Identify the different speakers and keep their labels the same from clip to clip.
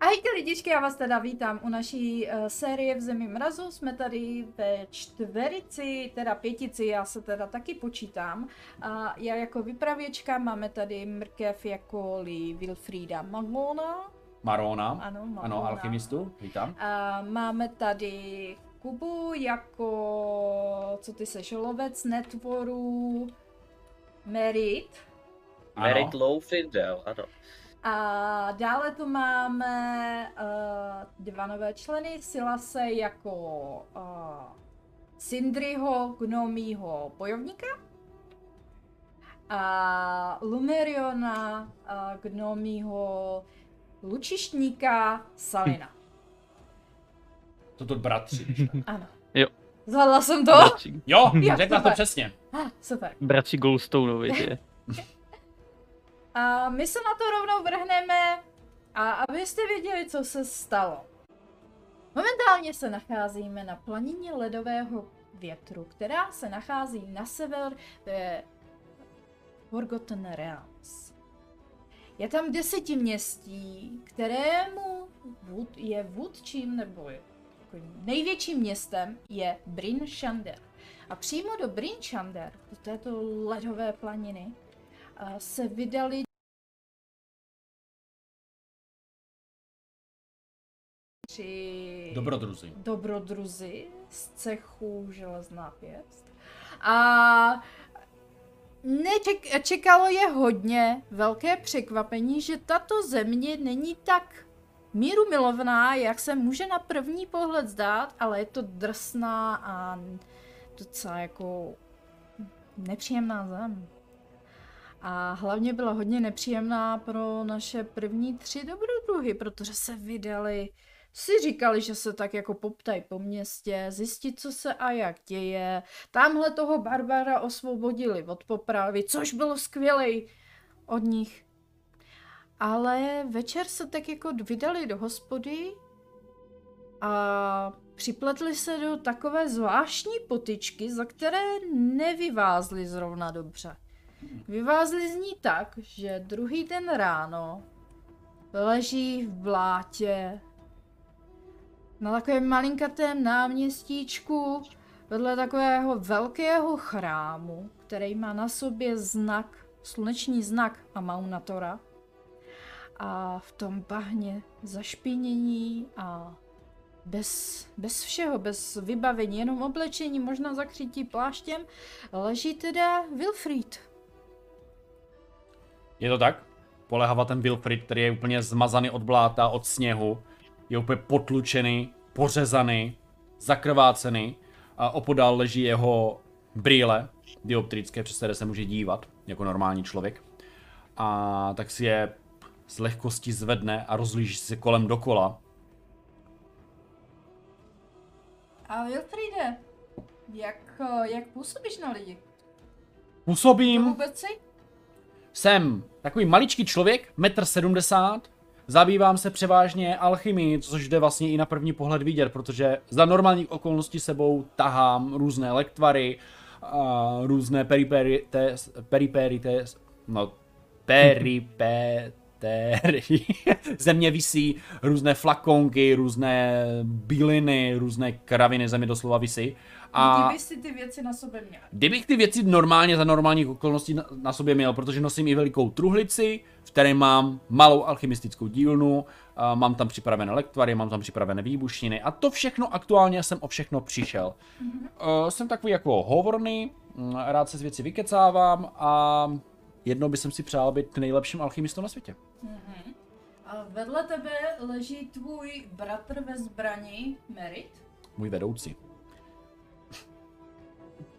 Speaker 1: Ahojky lidičky, já vás teda vítám u naší eh, série v Zemi mrazu. Jsme tady ve čtverici, teda pětici, já se teda taky počítám. A já jako vypravěčka máme tady mrkev jako Wilfrida Magona.
Speaker 2: Marona.
Speaker 1: Ano, Magona.
Speaker 2: Ano, alchemistu. Vítám.
Speaker 1: A máme tady Kubu jako, co ty seš, lovec netvorů, merit.
Speaker 2: Ano.
Speaker 3: Merit Low Findel, ano.
Speaker 1: A dále tu máme uh, dva nové členy, Silase jako uh, Sindriho gnomího bojovníka a Lumeriona uh, gnomího lučištníka Salina.
Speaker 2: To tu bratři. když tak.
Speaker 1: Ano.
Speaker 4: Jo.
Speaker 1: Zvládla jsem to?
Speaker 4: Bratři,
Speaker 2: Jo,
Speaker 1: Jo,
Speaker 2: řekla to
Speaker 1: super.
Speaker 2: přesně.
Speaker 1: Ah, super.
Speaker 4: bratři Goldstoneovi, tě.
Speaker 1: A my se na to rovnou vrhneme, a abyste věděli, co se stalo. Momentálně se nacházíme na planině ledového větru, která se nachází na sever ve Forgotten Realms. Je tam desetiměstí, kterému vůd, je vůdčím nebo je takovým největším městem je Bryn Shander. A přímo do Bryn Shander, do této ledové planiny, a se vydali tři
Speaker 2: Dobrodruzi.
Speaker 1: dobrodruzi z cechu Železná pěst. A neček, čekalo je hodně velké překvapení, že tato země není tak míru milovná, jak se může na první pohled zdát, ale je to drsná a docela jako nepříjemná zem. A hlavně byla hodně nepříjemná pro naše první tři dobrodruhy, protože se vydali si říkali, že se tak jako poptají po městě, zjistit, co se a jak děje. Tamhle toho Barbara osvobodili od popravy, což bylo skvělej od nich. Ale večer se tak jako vydali do hospody a připletli se do takové zvláštní potyčky, za které nevyvázli zrovna dobře. Vyvázli z ní tak, že druhý den ráno leží v blátě na takovém malinkatém náměstíčku vedle takového velkého chrámu, který má na sobě znak, sluneční znak Amaunatora. A v tom bahně zašpinění a bez, bez všeho, bez vybavení, jenom oblečení, možná zakrytí pláštěm, leží teda Wilfried.
Speaker 2: Je to tak? Polehává ten Wilfrid, který je úplně zmazaný od bláta, od sněhu. Je úplně potlučený, pořezaný, zakrvácený. A opodál leží jeho brýle dioptrické, přes které se může dívat jako normální člověk. A tak si je s lehkostí zvedne a rozlíží se kolem dokola.
Speaker 1: A Wilfriede, jak, jak působíš na lidi?
Speaker 2: Působím!
Speaker 1: Vůbec si?
Speaker 2: Jsem takový maličký člověk, metr sedmdesát, zabývám se převážně alchymii, což jde vlastně i na první pohled vidět, protože za normálních okolností sebou tahám různé lektvary, a různé periperites, periperites, no, peripetery, země visí, různé flakonky, různé bíliny, různé kraviny, země doslova visí. A
Speaker 1: Kdyby si ty věci na sobě měl.
Speaker 2: Kdybych ty věci normálně za normálních okolností na, na sobě měl, protože nosím i velikou truhlici, v které mám malou alchymistickou dílnu, a mám tam připravené lektvary, mám tam připravené výbušniny a to všechno aktuálně jsem o všechno přišel. Mm-hmm. Jsem takový jako hovorný, mm, rád se z věci vykecávám a jednou by jsem si přál být nejlepším alchymistou na světě.
Speaker 1: Mhm. A vedle tebe leží tvůj bratr ve zbrani, Merit.
Speaker 2: Můj vedoucí.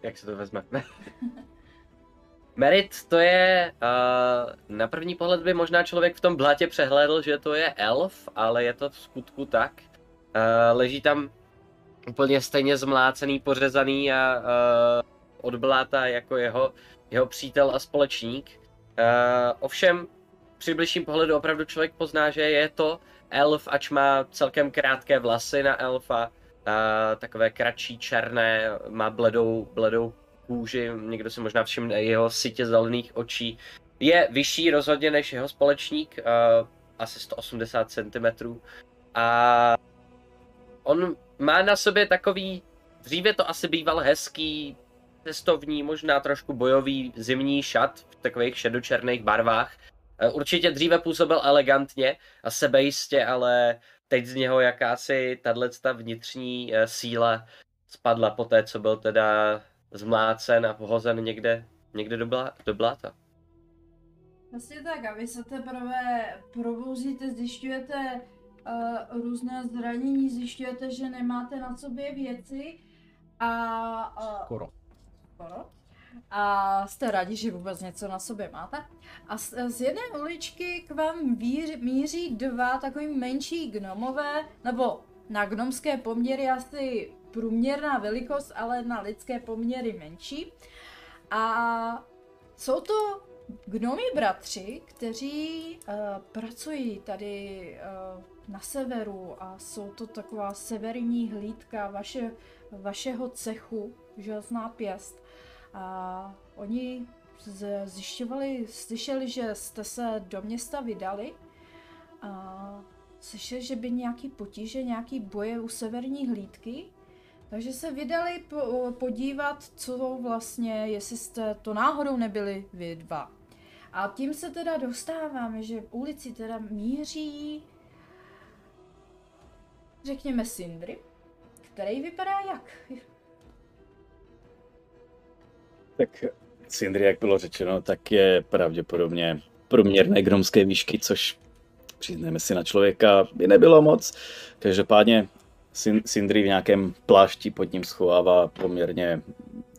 Speaker 3: Jak se to vezme? Merit to je, uh, na první pohled by možná člověk v tom blátě přehlédl, že to je elf, ale je to v skutku tak. Uh, leží tam úplně stejně zmlácený, pořezaný a uh, od bláta jako jeho, jeho přítel a společník. Uh, ovšem, při bližším pohledu opravdu člověk pozná, že je to elf, ač má celkem krátké vlasy na elfa, uh, takové kratší, černé, má bledou, bledou kůži, někdo si možná všimne jeho sitě zelených očí. Je vyšší rozhodně než jeho společník, uh, asi 180 cm. A on má na sobě takový, dříve to asi býval hezký, cestovní, možná trošku bojový zimní šat v takových šedočerných barvách. Eh, Určitě dříve působil elegantně a sebejistě, ale teď z něho jakási tato vnitřní eh, síla spadla po té, co byl teda zmlácen a pohozen někde, někde do, blá, do bláta.
Speaker 1: Vlastně tak, a vy se teprve probouzíte, zjišťujete uh, různé zranění, zjišťujete, že nemáte na sobě věci a uh,
Speaker 2: Koro.
Speaker 1: skoro. A jste rádi, že vůbec něco na sobě máte. A z, z jedné uličky k vám víř, míří dva takový menší gnomové, nebo na gnomské poměry asi průměrná velikost, ale na lidské poměry menší. A jsou to gnomi bratři, kteří uh, pracují tady uh, na severu a jsou to taková severní hlídka vaše, vašeho cechu, železná pěst. A oni z- zjišťovali, slyšeli, že jste se do města vydali a slyšeli, že by nějaký potíže, nějaký boje u severní hlídky, takže se vydali po, podívat, co vlastně, jestli jste to náhodou nebyli vy dva. A tím se teda dostáváme, že v ulici teda míří, řekněme, Sindri, který vypadá jak?
Speaker 4: Tak Sindri, jak bylo řečeno, tak je pravděpodobně průměrné gromské výšky, což přiznejme si na člověka by nebylo moc. Každopádně Sin- Sindri v nějakém plášti pod ním schovává poměrně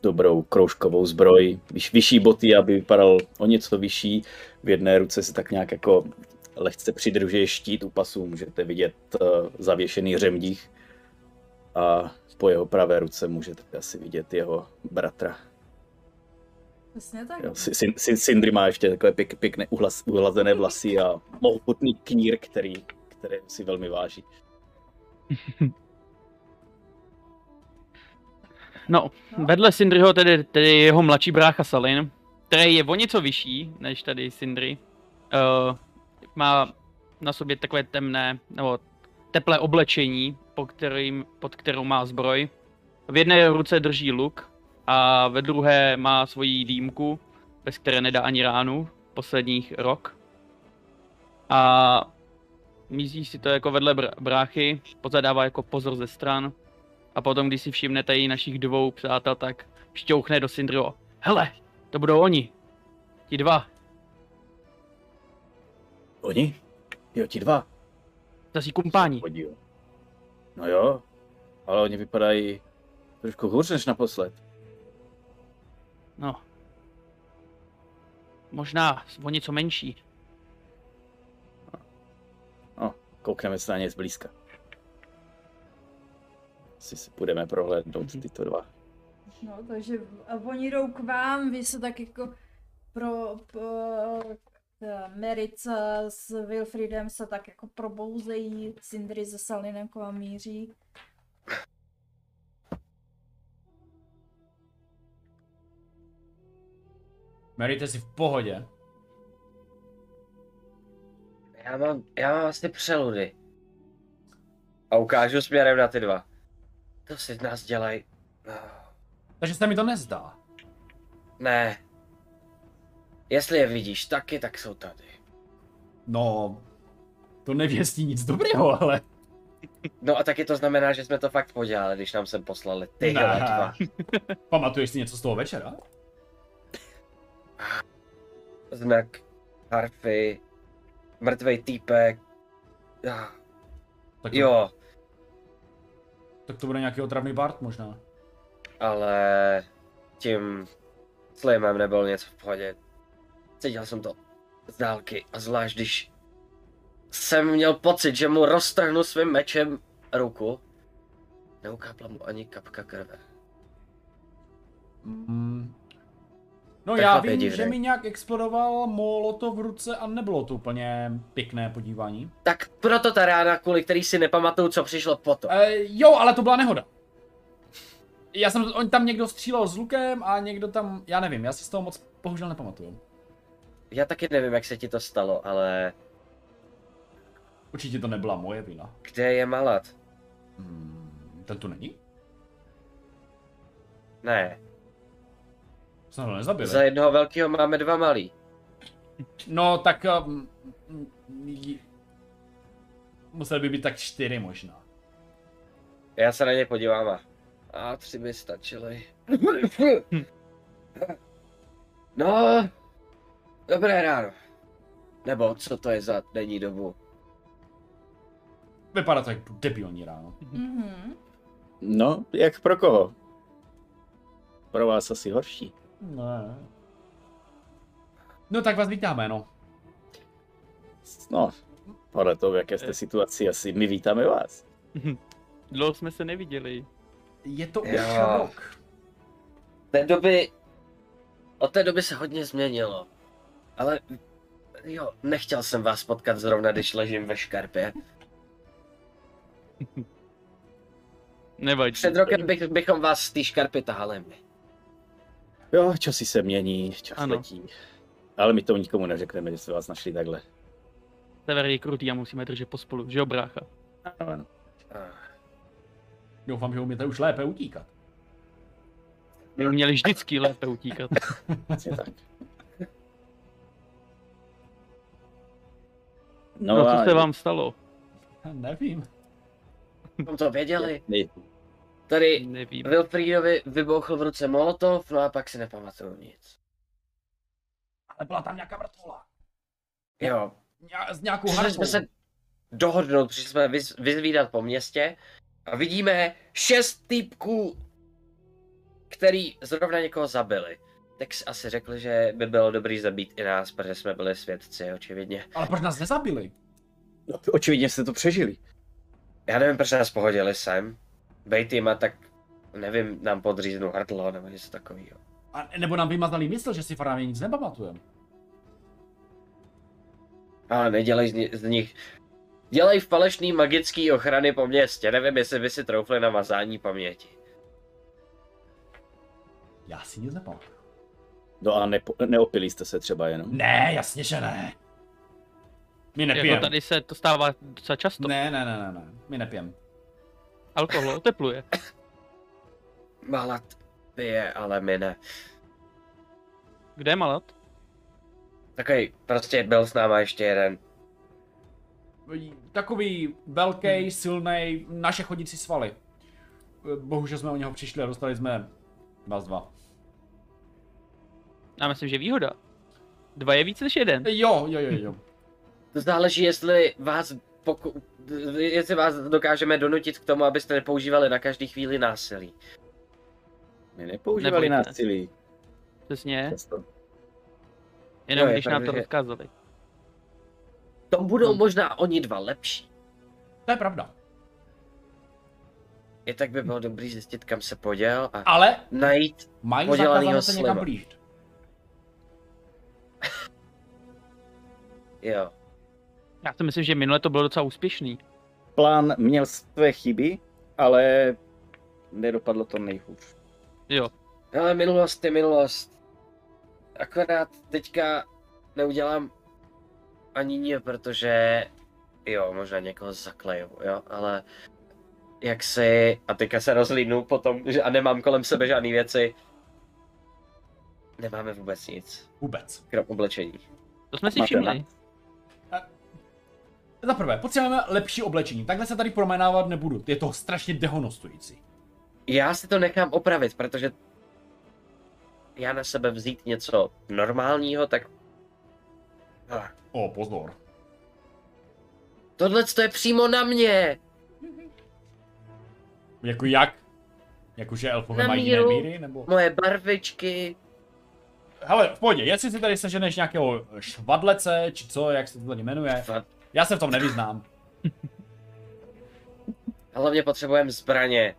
Speaker 4: dobrou kroužkovou zbroj, vyš- vyšší boty, aby vypadal o něco vyšší. V jedné ruce si tak nějak jako lehce přidržuje štít u pasu, můžete vidět eh, zavěšený řemdích a po jeho pravé ruce můžete asi vidět jeho bratra.
Speaker 1: Přesně tak.
Speaker 4: Jo, Sy- Syn- Syn- Sindri má ještě takové pěk, pěkné uhlas, uhlazené vlasy a mohutný knír, který, který si velmi váží.
Speaker 5: No, vedle Sindriho tedy, tedy je jeho mladší brácha Salin, který je o něco vyšší než tady Sindri. Uh, má na sobě takové temné, nebo teplé oblečení, po kterým, pod kterou má zbroj. V jedné ruce drží luk a ve druhé má svoji dýmku, bez které nedá ani ránu, posledních rok. A mízí si to jako vedle br- bráchy, pozadává jako pozor ze stran. A potom, když si všimne tady našich dvou přátel, tak šťouchne do Sindrio. Hele, to budou oni. Ti dva,
Speaker 4: Oni? Jo, ti dva.
Speaker 5: zase kumpáni.
Speaker 4: Podíl. No jo, ale oni vypadají trošku hůř než naposled.
Speaker 5: No. Možná o něco menší.
Speaker 4: Koukneme se na ně zblízka. Asi si budeme prohlédnout tyto dva.
Speaker 1: No, takže v- a oni jdou k vám, vy se tak jako pro, pro ta Merica s Wilfriedem se tak jako probouzejí, Sindri se Salinem k vám míří.
Speaker 2: Merite si v pohodě.
Speaker 3: Já mám, já mám asi přeludy. A ukážu směrem na ty dva. To si z nás dělají. Ah,
Speaker 2: Takže se mi to nezdá.
Speaker 3: Ne. Jestli je vidíš taky, tak jsou tady.
Speaker 2: No, to nevěstí nic dobrého, ale
Speaker 3: No a taky to znamená, že jsme to fakt podělali, když nám sem poslali ty
Speaker 2: Ne.
Speaker 3: dva.
Speaker 2: pamatuješ si něco z toho večera?
Speaker 3: Znak harfy, mrtvej týpek. Ah,
Speaker 2: Tak to,
Speaker 3: Jo,
Speaker 2: Tak to bude nějaký otravný Bart možná.
Speaker 3: ale tím slimem nebyl něco v pohodě. Cítil jsem to z dálky a zvlášť když jsem měl pocit, že mu roztrhnu svým mečem ruku. Neukápla mu ani kapka krve.
Speaker 2: Mm. No
Speaker 3: Tak
Speaker 2: já
Speaker 3: chlap je
Speaker 2: vím,
Speaker 3: divný.
Speaker 2: že mi nějak explodoval molotov v ruce a nebylo to úplně pěkné podívání.
Speaker 3: Tak proto ta rána, kvůli který si nepamatuju, co přišlo potom.
Speaker 2: E, jo, ale to byla nehoda. Já jsem, on tam někdo střílel s lukem a někdo tam, já nevím, já si z toho moc bohužel nepamatuju.
Speaker 3: Já taky nevím, jak se ti to stalo, ale
Speaker 2: Určitě to nebyla moje vina.
Speaker 3: Kde je Malat?
Speaker 2: Hmm, ten tu není?
Speaker 3: Ne,
Speaker 2: Snad ho nezabili.
Speaker 3: za jednoho velkého máme dva malý.
Speaker 2: No tak... Um, musel by být tak čtyři možná.
Speaker 3: Já se na ně podívám a... A tři by stačily. No... Dobré ráno. Nebo co to je za denní dobu?
Speaker 2: Vypadá to jak debilní ráno.
Speaker 1: Mhm.
Speaker 4: No, jak pro koho? Pro vás asi horší.
Speaker 2: Ne. No tak vás vítáme, no.
Speaker 4: No, podle toho, v jaké jste situaci, asi my vítáme vás.
Speaker 5: Dlouho jsme se neviděli.
Speaker 2: Je to už
Speaker 3: Jo.
Speaker 2: rok.
Speaker 3: té doby... Od té doby se hodně změnilo. Ale... Jo, nechtěl jsem vás potkat zrovna, když ležím ve škarpě.
Speaker 5: Nevadí.
Speaker 3: Před rokem bych, bychom vás z té škarpy tahali my.
Speaker 4: Jo, časy se mění, čas ano.
Speaker 5: Ano.
Speaker 4: letí. Ale my to nikomu neřekneme, že jsme vás našli takhle.
Speaker 5: Sever je krutý a musíme držet pospolu, že jo brácha?
Speaker 4: Ano, ano.
Speaker 3: Ah.
Speaker 2: Doufám, že umíte už lépe utíkat.
Speaker 5: My měli vždycky lépe utíkat.
Speaker 4: Přesně tak.
Speaker 5: No,
Speaker 4: No,
Speaker 5: no
Speaker 4: a
Speaker 5: co se vám stalo?
Speaker 2: Nevím.
Speaker 3: Abychom to věděli.
Speaker 4: my-
Speaker 3: Tady
Speaker 5: Nevím.
Speaker 3: Wilfriedovi vybouchl v ruce Molotov, no a pak si nepamatuju nic.
Speaker 2: Ale byla tam nějaká vrtvola.
Speaker 3: Jo,
Speaker 2: Ně- s nějakou
Speaker 3: přišli
Speaker 2: harpou.
Speaker 3: jsme se dohodnout, přišli jsme vyz, vyzvídat po městě a vidíme šest týpků, který zrovna někoho zabili. Tak si asi řekli, že by bylo dobrý zabít i nás, protože jsme byli svědci, očividně.
Speaker 2: Ale proč nás nezabili?
Speaker 4: no, očividně jste to přežili.
Speaker 3: Já nevím, proč nás pohodili sem. Bejt jima tak, nevím, nám podříznu hrdlo nebo něco takového.
Speaker 2: A nebo nám vymazali mysl, že si právě nic nepamatujeme.
Speaker 3: Ale nedělej z, ni- z nich... Dělej v falešný magický ochrany po městě, nevím, jestli by si troufli na mazání paměti.
Speaker 2: Já si nic nepamatuju.
Speaker 4: No a nepo, neopili jste se třeba jenom.
Speaker 2: Ne, jasně, že ne. My nepijeme.
Speaker 5: Jako tady se to stává docela často.
Speaker 2: Ne, ne, ne, ne, ne. My nepijeme.
Speaker 5: Alkohol otepluje.
Speaker 3: Malat pije, ale my ne.
Speaker 5: Kde je Malat?
Speaker 3: Takový, prostě byl s náma ještě jeden.
Speaker 2: Takový velký, hmm. silný, naše chodící svaly. Bohužel jsme o něho přišli a dostali jsme vás dva.
Speaker 5: Já myslím, že výhoda. Dva je víc než jeden.
Speaker 2: Jo, jo, jo, jo.
Speaker 3: To záleží, jestli vás, poku... jestli vás dokážeme donutit k tomu, abyste nepoužívali na každý chvíli násilí.
Speaker 4: My nepoužívali
Speaker 5: Nebojte.
Speaker 4: násilí
Speaker 5: Přesně.
Speaker 4: často.
Speaker 5: Jenom
Speaker 3: Jo, je
Speaker 5: když nám to
Speaker 3: pravda, že-
Speaker 5: rozkázali.
Speaker 3: To budou možná oni dva lepší.
Speaker 2: To je pravda.
Speaker 3: I tak by bylo dobrý zjistit, kam se poděl a
Speaker 2: Ale
Speaker 3: najít.
Speaker 2: mají
Speaker 3: Podělanýho
Speaker 2: zakázáno se někam
Speaker 3: sliva.
Speaker 2: blížit.
Speaker 3: Jo.
Speaker 5: Já si myslím, že minule to bylo docela úspěšný.
Speaker 4: Plán měl své chyby, ale nedopadlo to nejhůř.
Speaker 5: Jo.
Speaker 3: Ale minulost je minulost. Akorát teďka neudělám ani ně, protože jo, možná někoho zakleju, jo, ale jak si, a teďka se rozlídnu potom, že a nemám kolem sebe žádné věci, nemáme vůbec nic,
Speaker 2: Vůbec.
Speaker 3: krom oblečení.
Speaker 5: To jsme si
Speaker 4: Máte
Speaker 5: všimli.
Speaker 2: Za prvé, potřebujeme lepší oblečení. Takhle se tady promenávat nebudu. Je to strašně dehonostující.
Speaker 3: Já si to nechám opravit, protože já na sebe vzít něco normálního, tak Ah,
Speaker 2: O, pozor.
Speaker 3: tohle to je přímo na mě.
Speaker 2: Jako jak? Jakože elfové
Speaker 3: Na
Speaker 2: mají jiné
Speaker 3: míru.
Speaker 2: míry, nebo?
Speaker 3: Moje barvičky,
Speaker 2: Hele, v pohodě, jestli si tady seženeš nějakého švadlece, či co, jak se to tady jmenuje.
Speaker 3: Švad-
Speaker 2: Já se v tom nevyznám.
Speaker 3: Hlavně potřebujeme zbraně.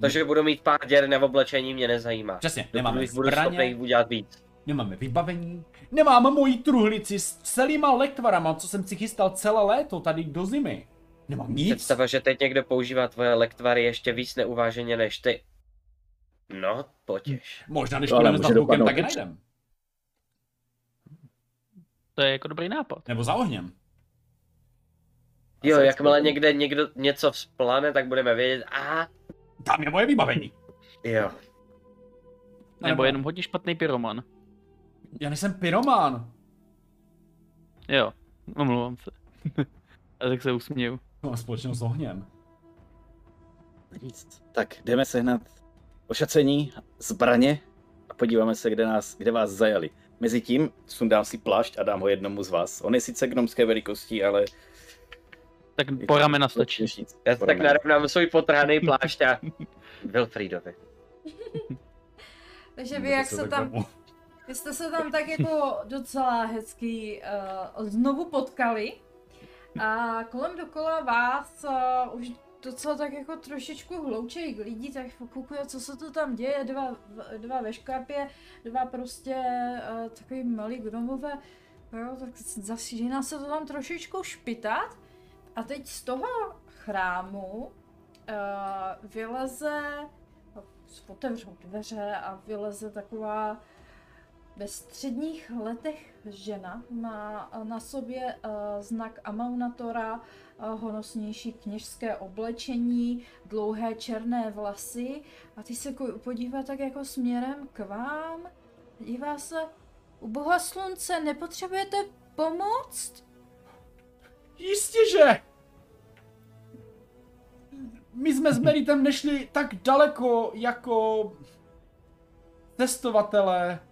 Speaker 3: To, že budu mít pár děr na oblečení, mě nezajímá.
Speaker 2: Přesně,
Speaker 3: Dokud
Speaker 2: nemáme
Speaker 3: jich budu schopný
Speaker 2: zbraně,
Speaker 3: jich udělat víc.
Speaker 2: nemáme vybavení, nemám moji truhlici s celýma lektvarama, co jsem si chystal celé léto tady do zimy. Nemám nic.
Speaker 3: Představa, že teď někdo používá tvoje lektvary ještě víc neuváženě než ty. No, potěš.
Speaker 2: Možná, když
Speaker 4: To ale
Speaker 2: půjdeme za
Speaker 4: může
Speaker 2: lukem,
Speaker 4: dopadnout
Speaker 2: tak je
Speaker 4: dobře.
Speaker 2: najdem.
Speaker 5: To je jako dobrý nápad.
Speaker 2: Nebo za ohněm.
Speaker 3: Jo, jakmile někde někdo něco vzplane, tak budeme vědět, a
Speaker 2: Tam je moje vybavení.
Speaker 3: jo.
Speaker 5: Nebo jenom hodně špatný pyroman.
Speaker 2: Já nejsem pyromán.
Speaker 5: Jo, omlouvám se. A tak se usměju.
Speaker 2: Mám společnost s ohněm.
Speaker 4: Nic. Tak jdeme sehnat ošacení, zbraně a podíváme se, kde, nás, kde vás zajali. Mezitím sundám si plášť a dám ho jednomu z vás. On je sice gnomské velikosti, ale...
Speaker 5: Tak po ramena stačí.
Speaker 4: Nic.
Speaker 3: Já se tak narovnám svůj potrhaný plášť a Wilfriedovi.
Speaker 1: Takže vy, jak se tam, vy jste se tam tak jako docela hezky uh, znovu potkali a kolem dokola vás uh, už docela tak jako trošičku hloučej lidí, tak koukuje, co se to tam děje, dva, dva ve škapě, dva prostě uh, takový malý gnomové, jo, tak začíná se to tam trošičku špitat a teď z toho chrámu uh, vyleze no, otevřou dveře a vyleze taková ve středních letech žena. Má eh, na sobě eh, znak Amaunatora, eh, honosnější kněžské oblečení, dlouhé černé vlasy a ty se ko- podívá tak jako směrem k vám. Dívá se, u boha slunce nepotřebujete pomoc?
Speaker 2: Jistě, že! My jsme s Meritem nešli tak daleko jako testovatele eh,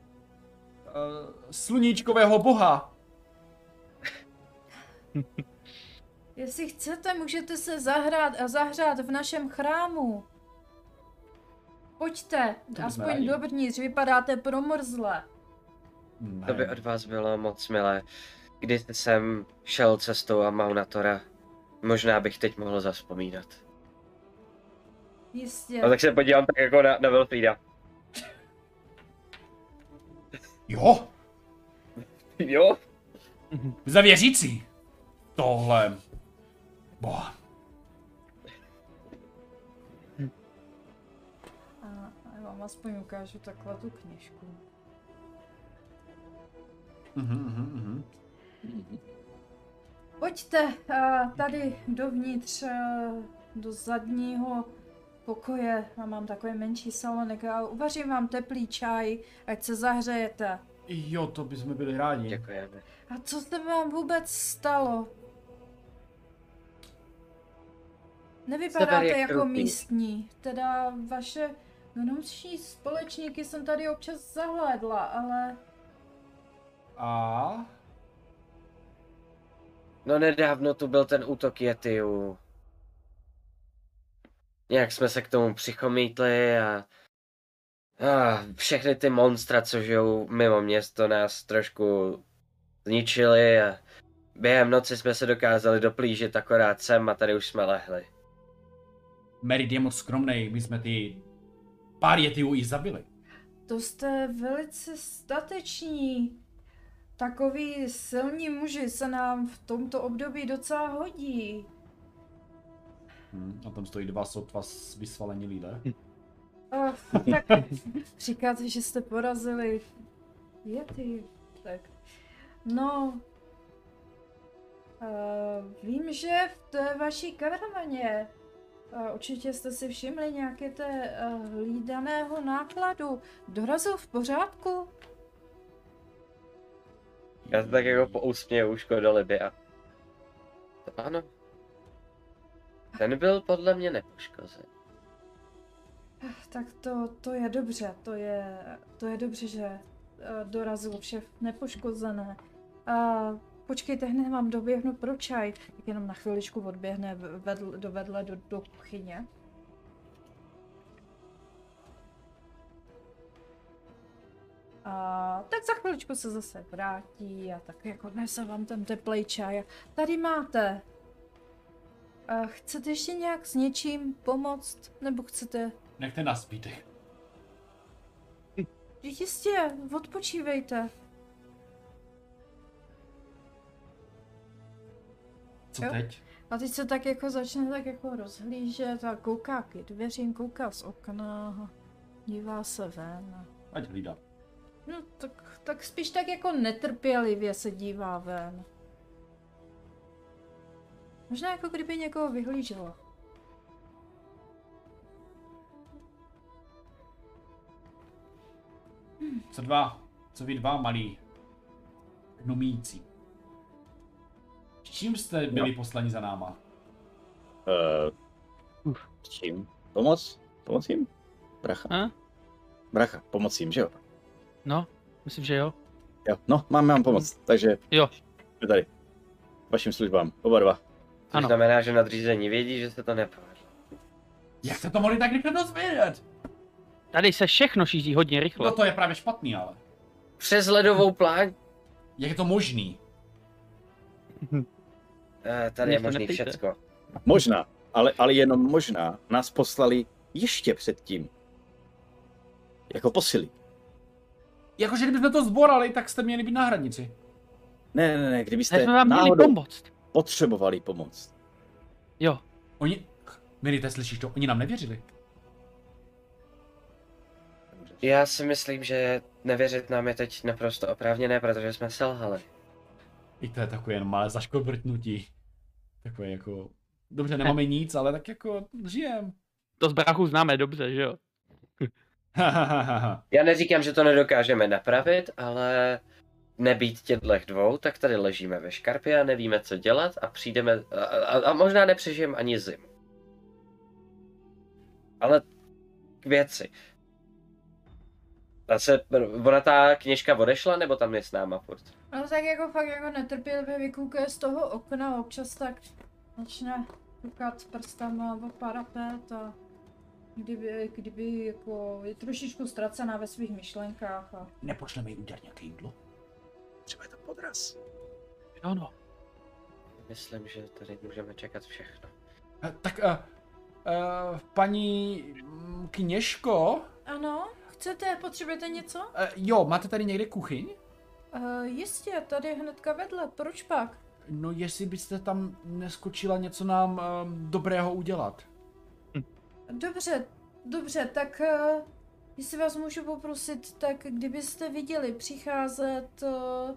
Speaker 2: sluníčkového boha.
Speaker 1: Jestli chcete, můžete se zahrát a zahřát v našem chrámu. Pojďte,
Speaker 2: bychom
Speaker 1: aspoň
Speaker 2: rádi.
Speaker 1: dovnitř, vypadáte promrzle.
Speaker 3: To by od vás bylo moc milé. Když jsem šel cestou a Maunatora, možná bych teď mohl zaspomínat.
Speaker 1: Jistě.
Speaker 3: No tak se podívám tak jako na, na Wilfrieda.
Speaker 2: Jo,
Speaker 3: Jo?
Speaker 2: za věřící. Tohle. Boha.
Speaker 1: A já vám aspoň ukážu takhle tu knižku. Pojďte a, tady dovnitř, a, do zadního pokoje. Já mám takový menší salonek a uvařím vám teplý čaj, ať se zahřejete.
Speaker 2: Jo, to bychom byli
Speaker 3: Hmm.
Speaker 2: rádi.
Speaker 3: Děkujeme.
Speaker 1: A co se vám vůbec stalo? Nevypadáte
Speaker 3: Sever je
Speaker 1: jako
Speaker 3: krutý.
Speaker 1: místní, teda vaše gnomští společníky jsem tady občas zahlédla, ale
Speaker 2: A...
Speaker 3: No nedávno tu byl ten útok Yetiu. Nějak jsme se k tomu přichomítli a... a všechny ty monstra, co žijou mimo město, nás trošku zničili a během noci jsme se dokázali doplížit akorát sem a tady už jsme lehli.
Speaker 2: Merit je moc skromnej, my jsme ty pár jetiů i zabili.
Speaker 1: To jste velice stateční. Takový silní muži se nám v tomto období docela hodí.
Speaker 2: Hmm, a tam stojí dva sotva s vysvalení lidé.
Speaker 1: Ach, tak říkáte, že jste porazili Yeti, tak no... Uh, vím, že v té vaší karavaně uh, určitě jste si všimli nějaké té uh, hlídaného nákladu. Dorazil v pořádku?
Speaker 3: Já to tak jako po úsměvu škodolibě a... Ano. Ten byl podle mě nepoškozen.
Speaker 1: Ach, Tak to, to je dobře, to je, to je dobře, že eh, dorazilo vše nepoškozené. A počkejte, hned vám doběhnu pro čaj. Tak jenom na chviličku odběhne v- vedl, do vedle do, do kuchyně. A tak za chviličku se zase vrátí a tak jako nese vám ten teplej čaj. Tady máte. A chcete ještě nějak s něčím pomoct? Nebo chcete
Speaker 2: Nechte nás zbytek.
Speaker 1: Jistě, odpočívejte.
Speaker 2: Co
Speaker 1: Jo.
Speaker 2: teď?
Speaker 1: A teď se tak jako začne tak jako rozhlížet a kouká k dveřím, kouká z okna, dívá se ven.
Speaker 2: Ať hlídá.
Speaker 1: No tak, tak spíš tak jako netrpělivě se dívá ven. Možná jako kdyby někoho vyhlížela.
Speaker 2: Co dva? Co vy dva malí gnomíci? S čím jste byli poslani za náma?
Speaker 4: Uh, s čím? Pomoc? Pomocím? Bracha.
Speaker 5: A?
Speaker 4: Bracha, pomocím, že jo?
Speaker 5: No, myslím, že jo.
Speaker 4: Jo, no, mám, mám pomoc, takže...
Speaker 5: Jo.
Speaker 4: Jsme tady. Vašim službám, oba dva.
Speaker 3: Což
Speaker 5: Ano.
Speaker 3: znamená, že nadřízení vědí, že se to nepovede.
Speaker 2: Jak jste to mohli tak rychle dozvědět?
Speaker 5: Tady se všechno šíří hodně rychle.
Speaker 2: No to je právě špatný, ale.
Speaker 3: Přes ledovou pláň?
Speaker 2: Jak je to možný?
Speaker 3: Eh, tady
Speaker 5: Mě
Speaker 3: je
Speaker 5: to
Speaker 3: možný
Speaker 5: neptejte.
Speaker 3: všecko.
Speaker 4: Možná, ale, ale jenom možná nás poslali ještě předtím. Jako posily.
Speaker 2: Jakože kdybychom to zborali, tak jste měli být na hranici.
Speaker 4: Ne, ne, ne,
Speaker 5: Ne,
Speaker 4: kdybyste
Speaker 5: jsme vám měli
Speaker 4: náhodou
Speaker 5: pomoct.
Speaker 4: potřebovali pomoc.
Speaker 5: Jo,
Speaker 2: Oni... Mirite, slyšíš to? Oni nám nevěřili.
Speaker 3: Já si myslím, že nevěřit nám je teď naprosto oprávněné, protože jsme selhali.
Speaker 2: I to je takové jenom malé zaškobrtnutí. Takové jako... Dobře, nemáme nic, ale tak jako žijem.
Speaker 5: to z brachu známe dobře, že jo.
Speaker 3: Já neříkám, že to nedokážeme napravit, ale nebýt těchto dvou, tak tady ležíme ve škarpě a nevíme, co dělat a přijdeme a, a, a možná nepřežijeme ani zimu. Ale k věci. Ta se, ona ta kněžka odešla, nebo tam je s náma furt?
Speaker 1: No tak jako fakt jako netrpělivě vykouká z toho okna, občas tak začne kukat prstama v parapet a kdyby, kdyby jako je trošičku ztracená ve svých myšlenkách a
Speaker 2: Nepošleme jí udělat nějaké jídlo?
Speaker 4: Třeba je to podraz.
Speaker 5: Jo no.
Speaker 3: Myslím, že tady můžeme čekat všechno.
Speaker 2: Eh, Tak, uh, uh, paní mm, kněžko, uh,
Speaker 1: ano, chcete, potřebujete něco?
Speaker 2: jo, máte tady někde kuchyň?
Speaker 1: Uh, jistě, tady hnedka vedle, proč pak?
Speaker 2: No, jestli byste tam neskočila něco nám um, dobrého udělat.
Speaker 1: Dobře, dobře, tak eh, jestli vás můžu poprosit, tak kdybyste viděli přicházet eh,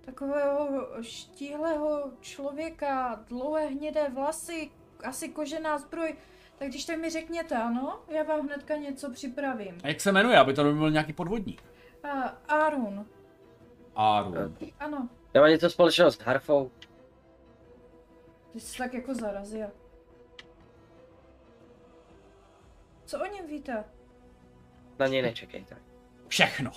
Speaker 1: takového štíhlého člověka, dlouhé hnědé vlasy, asi kožená zbroj, tak když tak mi řekněte, ano, já vám hnedka něco připravím.
Speaker 2: A jak se jmenuje, aby to nebyl nějaký podvodník?
Speaker 1: A Arun,
Speaker 2: Aaron.
Speaker 1: ano,
Speaker 3: Nemá něco společného s harfou?
Speaker 1: ty jsi tak jako zarazil. Co o něm víte?
Speaker 3: Na něj nečekejte.
Speaker 2: Všechno.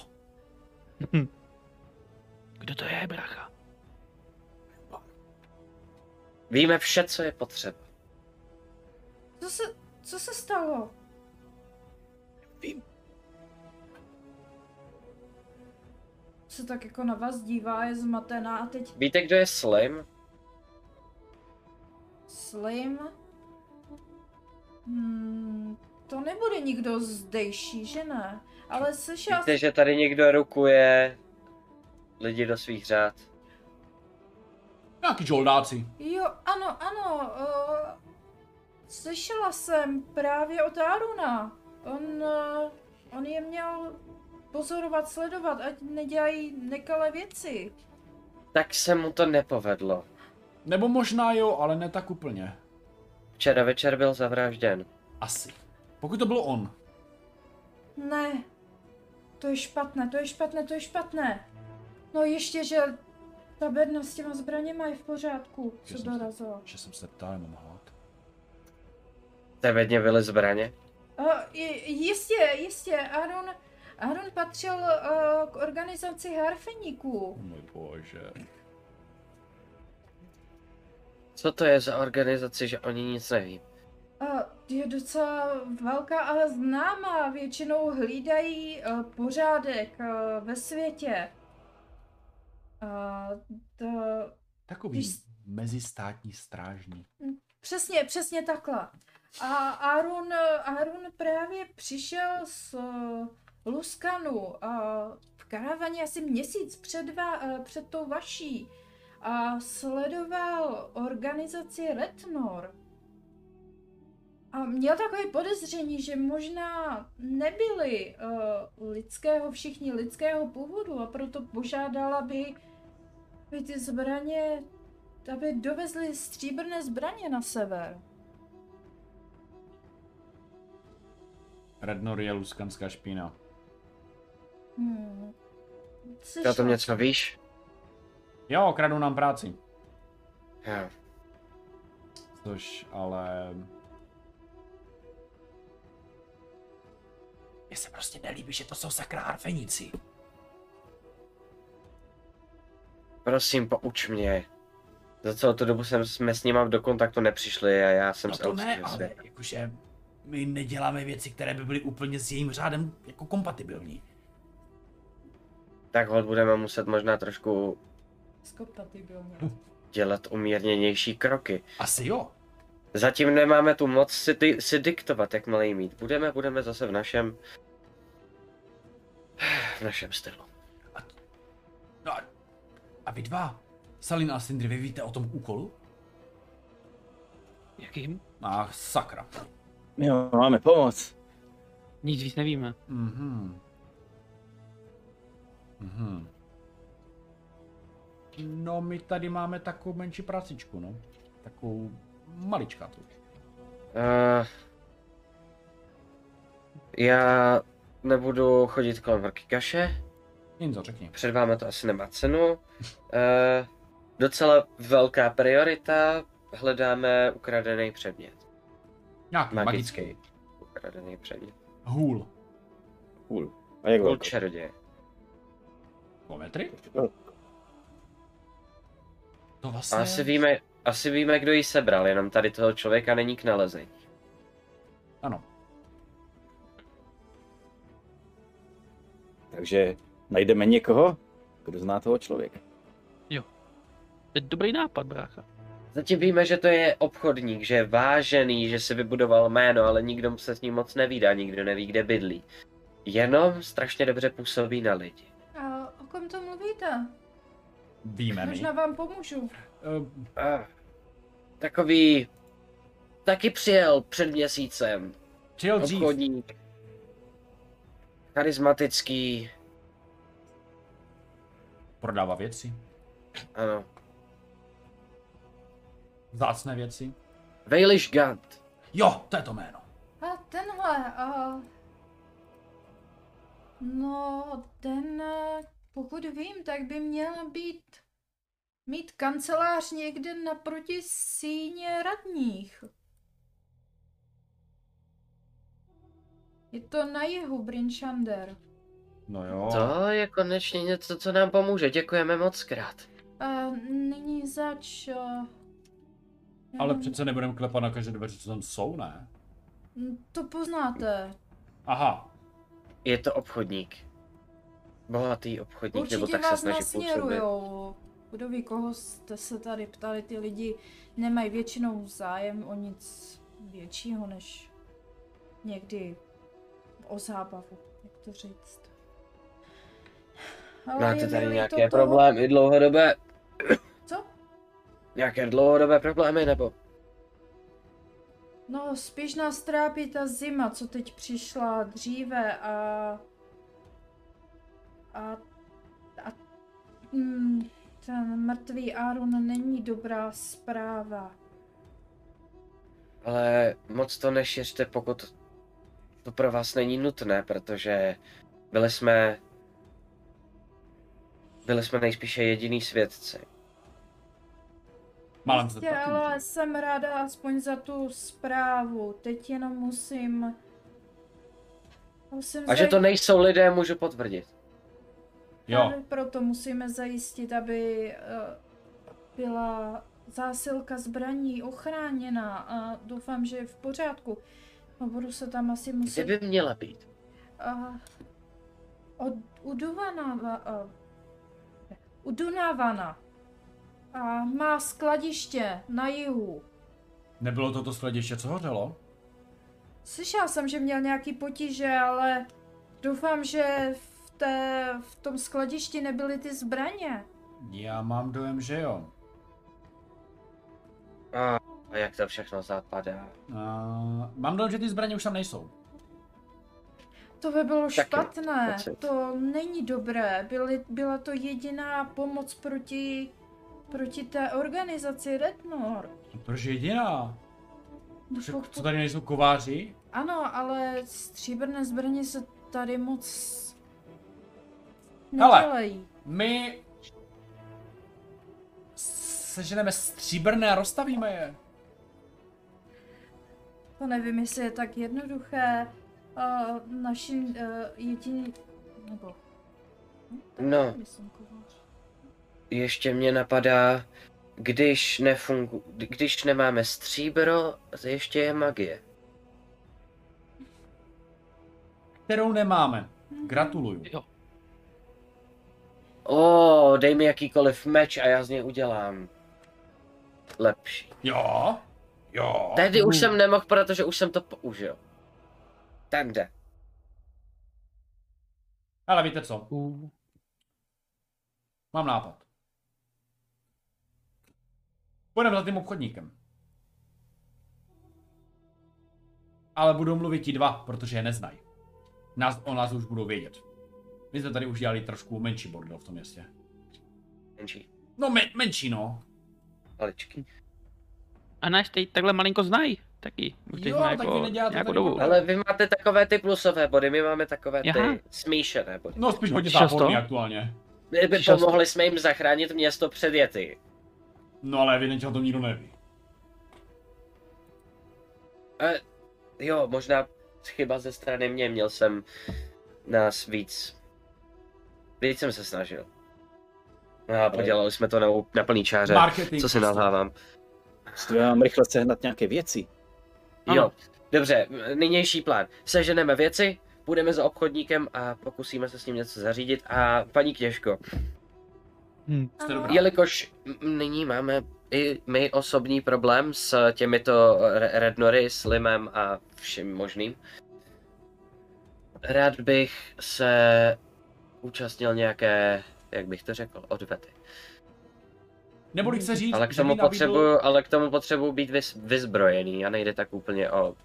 Speaker 5: Kdo to je, bracha?
Speaker 3: Víme vše, co je potřeba.
Speaker 1: Co se, co se stalo?
Speaker 4: Vím.
Speaker 1: Se tak jako na vás dívá, je zmatená a teď
Speaker 3: Víte, kdo je Slim?
Speaker 1: Slim. Hmm, to nebude nikdo zdejší, že ne? Ale slyšela
Speaker 3: Víte,
Speaker 1: jsi...
Speaker 3: že tady někdo rukuje lidi do svých řád?
Speaker 2: Nějaký žoldáci.
Speaker 1: Jo, ano, ano. Uh, slyšela jsem právě od Aruna. On, uh, on je měl pozorovat, sledovat, ať nedělají nekalé věci.
Speaker 3: Tak se mu to nepovedlo.
Speaker 2: Nebo možná jo, ale ne tak úplně.
Speaker 3: Včera večer byl zavražděn.
Speaker 2: Asi. Pokud to byl on.
Speaker 1: Ne, to je špatné, to je špatné, to je špatné. No ještě, že ta bedna s těma zbraněma je v pořádku,
Speaker 2: Že
Speaker 1: co
Speaker 2: jsem se-
Speaker 1: dorazilo.
Speaker 2: Že jsem se ptal, mám hlad.
Speaker 3: Tebedně byly zbraně.
Speaker 1: Uh, jistě, jistě, Aaron, Aaron patřil uh, k organizaci harfeníků.
Speaker 2: můj bože.
Speaker 3: Co to je za organizaci, že oni nic neví?
Speaker 1: Uh, je docela velká, ale známá. Většinou hlídají uh, pořádek uh, ve světě. Uh, to, Ty
Speaker 2: Takový
Speaker 1: jsi-
Speaker 2: mezistátní strážník.
Speaker 1: přesně, přesně takhle. A Arun, Arun právě přišel z uh, Luskanu a v karavaně asi měsíc před, va, eh, před tou vaší a sledoval organizaci Retnor. A měl takové podezření, že možná nebyli uh, lidského, všichni lidského původu a proto požádala, aby, aby ty zbraně Aby dovezli stříbrné zbraně na sever.
Speaker 2: Rednor je luskanská špína.
Speaker 1: Hmm.
Speaker 3: Ty o tom něco víš?
Speaker 2: Jo, kradou nám práci.
Speaker 3: Jo.
Speaker 2: Což ale... Mně se prostě nelíbí, že to jsou sakra harfeníci.
Speaker 3: Prosím, pouč mě. Za celou tu dobu jsem, jsme s nima do kontaktu nepřišli a já jsem
Speaker 2: No
Speaker 3: z
Speaker 2: to ne,
Speaker 3: elfského
Speaker 2: ale
Speaker 3: světa.
Speaker 2: jakože my neděláme věci, které by byly úplně s jejím řádem jako kompatibilní.
Speaker 3: Tak hod budeme muset možná trošku
Speaker 1: Skompatibilní.
Speaker 3: dělat umírněnější kroky.
Speaker 2: Asi jo.
Speaker 3: Zatím nemáme tu moc si, di- si diktovat, jakmile ji mít. Budeme, budeme zase v našem... V našem stylu.
Speaker 2: No a, a vy dva, Salin a Sindri, vy víte o tom úkolu?
Speaker 5: Jakým?
Speaker 2: Ach, sakra.
Speaker 4: My ho máme pomoc.
Speaker 5: Nic víc nevíme.
Speaker 2: Mhm. Mhm. No, my tady máme takovou menší prácičku, no. Takovou maličkátou.
Speaker 3: Uh, já nebudu chodit kolem horký kaše,
Speaker 2: Jinzo, řekni.
Speaker 3: před vámi to asi nemá cenu. Uh, docela velká priorita, hledáme ukradený předmět.
Speaker 2: Nějaký magický.
Speaker 3: Magický.
Speaker 2: magický.
Speaker 3: Ukradený předmět.
Speaker 2: Hůl.
Speaker 4: Cool. A jak
Speaker 3: Kul
Speaker 4: velký?
Speaker 3: čaroděje.
Speaker 2: Dva metry?
Speaker 3: No.
Speaker 2: To
Speaker 3: A
Speaker 2: vlastně...
Speaker 3: asi víme, asi víme, kdo ji sebral, jenom tady toho člověka není k nalezení.
Speaker 2: Ano.
Speaker 4: Takže najdeme někoho, kdo zná toho člověka.
Speaker 5: To je dobrý nápad, brácha.
Speaker 3: Zatím víme, že to je obchodník, že je vážený, že si vybudoval jméno, ale nikdo se s ním moc nevídá, nikdo neví, kde bydlí. Jenom strašně dobře působí na lidi.
Speaker 1: A o kom to mluvíte?
Speaker 2: Víme my.
Speaker 1: Možná vám pomůžu.
Speaker 2: Ehm,
Speaker 3: Ah, takový... Taky přijel před měsícem.
Speaker 2: Přijel dřív.
Speaker 3: Obchodník. Charismatický.
Speaker 2: Prodává věci.
Speaker 3: Ano.
Speaker 2: Zácné věci.
Speaker 3: Vejliš Gant.
Speaker 2: Jo, to je to jméno.
Speaker 1: A tenhle, a... No, ten, eh, pokud vím, tak by měl být... Mít kancelář někde naproti síně radních. Je to na jihu, Brinchander.
Speaker 2: No jo.
Speaker 3: To je konečně něco, co nám pomůže. Děkujeme moc krát.
Speaker 1: A Eh, nyní zač... eh, mm,
Speaker 2: Ale
Speaker 1: jenom-
Speaker 2: přece nebudeme klepat na každé dveře, co tam jsou, ne?
Speaker 1: To poznáte.
Speaker 2: Aha,
Speaker 3: Je to obchodník. Bohatý obchodník, nebo
Speaker 1: Určitě
Speaker 3: tak se
Speaker 1: vás
Speaker 3: snaží působit.
Speaker 1: nasměrujou. Kdo ví, koho jste se tady ptali, ty lidi nemají většinou zájem o nic většího než někdy o zábavu, jak to říct. Ale je
Speaker 3: Máte tady
Speaker 1: mi
Speaker 3: nějaké
Speaker 1: líto toho-
Speaker 3: problémy dlouhodobé?
Speaker 1: Co?
Speaker 3: Nějaké dlouhodobé problémy, nebo?
Speaker 1: No, spíš nás trápí ta zima, co teď přišla dříve a... A... a mm, ten mrtvý Aaron není dobrá zpráva.
Speaker 3: Ale moc to nešiřte, pokud to pro vás není nutné, protože byli jsme... Byli jsme nejspíše jediný svědci.
Speaker 2: málem se
Speaker 1: Jistě, ale jsem ráda aspoň za tu zprávu. Teď jenom musím... Musím
Speaker 3: A že to nejsou lidé, můžu potvrdit.
Speaker 2: Jo,
Speaker 1: Právě proto musíme zajistit, aby eh, byla zásilka zbraní ochráněna a doufám, že je v pořádku. No, budu se tam asi muset...
Speaker 3: Kde by měla být?
Speaker 1: Uh, od, u Dunavana. Uh, u Dunavana. A má skladiště na jihu.
Speaker 2: nebylo to to skladiště, co hořelo?
Speaker 1: Slyšela jsem, že měl nějaký potíže, ale doufám, že v, té, v tom skladišti nebyly ty zbraně.
Speaker 2: Já mám dojem, že jo.
Speaker 3: A, a jak to všechno zapadá.
Speaker 2: Uh, mám dojem, že ty zbraně už tam nejsou.
Speaker 1: To by bylo
Speaker 3: Taky
Speaker 1: špatné,
Speaker 3: pocit.
Speaker 1: to není dobré. Byly, byla to jediná pomoc proti proti té organizaci Rednor.
Speaker 2: Protože jediná.
Speaker 1: No
Speaker 2: Že-
Speaker 1: pokud-
Speaker 2: Co tady nejsou kováři?
Speaker 1: Ano, ale stříbrné zbraně se tady moc
Speaker 2: Hele.
Speaker 1: nedělají.
Speaker 2: My seženeme stříbrné a rozstavíme je.
Speaker 1: To nevím, jestli je tak jednoduché. Uh, naším uh, jediný... Nebo...
Speaker 3: No.
Speaker 1: Myslím, kovář.
Speaker 3: Ještě mě napadá, když nefungu, když nemáme stříbro, ještě je magie.
Speaker 2: Kterou nemáme. Gratuluju.
Speaker 5: Jo.
Speaker 3: O, dej mi jakýkoliv meč a já z něj udělám lepší.
Speaker 2: Jo. Jo.
Speaker 3: Tehdy už jsem nemohl, protože už jsem to použil. Tak jde.
Speaker 2: Ale víte co?
Speaker 5: Uh.
Speaker 2: Mám nápad. Půjdeme za tím obchodníkem. Ale budou mluvit ti dva, protože je neznají. Nás, o nás už budou vědět. My jsme tady už dělali trošku menší bordel v tom městě.
Speaker 3: Menší
Speaker 2: No men, menší no.
Speaker 3: maličky.
Speaker 5: A náš teď takhle malinko znají. Taky. Už teď
Speaker 2: Jo,
Speaker 5: jsme
Speaker 2: tak vy neděláte
Speaker 5: nějakou
Speaker 2: tady
Speaker 5: dobu.
Speaker 2: problém.
Speaker 3: Ale vy máte takové ty plusové body, my máme takové ty
Speaker 5: Aha.
Speaker 3: smíšené body.
Speaker 2: No spíš hodně
Speaker 5: Často?
Speaker 2: záporný aktuálně.
Speaker 3: My by
Speaker 5: Šast-
Speaker 3: pomohli jsme jim zachránit město před jety.
Speaker 2: No ale evidentně o tom nikdo neví.
Speaker 3: Jo, možná chyba ze strany mě, měl jsem nás víc. Víc jsem se snažil. No a podělali jsme to na, na plný čáře.
Speaker 2: Marketing.
Speaker 3: Co
Speaker 2: prostě.
Speaker 3: si nalhávám?
Speaker 4: Stojí vám rychle sehnat nějaké věci.
Speaker 5: Ano.
Speaker 3: Jo, dobře, nynější plán. Seženeme věci, půjdeme za obchodníkem a pokusíme se s ním něco zařídit. A paní Kněžko,
Speaker 5: Hm.
Speaker 2: Jste
Speaker 1: Ano.
Speaker 2: dobrá.
Speaker 3: jelikož m- nyní máme i my osobní problém s těmito re- rednory, s Limem a vším možným, rád bych se účastnil nějaké, jak bych to řekl, odvety.
Speaker 2: Nebudu se říct,
Speaker 3: Ale k
Speaker 2: že
Speaker 3: tomu
Speaker 2: mi nabídl-
Speaker 3: potřebuju, ale k tomu potřebuju být vys, vyzbrojený a nejde tak úplně o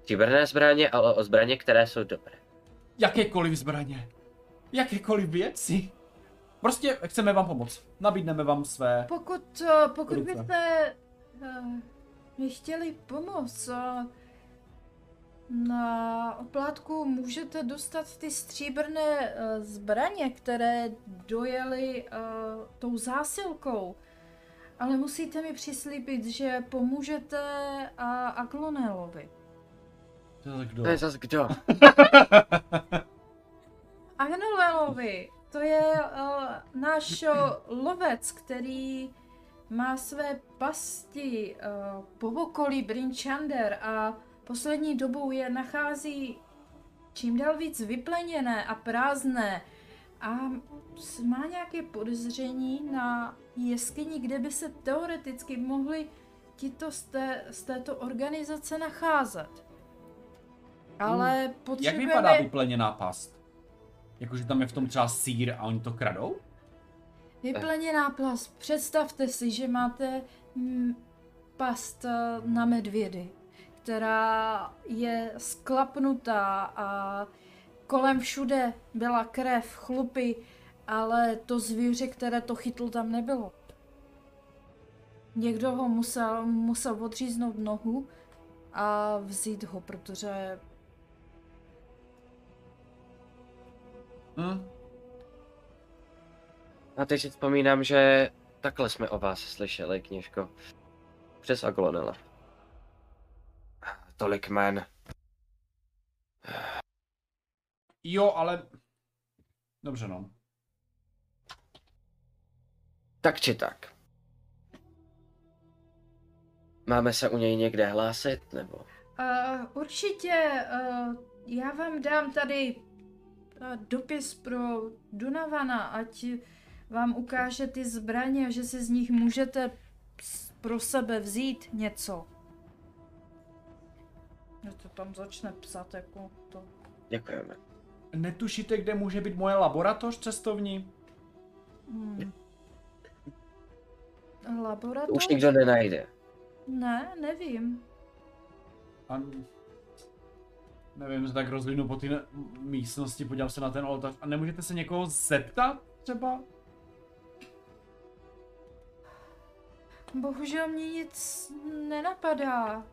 Speaker 3: stříbrné zbraně, ale o zbraně, které jsou dobré.
Speaker 2: Jakékoliv zbraně. Jakékoliv věci. Prostě chceme vám pomoct. Nabídneme vám své...
Speaker 1: Pokud, eh, pokud
Speaker 2: Ruce.
Speaker 1: byste eh, mi chtěli pomoct, eh, na oplátku můžete dostat ty stříbrné eh, zbraně, které dojely eh, tou zásilkou. Ale musíte mi přislíbit, že pomůžete a Aglonelovi.
Speaker 2: To je kdo?
Speaker 3: To je zas kdo?
Speaker 1: Aglonelovi, to je eh, náš eh, lovec, který má své pasti uh, po okolí Brinchander a poslední dobou je nachází čím dál víc vypleněné a prázdné a s- má nějaké podezření na jeskyni, kde by se teoreticky mohli tito z, té, z této organizace nacházet. Ale
Speaker 2: Hmm, Jak
Speaker 1: potřebujeme...
Speaker 2: vypadá vypleněná past? Jakože tam je v tom třeba sír a oni to kradou?
Speaker 1: Vyplněná plast. Představte si, že máte mm, past eh, na medvědy, která je sklapnutá a kolem všude byla krev, chlupy, ale to zvíře, které to chytlo, tam nebylo. Někdo ho musel, musel odříznout nohu a vzít ho, protože
Speaker 2: Hm?
Speaker 3: A teď si vzpomínám, že takhle jsme o vás slyšeli, kněžko. Přes Aglonela. Tolik jmen.
Speaker 2: Jo, ale... Dobře no.
Speaker 3: Tak či tak. Máme se u něj někde hlásit, nebo?
Speaker 1: Uh, určitě, uh, já vám dám tady uh, dopis pro Dunavana, ať vám ukáže ty zbraně, že si z nich můžete ps- pro sebe vzít něco. No to tam začne psát jako to.
Speaker 3: Děkujeme.
Speaker 2: Netušíte, kde může být moje laboratoř cestovní?
Speaker 1: Hmm. Laboratoř?
Speaker 3: To už nikdo nenajde.
Speaker 1: Ne, nevím.
Speaker 2: A... Nevím, že tak rozlínu po té ne- místnosti, podívám se na ten oltář. A nemůžete se někoho zeptat třeba?
Speaker 1: Bohužel mě nic nenapadá.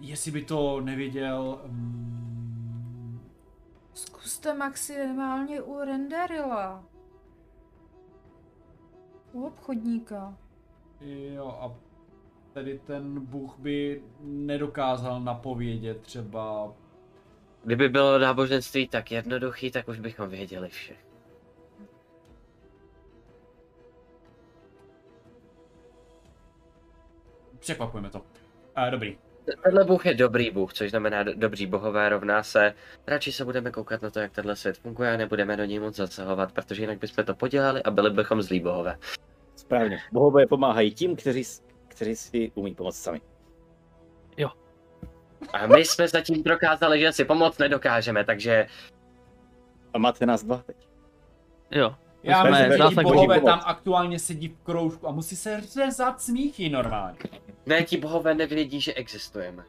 Speaker 2: Jestli by to neviděl... mm,
Speaker 1: Zkuste maximálně u renderila. U obchodníka.
Speaker 2: Jo, a tedy ten Bůh by nedokázal napovědět třeba...
Speaker 3: Kdyby bylo náboženství tak jednoduchý, tak už bychom věděli vše.
Speaker 2: Překvapujeme to. A, dobrý.
Speaker 3: Tenhle bůh je dobrý bůh, což znamená do- dobří bohové rovná se. Radši se budeme koukat na to, jak tenhle svět funguje a nebudeme do něj moc zasahovat, protože jinak bychom to podělali a byli bychom zlí bohové.
Speaker 4: Správně. Bohové pomáhají tím, kteří, s- kteří si umí pomoct sami.
Speaker 3: A my jsme zatím prokázali, že si pomoct nedokážeme, takže
Speaker 4: A máte nás dva teď.
Speaker 5: Jo.
Speaker 2: Já
Speaker 5: jsme
Speaker 2: myslím, že i
Speaker 5: zásah
Speaker 2: bohové
Speaker 4: boží
Speaker 2: tam aktuálně sedí v kroužku a musí se řezat smíchy normálně.
Speaker 3: ne, ti bohové nevědí, že existujeme.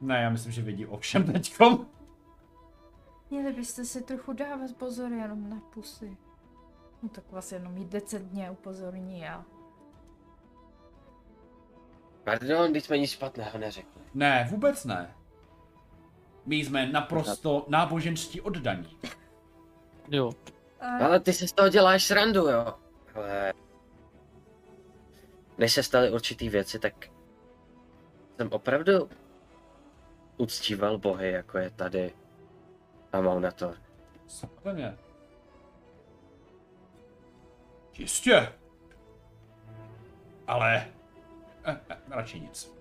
Speaker 2: Ne, já myslím, že vidí ovšem teďkom.
Speaker 1: Měli byste si trochu dávat pozor jenom na pusy. No tak vás jenom jí decentně upozorní a
Speaker 3: Pardon, když jsme nic špatného neřekli.
Speaker 2: Ne, vůbec ne. My jsme naprosto náboženští oddaní.
Speaker 5: Jo.
Speaker 1: a
Speaker 3: Ale ty se z toho děláš srandu, jo. Ale... Než se staly určitý věci, tak jsem opravdu uctíval bohy, jako je tady Amaunator.
Speaker 2: Samozřejmě. Jistě. Ale... Eh, eh, radši nic.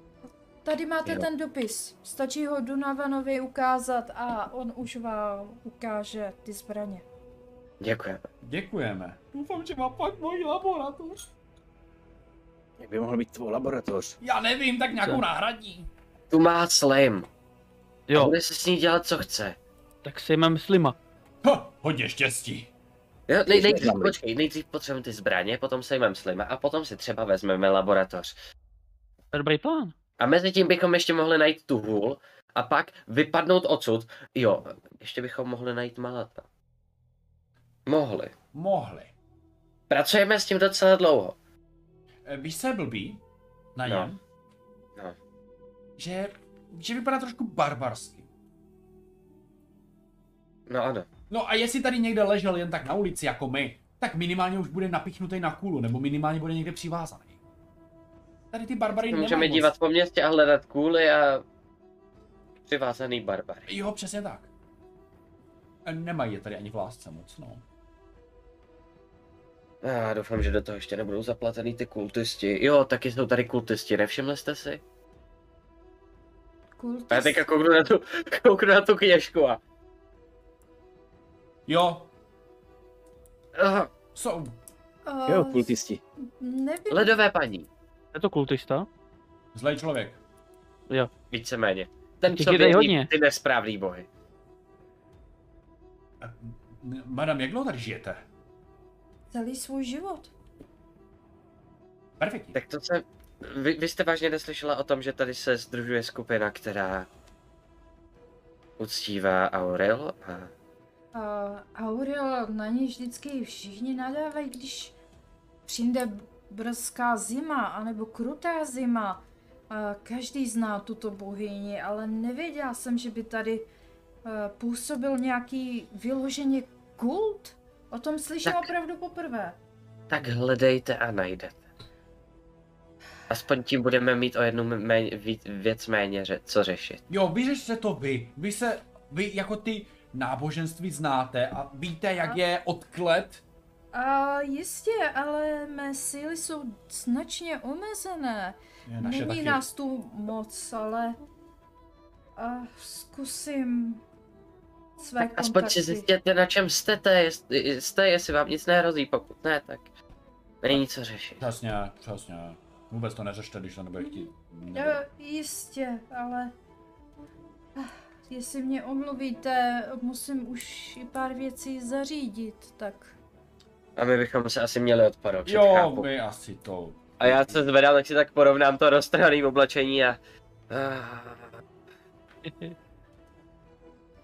Speaker 1: Tady máte
Speaker 4: Jo.
Speaker 1: ten dopis. Stačí ho Dunavanovi ukázat a on už vám ukáže ty zbraně.
Speaker 3: Děkuji.
Speaker 2: Děkujeme. Doufám, že má pak moji laboratoř.
Speaker 4: Jak by mohl být tvou laboratoř?
Speaker 2: Já nevím, tak nějakou
Speaker 5: Co?
Speaker 2: náhradní.
Speaker 3: Tu má Slim. Jo.
Speaker 5: Jo.
Speaker 3: Bude se s ní dělat, co chce.
Speaker 5: Tak si mám slima.
Speaker 2: Ha, hodně štěstí.
Speaker 3: Jo, nej, nejdřív,
Speaker 4: Významný.
Speaker 3: počkej, nejdřív potřebujeme ty zbraně, potom sejmeme Slima a potom si třeba vezmeme laboratoř.
Speaker 5: Dobrý plán.
Speaker 3: A mezi tím bychom ještě mohli najít tu hůl a pak vypadnout odsud. Jo, ještě bychom mohli najít Malata. Mohli.
Speaker 2: Mohli.
Speaker 3: Pracujeme s tím docela dlouho.
Speaker 2: Eh, Víš, co je blbý? Na
Speaker 3: No.
Speaker 2: něm?
Speaker 3: No.
Speaker 2: Že, že vypadá trošku barbarsky.
Speaker 3: No ano.
Speaker 2: No a jestli tady někde ležel jen tak na ulici jako my, tak minimálně už bude napichnutý na kůlu, nebo minimálně bude někde přivázaný. Tady ty barbary
Speaker 3: Můžeme
Speaker 2: nemají moc.
Speaker 3: dívat po městě a hledat kůly a přivázaný barbar.
Speaker 2: Jo, přesně tak. E, Nemají je tady ani v lásce moc, no.
Speaker 3: A Já doufám, že do toho ještě nebudou zaplatený ty kultisti. Jo, taky jsou tady kultisti, nevšimli jste si?
Speaker 1: Kultus.
Speaker 3: A já teďka kouknu na tu, kouknu na tu kněžku a...
Speaker 2: Jo,
Speaker 3: Aha,
Speaker 2: jsou.
Speaker 1: A,
Speaker 4: Jo, kultisti.
Speaker 1: Nevím.
Speaker 3: ledové paní,
Speaker 5: Je to kultista?
Speaker 2: Zlej člověk.
Speaker 3: víceméně. Ten,
Speaker 5: Těch
Speaker 3: co
Speaker 5: je tady
Speaker 3: věří
Speaker 5: hodně.
Speaker 3: v ty nesprávný bohy.
Speaker 2: E, n- Madam, jak dlouho tady žijete?
Speaker 1: Celý svůj život.
Speaker 2: Perfektní.
Speaker 3: Tak to se... Vy, vy jste vážně neslyšela o tom, že tady se združuje skupina, která uctívá Aurel a
Speaker 1: A Aurel na ní vždycky všichni nadávají, když přijde brzká zima, anebo krutá zima. A každý zná tuto bohyni, ale nevěděla jsem, že by tady eh, působil nějaký vyloženě kult. O tom slyším
Speaker 3: Tak.
Speaker 1: opravdu poprvé.
Speaker 3: tak hledejte a najdete. Aspoň tím budeme mít o jednu méně, víc, věc méně ře, co řešit.
Speaker 2: Jo, vyřešte to vy. Vy se, vy jako ty náboženství znáte a víte, jak
Speaker 1: A?
Speaker 2: je odklet.
Speaker 1: A jistě, ale mé síly jsou značně omezené.
Speaker 2: Je
Speaker 1: Není nás tu moc, ale a zkusím své
Speaker 3: Tak
Speaker 1: kontakty.
Speaker 3: aspoň si zjistěte, na čem jste, te, jest- jste, jestli vám nic nehrozí, pokud ne, tak není co řešit.
Speaker 2: Přesně, přesně. Vůbec to neřešte, když to nebude chtít.
Speaker 1: Jo,
Speaker 2: Nebude.
Speaker 1: jistě, ale ah, jestli mě omluvíte, musím už i pár věcí zařídit, tak
Speaker 3: A my bychom se asi měli odporoučit,
Speaker 2: Jo,
Speaker 3: chápu.
Speaker 2: my asi to.
Speaker 3: A já se zvedám, tak si tak porovnám to roztrhané oblečení a... Ah.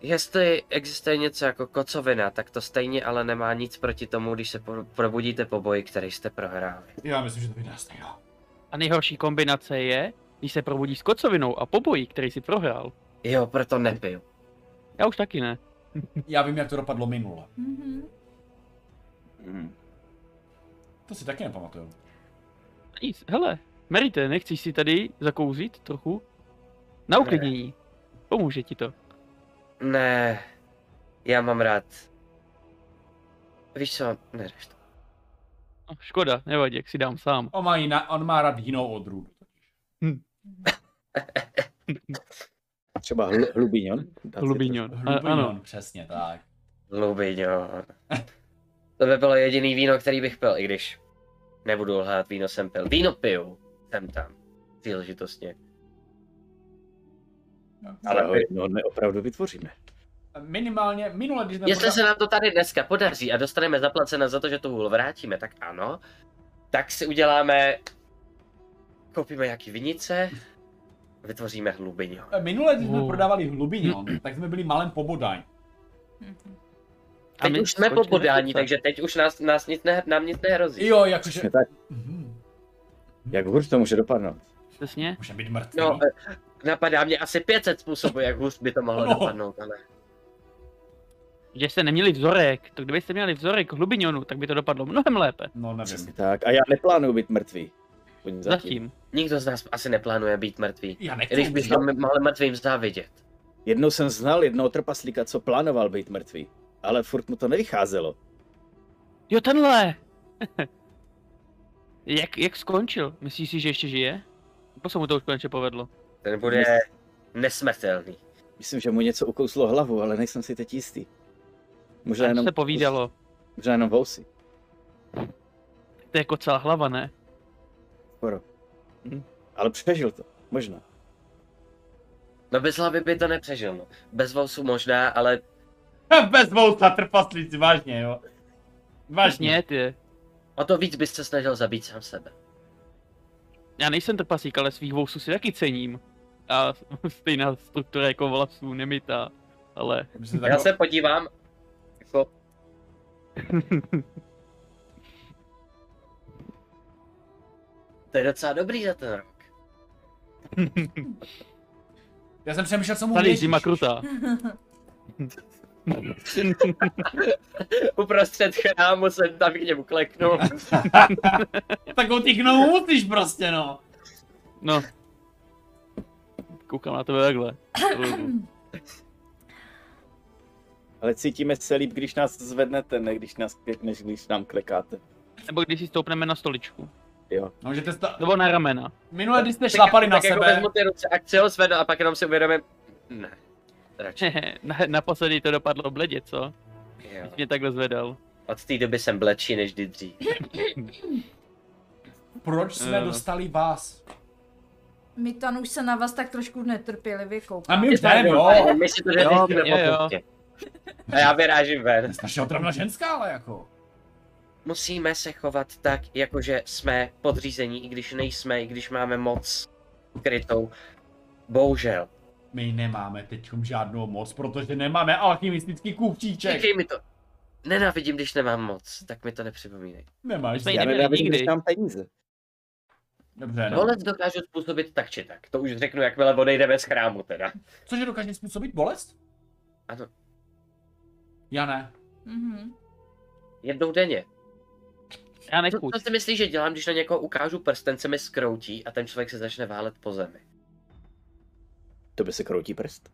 Speaker 3: Jestli existuje něco jako kocovina, tak to stejně ale nemá nic proti tomu, když se po- probudíte po boji, který jste prohráli.
Speaker 2: Já myslím, že to by nás nejlo.
Speaker 5: A nejhorší kombinace je, když se probudíš s kocovinou a pobojí, který si prohrál.
Speaker 3: Jo, proto nepiju.
Speaker 5: Já už taky ne.
Speaker 2: Já vím, jak to dopadlo minule.
Speaker 1: Mhm.
Speaker 4: Mm.
Speaker 2: To si taky nepamatuju.
Speaker 5: Nic, hele, Merite, nechceš si tady zakouzit trochu? Na uklidnění. Pomůže ti to.
Speaker 3: Ne, já mám rád. Víš co, neřeš to.
Speaker 5: No, škoda, nevadí, jak si dám sám.
Speaker 2: On má, jiná, on má rád jinou odrůdu.
Speaker 4: Třeba hl- hlubíňon? Dát si
Speaker 5: Lubíňon. A- Ano.
Speaker 2: Hlubinon, přesně tak.
Speaker 3: Lubiňon. To by bylo jediný víno, který bych pil, i když nebudu lhát, víno jsem pil. Víno piju, jsem tam, příležitostně.
Speaker 4: to- Ale ho jednoho dne opravdu vytvoříme.
Speaker 2: Minimálně, minule, když
Speaker 5: No,
Speaker 2: jsme...
Speaker 3: Jestli
Speaker 2: pořád-
Speaker 3: se nám to tady dneska podaří a dostaneme zaplaceno za to, že tu hůl vrátíme, tak ano. Tak si uděláme... Koupíme jaký vinice, vytvoříme hlubiňo.
Speaker 2: Minule, když jsme
Speaker 5: Uh.
Speaker 2: prodávali hlubinon, tak jsme byli malem pobodaň.
Speaker 1: Mhm.
Speaker 5: A
Speaker 3: Teď
Speaker 5: my
Speaker 3: už jsme po
Speaker 5: skočíme
Speaker 3: podání,
Speaker 5: do kopce.
Speaker 3: takže teď už nás, nás nic ne, nám nic nehrozí.
Speaker 2: Jo, jakože...
Speaker 4: Přesně tak.
Speaker 2: Mhm.
Speaker 4: Jak hůř to může dopadnout?
Speaker 5: Přesně.
Speaker 2: Může být mrtvý.
Speaker 3: No, eh, napadá mě asi 500 způsobů, jak hůř by to mohlo
Speaker 2: No.
Speaker 3: dopadnout, ale...
Speaker 5: Že jste neměli vzorek, to kdybyste měli vzorek hlubiňonu, tak by to dopadlo mnohem lépe.
Speaker 2: no
Speaker 4: Přesně
Speaker 2: nevím.
Speaker 4: tak. A já neplánuju být mrtvý. Zatím. Zatím.
Speaker 5: Zatím.
Speaker 3: Nikdo z nás asi neplánuje být mrtvý.
Speaker 2: Já
Speaker 3: I Když
Speaker 2: nechci
Speaker 3: bychom mohli mrtvým závidět.
Speaker 4: Jednou jsem znal jednoho trpaslíka, co plánoval být mrtvý. Ale furt mu to nevycházelo.
Speaker 5: Jo, tenhle! jak, jak skončil? Myslíš si, že ještě žije? Nebo se mu to už konečně povedlo?
Speaker 3: Ten bude nesmrtelný.
Speaker 4: Myslím, že mu něco ukouslo hlavu, ale nejsem si teď jistý. Možná
Speaker 5: Já
Speaker 4: jenom,
Speaker 5: se povídalo.
Speaker 4: možná jenom vousy.
Speaker 5: To je jako celá hlava, ne?
Speaker 4: Skoro.
Speaker 5: Hm.
Speaker 4: Ale přežil to. Možná.
Speaker 3: No bez hlavy by to nepřežil, no. Bez vousu možná, ale
Speaker 2: Bez vouta trpaslíci, vážně, jo. Vážně.
Speaker 5: Přesně, ty.
Speaker 3: o to víc bys se snažil zabít sám sebe.
Speaker 5: Já nejsem trpasík, ale svých vousů si taky cením. A stejná struktura jako vlasů nemytá. Ale
Speaker 2: Myslím,
Speaker 3: Já se podívám, jako, to je docela dobrý za ten rok.
Speaker 2: já jsem přemýšlel, co mu
Speaker 5: tady
Speaker 2: věříš.
Speaker 5: zima krutá.
Speaker 3: Uprostřed chrámu jsem tam k němu kleknul.
Speaker 2: Tak ho tichnou musíš prostě, no.
Speaker 5: No. Koukám na tebe takhle.
Speaker 4: Ale cítíme se líp, když nás zvednete, ne když nás klek- než když nám klekáte.
Speaker 5: Nebo když si stoupneme na stoličku.
Speaker 2: No, že sta...
Speaker 5: Nebo na ramena.
Speaker 2: Minule, když jste šlapali
Speaker 3: tak,
Speaker 2: na
Speaker 3: tak Jako
Speaker 2: sebe,
Speaker 3: vezmu ty ruce akci ho zvednu a pak jenom si uvědomím, ne, radši.
Speaker 5: Na- Naposledy to dopadlo bledě, co?
Speaker 3: Jo.
Speaker 5: Když mě takhle zvedal.
Speaker 3: Od té doby jsem bledší než kdy dřív.
Speaker 2: proč jsme
Speaker 5: Eh.
Speaker 2: dostali vás?
Speaker 1: Mitan už se na vás tak trošku netrpělivě kouká.
Speaker 2: A my už ne, jo.
Speaker 3: My si to že
Speaker 5: Jo,
Speaker 3: zjistíme
Speaker 5: jo, jo.
Speaker 3: po cestě. A já vyrážím ven.
Speaker 2: Strašně otravná ženská, ale jako.
Speaker 3: Musíme se chovat tak, jakože jsme podřízení, i když nejsme, i když máme moc krytou. Bohužel.
Speaker 2: My nemáme teď žádnou moc, protože nemáme alchymistický kupčíček.
Speaker 3: Říkej mi to. Nenávidím, když nemám moc, tak mi to nepřipomínej.
Speaker 2: Nemáš
Speaker 5: Stejně.
Speaker 4: Já
Speaker 5: neměli
Speaker 4: nenávidím,
Speaker 5: nikdy.
Speaker 4: když nám peníze.
Speaker 2: Dobře, no.
Speaker 3: Bolest dokážu způsobit tak či tak. To už řeknu, jakmile odejdeme z chrámu teda.
Speaker 2: Cože dokáže způsobit bolest?
Speaker 3: Ano.
Speaker 2: Já ne.
Speaker 1: Mhm.
Speaker 3: Jednou denně.
Speaker 5: Já
Speaker 3: Co,
Speaker 5: nechuť.
Speaker 3: co si myslíš, že dělám, když na někoho ukážu prsten, se mi skroutí a ten člověk se začne válet po zemi?
Speaker 4: To by se kroutí prst.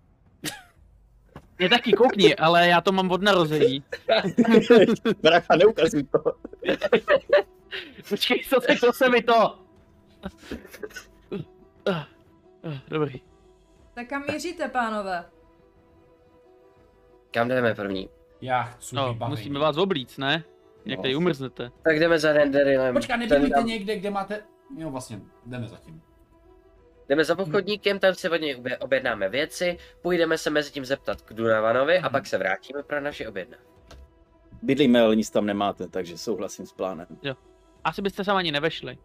Speaker 5: Mě taky koukni, ale já to mám od narození.
Speaker 4: Bracha, neukazuj to.
Speaker 5: Počkej, co se, co se mi to? Ah, ah, Dobrý.
Speaker 1: Tak kam míříte, pánové?
Speaker 3: Kam jdeme první?
Speaker 2: Já chci
Speaker 5: No,
Speaker 2: vybavení.
Speaker 5: musíme vás oblíct, ne? Jak
Speaker 4: No.
Speaker 5: tady umrznete.
Speaker 3: Tak jdeme za Renderilem.
Speaker 2: Počkej,
Speaker 3: Ten
Speaker 2: nebývejte
Speaker 3: tam-
Speaker 2: někde, kde máte... Jo, vlastně, jdeme zatím.
Speaker 3: Jdeme za obchodníkem, tam si od něj obje- objednáme věci, půjdeme se mezi tím zeptat k Dunavanovi a pak se vrátíme pro naši objedna.
Speaker 4: Bydlíme, ale nic tam nemáte, takže souhlasím s plánem.
Speaker 5: Asi byste sám ani nevešli.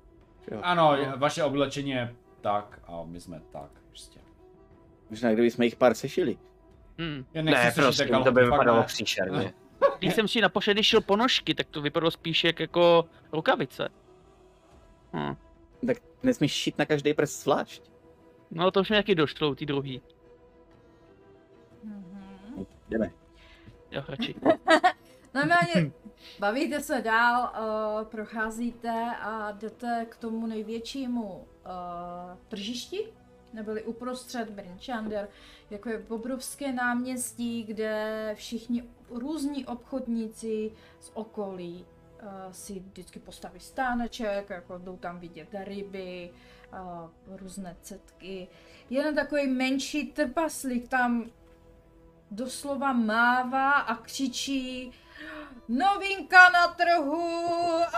Speaker 2: Ano, je- vaše oblečení je tak a my jsme tak prostě.
Speaker 4: Možná kdybychom jich pár sešili.
Speaker 5: Hmm.
Speaker 2: Já nechci slyšet ty kalhoty, fakt ne.
Speaker 3: příšerně.
Speaker 5: Když jsem si naposledy šil ponožky, tak to vypadalo spíš jak jako rukavice. Hm.
Speaker 4: Tak Nesmíš šít na každý prst zvlášť.
Speaker 5: No to už mi taky došlo, ty druhý.
Speaker 1: Mhm.
Speaker 4: Jdeme.
Speaker 5: Jo, radši.
Speaker 1: Normálně No, bavíte se dál, eh, procházíte a jdete k tomu největšímu eh, tržišti, nebyli uprostřed Brinchander, jako je obrovské náměstí, kde všichni různí obchodníci z okolí eh, si vždycky postaví stáneček, jako jdou tam vidět ryby, eh, různé cetky. Jeden takový menší trpaslík tam doslova mává a křičí Novinka na trhu,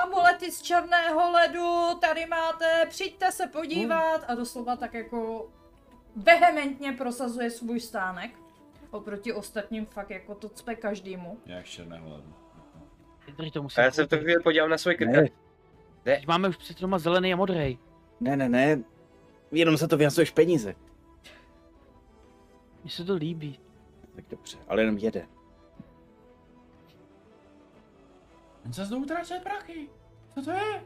Speaker 1: amulety z černého ledu, tady máte, přijďte se podívat a doslova tak jako vehementně prosazuje svůj stánek. Oproti ostatním fakt jako to cpe každému.
Speaker 2: Jak z černého ledu.
Speaker 5: Tady to musím
Speaker 3: A já jsem v tu
Speaker 5: koupit.
Speaker 3: chvíli podíval na svůj
Speaker 4: Ne,
Speaker 3: krk.
Speaker 5: Teď máme už před doma zelený a modrý.
Speaker 4: ne, ne, ne. Jenom za to vyhazuješ peníze.
Speaker 5: Mně se to líbí.
Speaker 4: Tak dobře, ale jenom jeden.
Speaker 2: On se zde utrácí prachy. Co to je?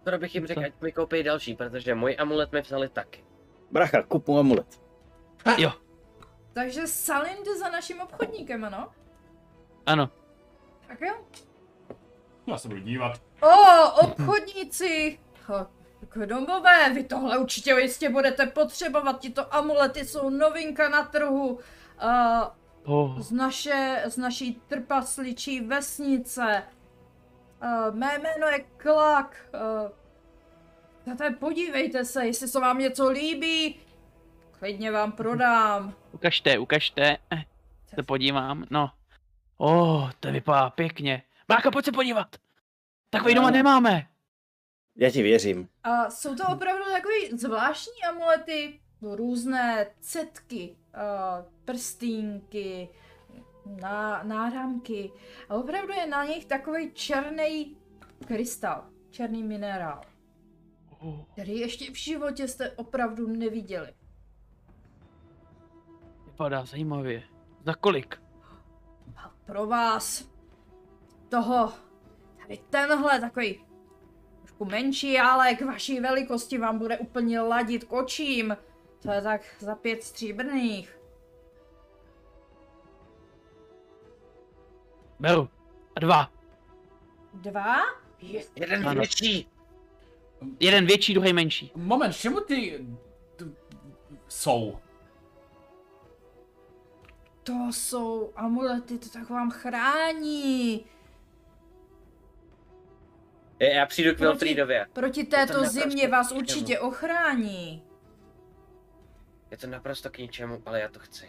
Speaker 3: Skoro bych jim řekl, ať mi koupí další, protože můj amulet mi vzali taky.
Speaker 4: Bracha, kup mu amulet.
Speaker 5: Jo,
Speaker 1: Takže Salin jde za naším obchodníkem, ano?
Speaker 5: ano.
Speaker 1: Tak jo.
Speaker 2: Já se budu dívat.
Speaker 1: O, obchodníci! Ho, Gnomové, vy tohle určitě jistě budete potřebovat, tyto amulety jsou novinka na trhu. Uh,
Speaker 5: Oh,
Speaker 1: z, naše, z naší trpasličí vesnice. Uh, mé jméno je Klak. Uh, taté, podívejte se, jestli se vám něco líbí, klidně vám prodám.
Speaker 5: ukažte, ukažte. Eh, se podívám, no. Oh, to vypadá pěkně. Báka, pojď se podívat. Takový doma nemáme.
Speaker 4: Já ti věřím.
Speaker 1: A Eh, jsou to opravdu takové zvláštní amulety, různé cetky, a prstínky, ná, náramky. A opravdu je na nich takový černý krystal, černý minerál,
Speaker 5: Oh,
Speaker 1: který ještě v životě jste opravdu neviděli.
Speaker 5: vypadá zajímavě. Za kolik?
Speaker 1: A pro vás toho, tady tenhle takový trošku menší, ale k vaší velikosti vám bude úplně ladit k očím. To je tak za pět stříbrných.
Speaker 5: Beru. A dva.
Speaker 1: Dva?
Speaker 3: Jeden
Speaker 5: Ano.
Speaker 3: větší!
Speaker 5: Jeden větší, druhý menší.
Speaker 2: Moment, čemu ty... t- jsou?
Speaker 1: To jsou amulety, to tak vám chrání.
Speaker 3: Je- Já přijdu k Vilfrídově.
Speaker 1: Proti
Speaker 3: To
Speaker 1: této
Speaker 3: naprosto
Speaker 1: zimě vás
Speaker 3: k
Speaker 5: no.
Speaker 3: ničemu.
Speaker 1: určitě ochrání.
Speaker 3: Je to naprosto k ničemu, ale já to chci.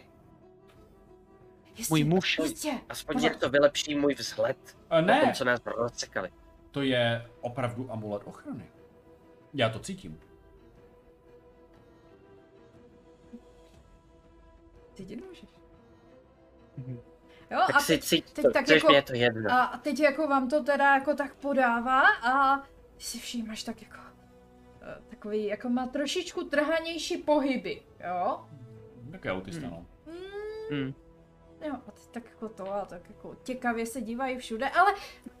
Speaker 1: Jistě,
Speaker 5: Můj muž.
Speaker 1: Jistě.
Speaker 3: Aspoň jak to vylepší můj vzhled.
Speaker 2: E,
Speaker 3: Ne. Po
Speaker 2: ne,
Speaker 3: tom, co nás rozsekali.
Speaker 1: No
Speaker 2: to je opravdu amulet ochrany. Já to cítím.
Speaker 1: Ty jdi můžeš.
Speaker 5: Mhm.
Speaker 1: Jo,
Speaker 3: Tak
Speaker 1: a
Speaker 3: si
Speaker 1: teď,
Speaker 3: cít
Speaker 1: teď
Speaker 3: to,
Speaker 1: tak
Speaker 3: chceš
Speaker 1: jako-
Speaker 3: mě je to jedno.
Speaker 1: a teď jako vám to teda jako tak podává a ty si všímáš tak jako eh, takový, jako má trošičku trhanější pohyby, jo?
Speaker 2: Tak je autista,
Speaker 5: Hmm.
Speaker 2: no.
Speaker 5: Hmm.
Speaker 1: Jo, a teď tak jako to a tak jako těkavě se dívají všude, ale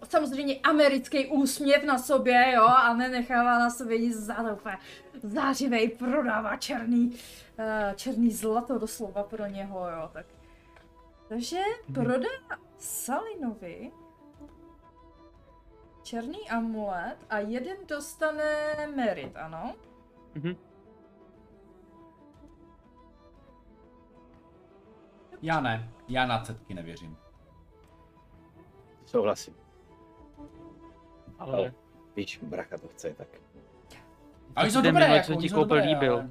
Speaker 1: samozřejmě americký úsměv na sobě, jo, a nenechává na sobě nic zada úplně zářivej, prodává černý, eh, černý zlato doslova pro něho, jo, tak. Takže prodá Salinovi černý amulet a jeden dostane merit, ano?
Speaker 5: Mhm.
Speaker 2: Já ne, já na cetky nevěřím.
Speaker 4: Souhlasím.
Speaker 5: Ale...
Speaker 4: Víš, bracha to chce, tak.
Speaker 2: A oni jsou
Speaker 5: Jde mi
Speaker 2: dobré,
Speaker 5: na
Speaker 2: jako,
Speaker 5: co ti
Speaker 2: oni jsou
Speaker 5: koupil
Speaker 2: dobré,
Speaker 5: líbil.
Speaker 2: ale-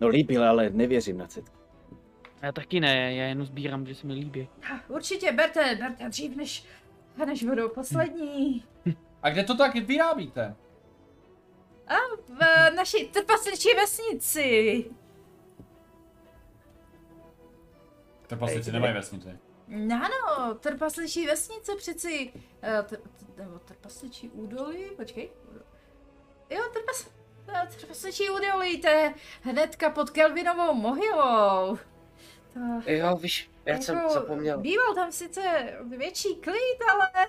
Speaker 4: No líbil, ale nevěřím na cetky.
Speaker 5: Já taky ne, já jenom sbírám, že se mi líbí.
Speaker 1: Ha, Určitě berte, berte dřív, než, než budou poslední.
Speaker 2: A kde to tak vyrábíte?
Speaker 1: v naší trpasličí vesnici.
Speaker 2: Trpaslici
Speaker 4: Hej,
Speaker 2: prostě nemají vesnice.
Speaker 1: No ano, trpasličí vesnice přeci, eh, tr, tr, nebo trpasličí údolí, počkej. Jo, trpas, eh, trpasličí údolí, to je hnedka pod Kelvinovou mohylou. To, jako
Speaker 3: Jo, víš, já jsem zapomněl.
Speaker 1: Býval tam sice větší klid, ale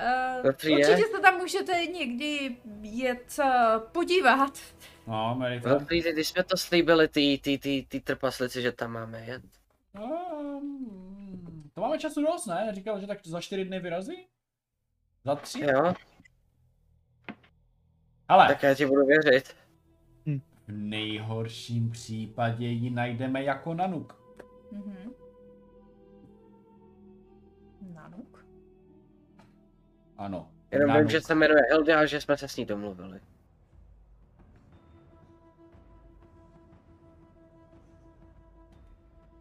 Speaker 1: Eh,
Speaker 3: Dobrý,
Speaker 1: určitě
Speaker 3: je.
Speaker 1: se tam můžete někdy jet eh, podívat.
Speaker 2: No, Merita.
Speaker 3: Dobrý, ty- když jsme to slíbili, ty, ty, ty, ty trpaslici, že tam máme jet.
Speaker 2: No, mm, to máme času dost, ne? Říkal, že tak za čtyři dny vyrazí? Za tři?
Speaker 3: Jo,
Speaker 2: Ale
Speaker 3: tak já ti budu věřit.
Speaker 2: v nejhorším případě ji najdeme jako nanuk.
Speaker 1: Mhm. Nanuk?
Speaker 2: Ano.
Speaker 3: Jenom
Speaker 2: nanuk.
Speaker 3: vím, že se jmenuje Hilda a že jsme se s ní domluvili.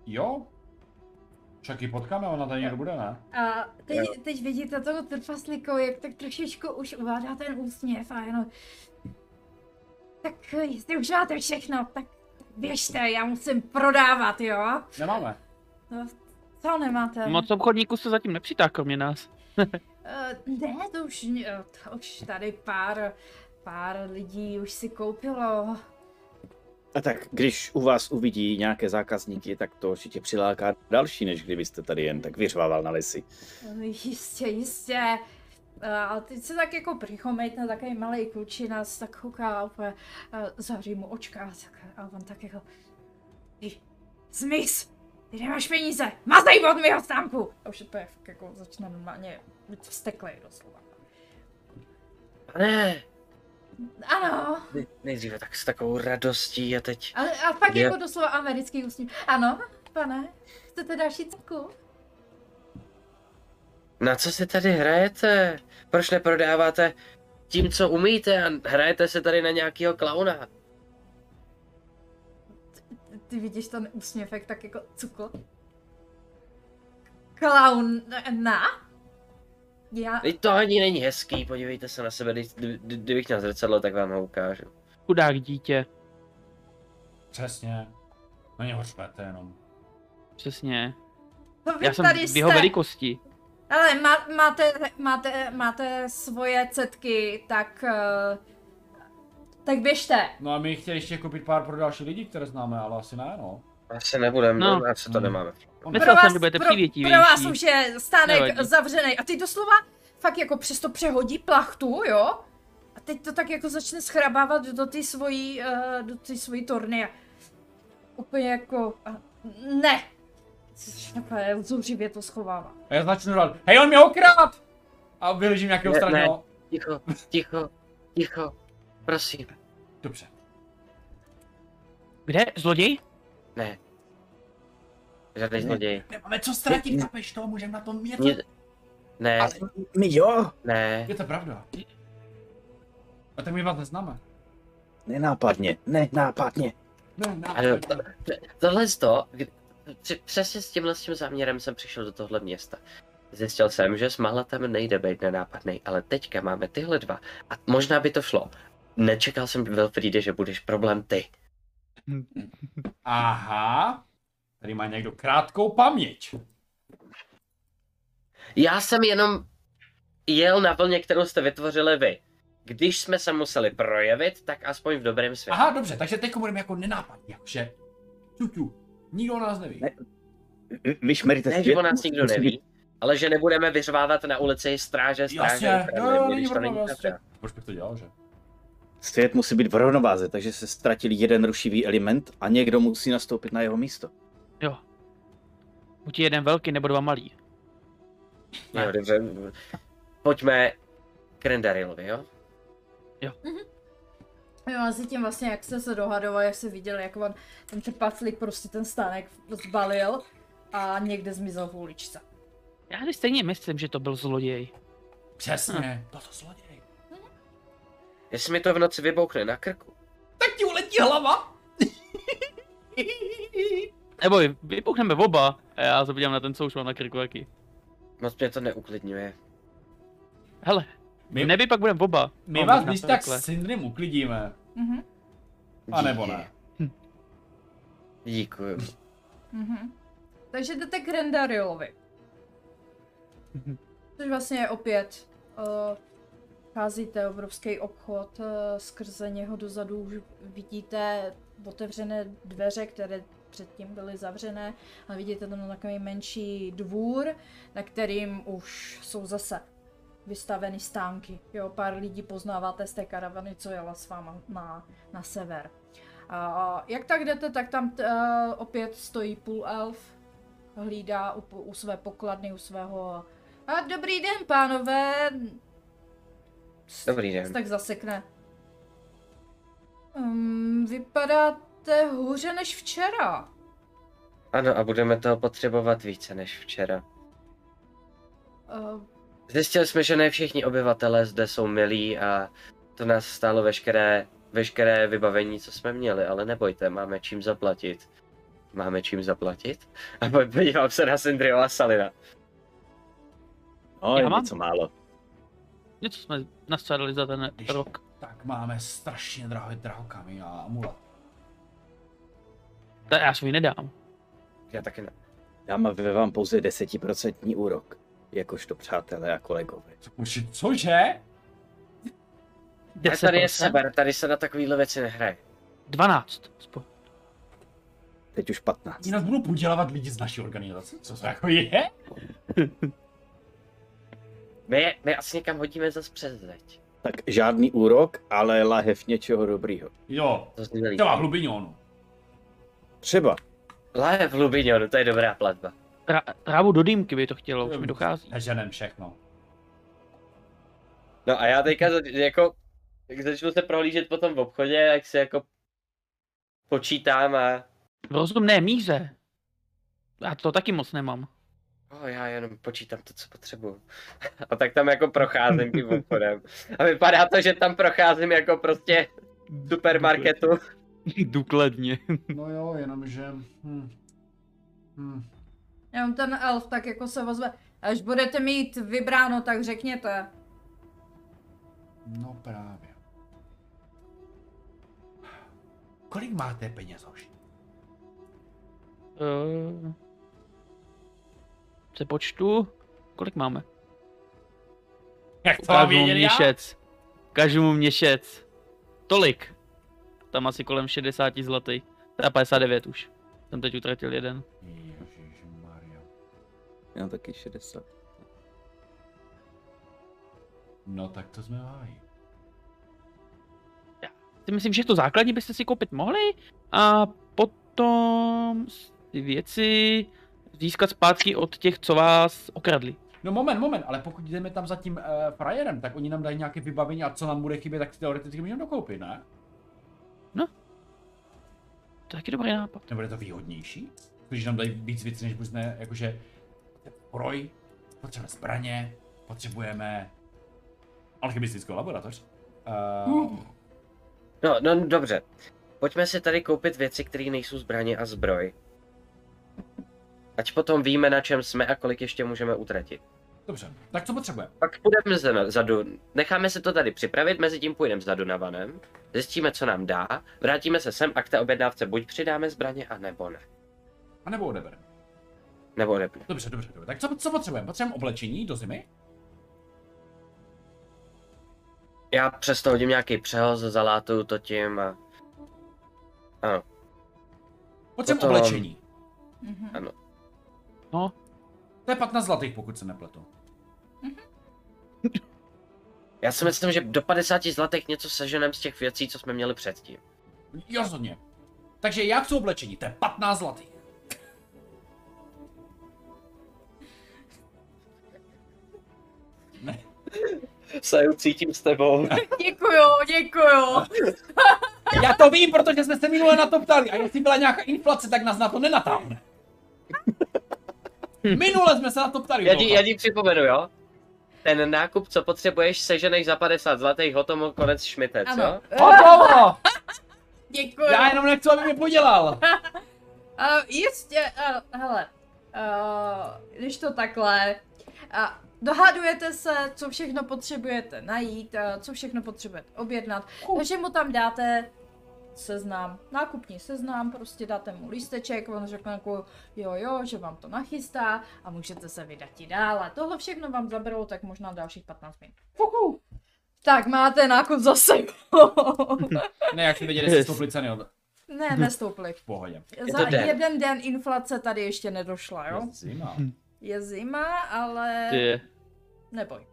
Speaker 2: Jo? Však ji potkáme, ona tady někdo bude, ne?
Speaker 1: A teď, teď vidíte toho trpaslíku, jak tak trošičku už uvádá ten úsměv a jenom... Tak eh, jestli už máte všechno, tak běžte, já musím prodávat, jo?
Speaker 2: Nemáme.
Speaker 1: No, co nemáte?
Speaker 5: Moc obchodníků se zatím nepřitáhl, kromě nás.
Speaker 1: Eh, ne, to už, eh, to už tady pár, pár lidí už si koupilo.
Speaker 4: A tak, když u vás uvidí nějaké zákazníky, tak to určitě přiláká další, než kdybyste tady jen tak vyřvával na lesy.
Speaker 1: No, Jistě, jistě. Eh, A teď se tak jako přichomejte, takový malý klučina se tak kouká a úplně eh, zahří mu očka a tak, a on tak jako... Ty, zmiz! Ty nemáš peníze! Mazej od mého stámku! A už to je fakt jako začne normálně být vzteklej doslova.
Speaker 3: Ne,
Speaker 1: Ano,
Speaker 3: nej- nejdříve tak s takovou radostí a teď...
Speaker 1: a, a pak
Speaker 3: Je.
Speaker 1: jako doslova americký úsměv. Ano, pane, chcete další cipku?
Speaker 3: Na co si tady hrajete? Proč neprodáváte tím, co umíte a hrajete se tady na nějakýho klauna?
Speaker 1: Ty vidíš ten úsměv, jak tak jako cukl. Klaun na? Já,
Speaker 3: Teď to ani není hezký, podívejte se na sebe, když- kdy- kdy- kdybych měl zrcadlo, tak vám ho ukážu.
Speaker 5: Chudák dítě,
Speaker 2: Přesně. Na něho řvete jenom.
Speaker 5: přesně.
Speaker 1: to vy
Speaker 5: Já jsem
Speaker 1: tady
Speaker 5: v jeho
Speaker 1: jste.
Speaker 5: velikosti.
Speaker 1: Ale má, máte, máte, máte svoje cetky, tak... eh, tak běžte.
Speaker 2: No a my chtěli ještě koupit pár pro další lidi, které známe, ale asi ne, no.
Speaker 3: Asi nebudem,
Speaker 5: No.
Speaker 3: no. asi to
Speaker 2: Mm.
Speaker 3: nemáme.
Speaker 2: Ono-
Speaker 5: Myslel jsem, že budete
Speaker 1: pro, pro vás
Speaker 5: přívětivější.
Speaker 1: už je stánek
Speaker 5: Nevadí.
Speaker 1: zavřený. A ty doslova fakt jako přesto přehodí plachtu, jo? A teď to tak jako začne schrabávat do ty svojí, eh, do ty svojí torny. a Úplně jako... A, ne! Což takhle zouřivě to schovává.
Speaker 2: A já začnu rád. Hej, on mě okrát! A vyležím nějakého
Speaker 3: Ne,
Speaker 2: straného.
Speaker 3: Ticho, ticho, ticho, prosím,
Speaker 2: Dobře.
Speaker 5: Kde? Zloděj?
Speaker 3: ne. Žádný zloděj.
Speaker 2: Nemáme co ztratit, chápeš to, můžeme na tom mít.
Speaker 3: Ně- Ne,
Speaker 4: My jo,
Speaker 3: ne,
Speaker 2: Je to pravda. A tak my vás neznáme.
Speaker 4: nenápadně, nenápadně.
Speaker 2: Ne, ne.
Speaker 3: Ano, to- tohle z to, kdy- při- přesně s tímhle s tím záměrem jsem přišel do tohle města. Zjistil jsem, že s mahlatem nejde být nenápadnej, ale teďka máme tyhle dva a možná by to šlo. Nečekal jsem, Wilfriede, že budeš problém ty.
Speaker 2: Aha. Tady má někdo krátkou paměť.
Speaker 3: Já jsem jenom jel na vlně, kterou jste vytvořili vy. Když jsme se museli projevit, tak aspoň v dobrém světě.
Speaker 2: Aha, dobře, takže teď budeme jako nenápadní, jakože. Tutu. Nikdo o nás neví.
Speaker 4: Ne. Vy- Víš, Merita,
Speaker 3: Ne, že o nás nikdo neví, ale že nebudeme vyřvávat na ulici stráže, stráže,
Speaker 2: Jasně,
Speaker 3: stráže,
Speaker 2: jo, jo,
Speaker 3: když
Speaker 2: není
Speaker 3: to
Speaker 2: problém,
Speaker 3: není
Speaker 2: jasně.
Speaker 3: pravda.
Speaker 2: Proč bych to dělal, že?
Speaker 4: Svět musí být v rovnováze, takže se ztratil jeden rušivý element a někdo musí nastoupit na jeho místo.
Speaker 5: Jo. Buď jeden velký, nebo dva malý.
Speaker 3: Jo, No, dobře. Pojďme k Rendarilovi, jo?
Speaker 1: Jo, a zatím vlastně, jak jste se dohadoval, jak jste viděl, jak on ten trpaclík prostě ten stánek zbalil a někde zmizel v uličce.
Speaker 5: Já si stejně myslím, že to byl zloděj.
Speaker 2: Přesně. Byl to Hm. zloděj.
Speaker 3: Jestli mi to v noci vybouchne na krku.
Speaker 2: Tak ti uletí hlava.
Speaker 5: Nebo vypuchneme oba a já se podívám na ten, co už mám na krku jaký.
Speaker 3: Moc mě to neuklidňuje.
Speaker 5: Hele,
Speaker 2: My,
Speaker 5: neby pak budeme oba.
Speaker 2: my
Speaker 5: No,
Speaker 2: vás
Speaker 5: možná
Speaker 2: když
Speaker 5: to
Speaker 2: tak
Speaker 5: takhle.
Speaker 2: s Syndrym uklidíme.
Speaker 1: Mhm,
Speaker 2: A nebo
Speaker 3: Díky. Hm.
Speaker 2: ne.
Speaker 3: Díkuju.
Speaker 1: mhm. Takže jdete k Rendarilovi.
Speaker 5: Mhm.
Speaker 1: Což vlastně je opět, uh, cházíte obrovský obchod, uh, skrze něho dozadu už vidíte otevřené dveře, které předtím byly zavřené, ale vidíte tam takový menší dvůr, na kterým už jsou zase vystaveny stánky. Jo, pár lidí poznáváte z té karavany, co jela s váma na, na sever. A jak tak jdete, tak tam t, eh, opět stojí půl elf, hlídá u, u své pokladny, u svého... A dobrý den, pánové!
Speaker 3: Dobrý den.
Speaker 1: Tak zasekne. Um, vypadáte hůře než včera.
Speaker 3: Ano, a budeme toho potřebovat více než včera.
Speaker 1: Uh,
Speaker 3: Zjistili jsme, že ne všichni obyvatelé zde jsou milí a to nás stálo veškeré, veškeré vybavení, co jsme měli, ale nebojte, máme čím zaplatit. Máme čím zaplatit? A po- podívám se na Sindrio a Salina.
Speaker 4: No,
Speaker 5: Já
Speaker 4: je
Speaker 5: mám.
Speaker 4: něco málo.
Speaker 5: Něco jsme nastřádali za ten
Speaker 2: Když-
Speaker 5: rok.
Speaker 2: Tak máme strašně drahé drahokamy a amulet.
Speaker 5: To já si ji nedám.
Speaker 3: Já taky ne.
Speaker 4: Dám ve vám pouze 10% úrok. Jakožto přátelé a kolegové.
Speaker 2: Co, cože- cože?
Speaker 3: A tady je
Speaker 5: 10%?
Speaker 3: sever, tady se na takovýhle věci nehraje.
Speaker 5: 12. aspoň.
Speaker 4: Teď už 15.
Speaker 2: Jinak budou podělávat lidi z naší organizace, co to jako je?
Speaker 3: My, je- my asi někam hodíme zas přes zeď.
Speaker 4: Tak žádný úrok, ale lahev něčeho dobrýho.
Speaker 2: Jo,
Speaker 3: To zní líp.
Speaker 2: třeba hlubinionu.
Speaker 4: Třeba.
Speaker 3: Láhev Lubinion, no, to je dobrá platba.
Speaker 5: Ra- Rávu do dýmky by to chtělo, už mi dochází.
Speaker 2: Ženem všechno.
Speaker 3: No a já teďka za- jako, jak začnu se prohlížet potom v obchodě, jak se jako počítám a
Speaker 5: V rozumné míře. Já to taky moc nemám.
Speaker 3: O, já jenom počítám to, co potřebuju. A tak tam jako procházím tím obchodem. A vypadá to, že tam procházím jako prostě v supermarketu.
Speaker 5: Důkladně.
Speaker 2: No jo, jenomže... Hm. Hm.
Speaker 1: jenom ten elf tak jako se ozve. Až budete mít vybráno, tak řekněte.
Speaker 2: No právě. Kolik máte peněz už?
Speaker 5: Eh, Se počtu, kolik máme?
Speaker 2: Jak to mám
Speaker 5: Ukážu mu
Speaker 2: vědět já?
Speaker 5: měšec. Ukážu mu měšec. Tolik. Tam asi kolem 60 zlatý. Teda 59 už. Jsem teď utratil jeden.
Speaker 2: Ježišmarja.
Speaker 4: Já taky 60.
Speaker 2: No tak to jsme v háji.
Speaker 5: Ty myslím, že to základní byste si koupit mohli a potom ty věci získat zpátky od těch, co vás okradli.
Speaker 2: No moment, moment, ale pokud jdeme tam za tím uh, frajerem, tak oni nám dají nějaké vybavení a co nám bude chybět, tak si teoreticky můžeme dokoupit, ne?
Speaker 5: To je taky dobrý nápad.
Speaker 2: Nebude to výhodnější? Když nám dají víc věcí, než jsme, jakože... Broj, potřebujeme zbraně, potřebujeme... Alchemistickou laboratoř. Uh,
Speaker 3: No, no dobře. Pojďme si tady koupit věci, které nejsou zbraně a zbroj. Ať potom víme, na čem jsme a kolik ještě můžeme utratit.
Speaker 2: Dobře, tak co potřebujeme?
Speaker 3: Pak půjdeme za, za Dun- necháme se to tady připravit, mezi tím půjdeme za Dunavanem, zjistíme, co nám dá, vrátíme se sem a k té objednávce buď přidáme zbraně, a nebo ne.
Speaker 2: A nebo odebereme.
Speaker 3: Nebo ne.
Speaker 2: Dobře, dobře, dobře. Tak co, co potřebujeme? Potřebujeme oblečení do zimy?
Speaker 3: Já přesto hodím nějaký přehoz, zalátuju to tím a...
Speaker 2: Potřebujeme
Speaker 3: Potom-
Speaker 2: oblečení.
Speaker 1: Mhm.
Speaker 2: To je 15 zlatých, pokud se nepletu.
Speaker 3: Já si myslím, že do 50 zlatých něco seženem z těch věcí, co jsme měli předtím.
Speaker 2: Jo, Rozhodně. Takže já chci oblečení, to je 15 zlatých. Ne.
Speaker 3: Se cítím s tebou.
Speaker 1: Děkuju, děkuju.
Speaker 2: Já to vím, protože jsme se minule na to ptali a jestli byla nějaká inflace, tak nás na to nenatáhne. Minule jsme se na to ptali.
Speaker 3: Já ti,
Speaker 2: Dolka.
Speaker 3: já ti připomenu, jo? Ten nákup, co potřebuješ, seženeš za 50 zlatých, hotovo, konec šmitec, jo?
Speaker 1: Ano. eh,
Speaker 2: Hotovo!
Speaker 1: Děkuju.
Speaker 2: Já jenom nechci, aby mě podělal.
Speaker 1: Uh, jistě, uh, hele, uh, když to takhle, uh, dohadujete se, co všechno potřebujete najít, uh, co všechno potřebujete objednat, takže mu tam dáte seznam, nákupní seznam, prostě dáte mu lísteček, on řekne jako jo jo, že vám to nachystá a můžete se vydat i dál a tohle všechno vám zaberou tak možná dalších 15 minut. Fuhu. Tak máte nákup za sebou.
Speaker 2: Ne, jak jsem věděl, jestli stouply ceny od...
Speaker 1: ne, nestoupli.
Speaker 2: V pohodě.
Speaker 3: to
Speaker 1: Za
Speaker 3: den.
Speaker 1: jeden den inflace tady ještě
Speaker 2: no.
Speaker 1: nedošla, jo?
Speaker 2: Zima.
Speaker 1: Je zima, ale
Speaker 5: Ty.
Speaker 1: neboj.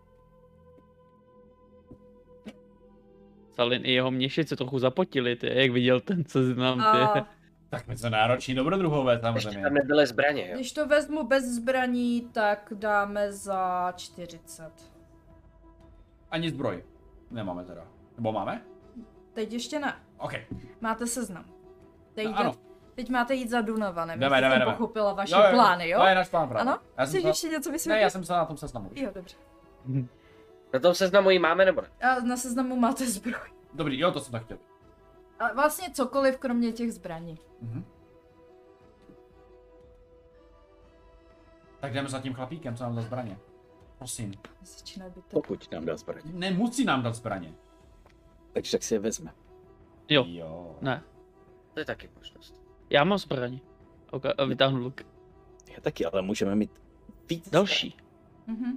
Speaker 5: Salin i jeho měšice trochu zapotili, ty, jak viděl ten seznam, ty.
Speaker 1: A
Speaker 2: Tak my jsme nároční dobrodruhové
Speaker 3: Ještě
Speaker 2: samozřejmě.
Speaker 3: tam nebyly zbraně, jo?
Speaker 1: když to vezmu bez zbraní, tak dáme za 40.
Speaker 2: Ani zbroj. Nemáme teda. Nebo máme?
Speaker 1: Teď ještě ne.
Speaker 2: OK.
Speaker 1: Máte seznam. Teď,
Speaker 2: No, ano.
Speaker 1: jde- teď máte jít za Dunavanem,
Speaker 2: Jdeme,
Speaker 1: jestli
Speaker 2: jdeme,
Speaker 1: jsem
Speaker 2: jdeme.
Speaker 1: pochopila vaše plány, jo?
Speaker 2: To je náš plán právě.
Speaker 1: Ano?
Speaker 2: Já jsem
Speaker 1: Chceš
Speaker 2: se...
Speaker 1: ještě něco vysvětlit?
Speaker 2: Ne, já jsem se na tom seznamu.
Speaker 1: Jo, dobře.
Speaker 3: Na tom seznamu ji máme nebo ne?
Speaker 1: A na seznamu máte zbroj.
Speaker 2: Dobrý, jo, to jsem tak chtěl.
Speaker 1: A vlastně cokoliv, kromě těch zbraní.
Speaker 2: Mhm. Tak jdeme za tím chlapíkem, co nám dá zbraně. Prosím.
Speaker 1: Začíná být to.
Speaker 4: Pokud nám dá zbraň.
Speaker 2: Nemusí nám dát zbraně.
Speaker 4: Takže tak si je vezme.
Speaker 5: Jo.
Speaker 2: jo. No.
Speaker 5: Ne,
Speaker 3: To je taky možnost.
Speaker 5: já mám zbraň. Ok,
Speaker 3: Hm.
Speaker 5: a vytáhnu luk.
Speaker 4: Já taky, ale můžeme mít víc.
Speaker 5: Další.
Speaker 1: Mhm.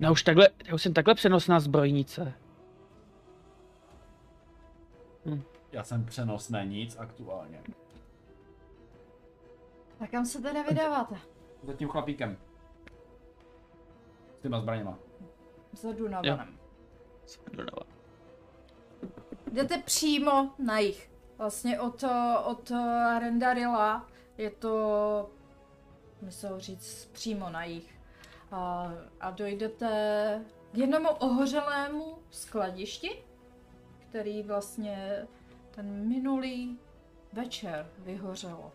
Speaker 5: No už takhle, já už jsem takhle přenosná zbrojnice.
Speaker 2: Já jsem přenosné nic aktuálně.
Speaker 1: Tak kam se teda vydáváte?
Speaker 2: Za tím chlapíkem. S těma zbraněma.
Speaker 1: Za Dunavanem.
Speaker 5: Dodala.
Speaker 1: Jdete přímo na jich. Vlastně od, eh, od eh, Rendarila je to, musel říct, přímo na jich. A, a dojdete k jednomu ohořelému skladišti, který vlastně ten minulý večer vyhořelo.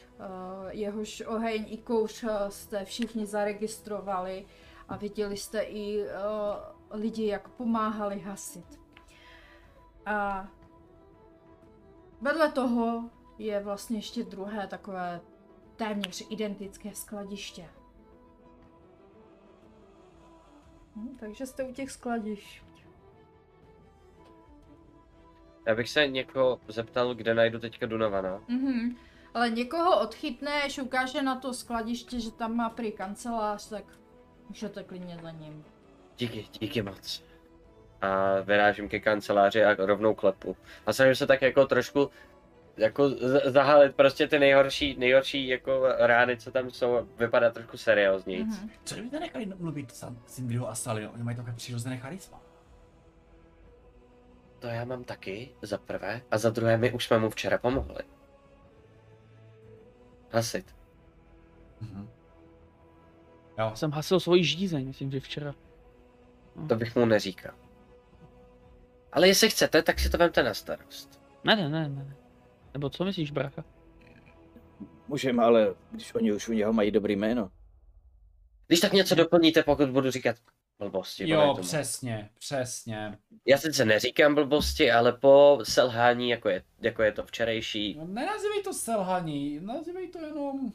Speaker 1: Eh, Jehož oheň i kouř eh, jste všichni zaregistrovali a viděli jste i eh, lidi, jak pomáhali hasit. A vedle toho je vlastně ještě druhé takové téměř identické skladiště. Hm, takže jste u těch skladišť.
Speaker 3: Já bych se někoho zeptal, kde najdu teďka Dunavana.
Speaker 1: Mhm. Ale někoho odchytneš, ukáže na to skladiště, že tam má prý kancelář, tak můžete klidně za ním.
Speaker 3: Díky, díky moc. A vyrážím ke kanceláři a rovnou klepu. A snažím se tak jako trošku jako z- zahalit prostě ty nejhorší, nejhorší jako rány, co tam jsou, a vypadá trošku seriózněji.
Speaker 1: Mhm.
Speaker 2: Co kdybyste nechali mluvit Sindriho a Salio? Oni mají takové přirozené charisma.
Speaker 3: To já mám taky, za prvé. A za druhé, my už jsme mu včera pomohli. Hasit.
Speaker 2: Mhm. Jo,
Speaker 5: Já jsem hasil svoji žízeň, myslím, že včera. No.
Speaker 3: To bych mu neříkal. Ale jestli chcete, tak si to vemte na starost.
Speaker 5: Ne, ne, ne, ne. Nebo co myslíš, brácha?
Speaker 4: Můžeme, ale když oni už u něho mají dobrý jméno.
Speaker 3: Když tak něco doplníte, pokud budu říkat blbosti.
Speaker 2: jo
Speaker 3: vole, tomu.
Speaker 2: přesně, přesně.
Speaker 3: Já sice neříkám blbosti, ale po selhání, jako je, jako je to včerejší,
Speaker 2: No, Nenazývej to selhaní, nazývej to jenom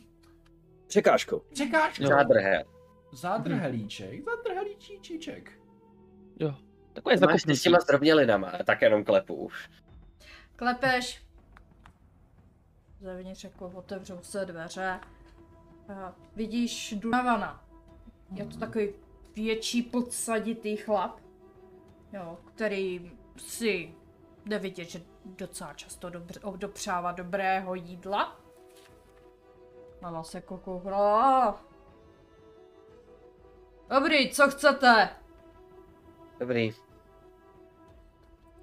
Speaker 4: Překážkou.
Speaker 2: překážka.
Speaker 5: Jo.
Speaker 3: zádrhel.
Speaker 2: Zádrhelíček, zádrhelíčíčíček.
Speaker 5: Takové
Speaker 3: Máš ty No, s
Speaker 5: zakopnutí.
Speaker 3: těma zdrobnělinama, a tak jenom klepu už.
Speaker 1: Klepeš. Zevnitř jako otevřou se dveře. A vidíš Dunavana. Je to takový větší podsaditý chlap, jo, který si jde vidět, že docela často dobře, dopřává dobrého jídla. Na vás jako koukla. Dobrý, co chcete?
Speaker 3: Dobrý.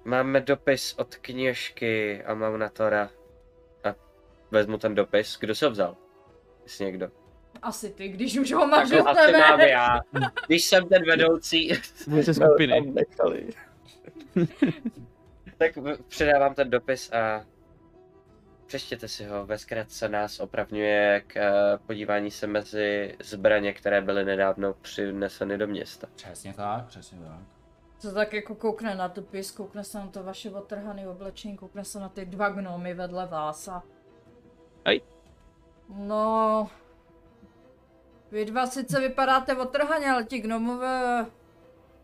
Speaker 3: Máme dopis od kněžky a mám na Tora. A vezmu ten dopis. Kdo se ho vzal? Jestli někdo.
Speaker 1: Asi ty, když už ho máš
Speaker 3: To
Speaker 1: u
Speaker 3: asi
Speaker 1: tebe.
Speaker 3: mám já. Když jsem ten vedoucí,
Speaker 5: Vůbec
Speaker 3: No,
Speaker 5: skupiny.
Speaker 4: nechali.
Speaker 3: tak v- předávám ten dopis a přečtěte si ho. Ve zkratce nás opravňuje k eh, podívání se mezi zbraně, které byly nedávno přineseny do města.
Speaker 2: Přesně tak, přesně tak.
Speaker 1: Co tak jako koukne na tu pis, koukne se na to vaše otrhané oblečení, koukne se na ty dva gnomy vedle vás a...
Speaker 5: Hej.
Speaker 1: No... Vy dva sice vypadáte otrhaně, ale ti gnomové...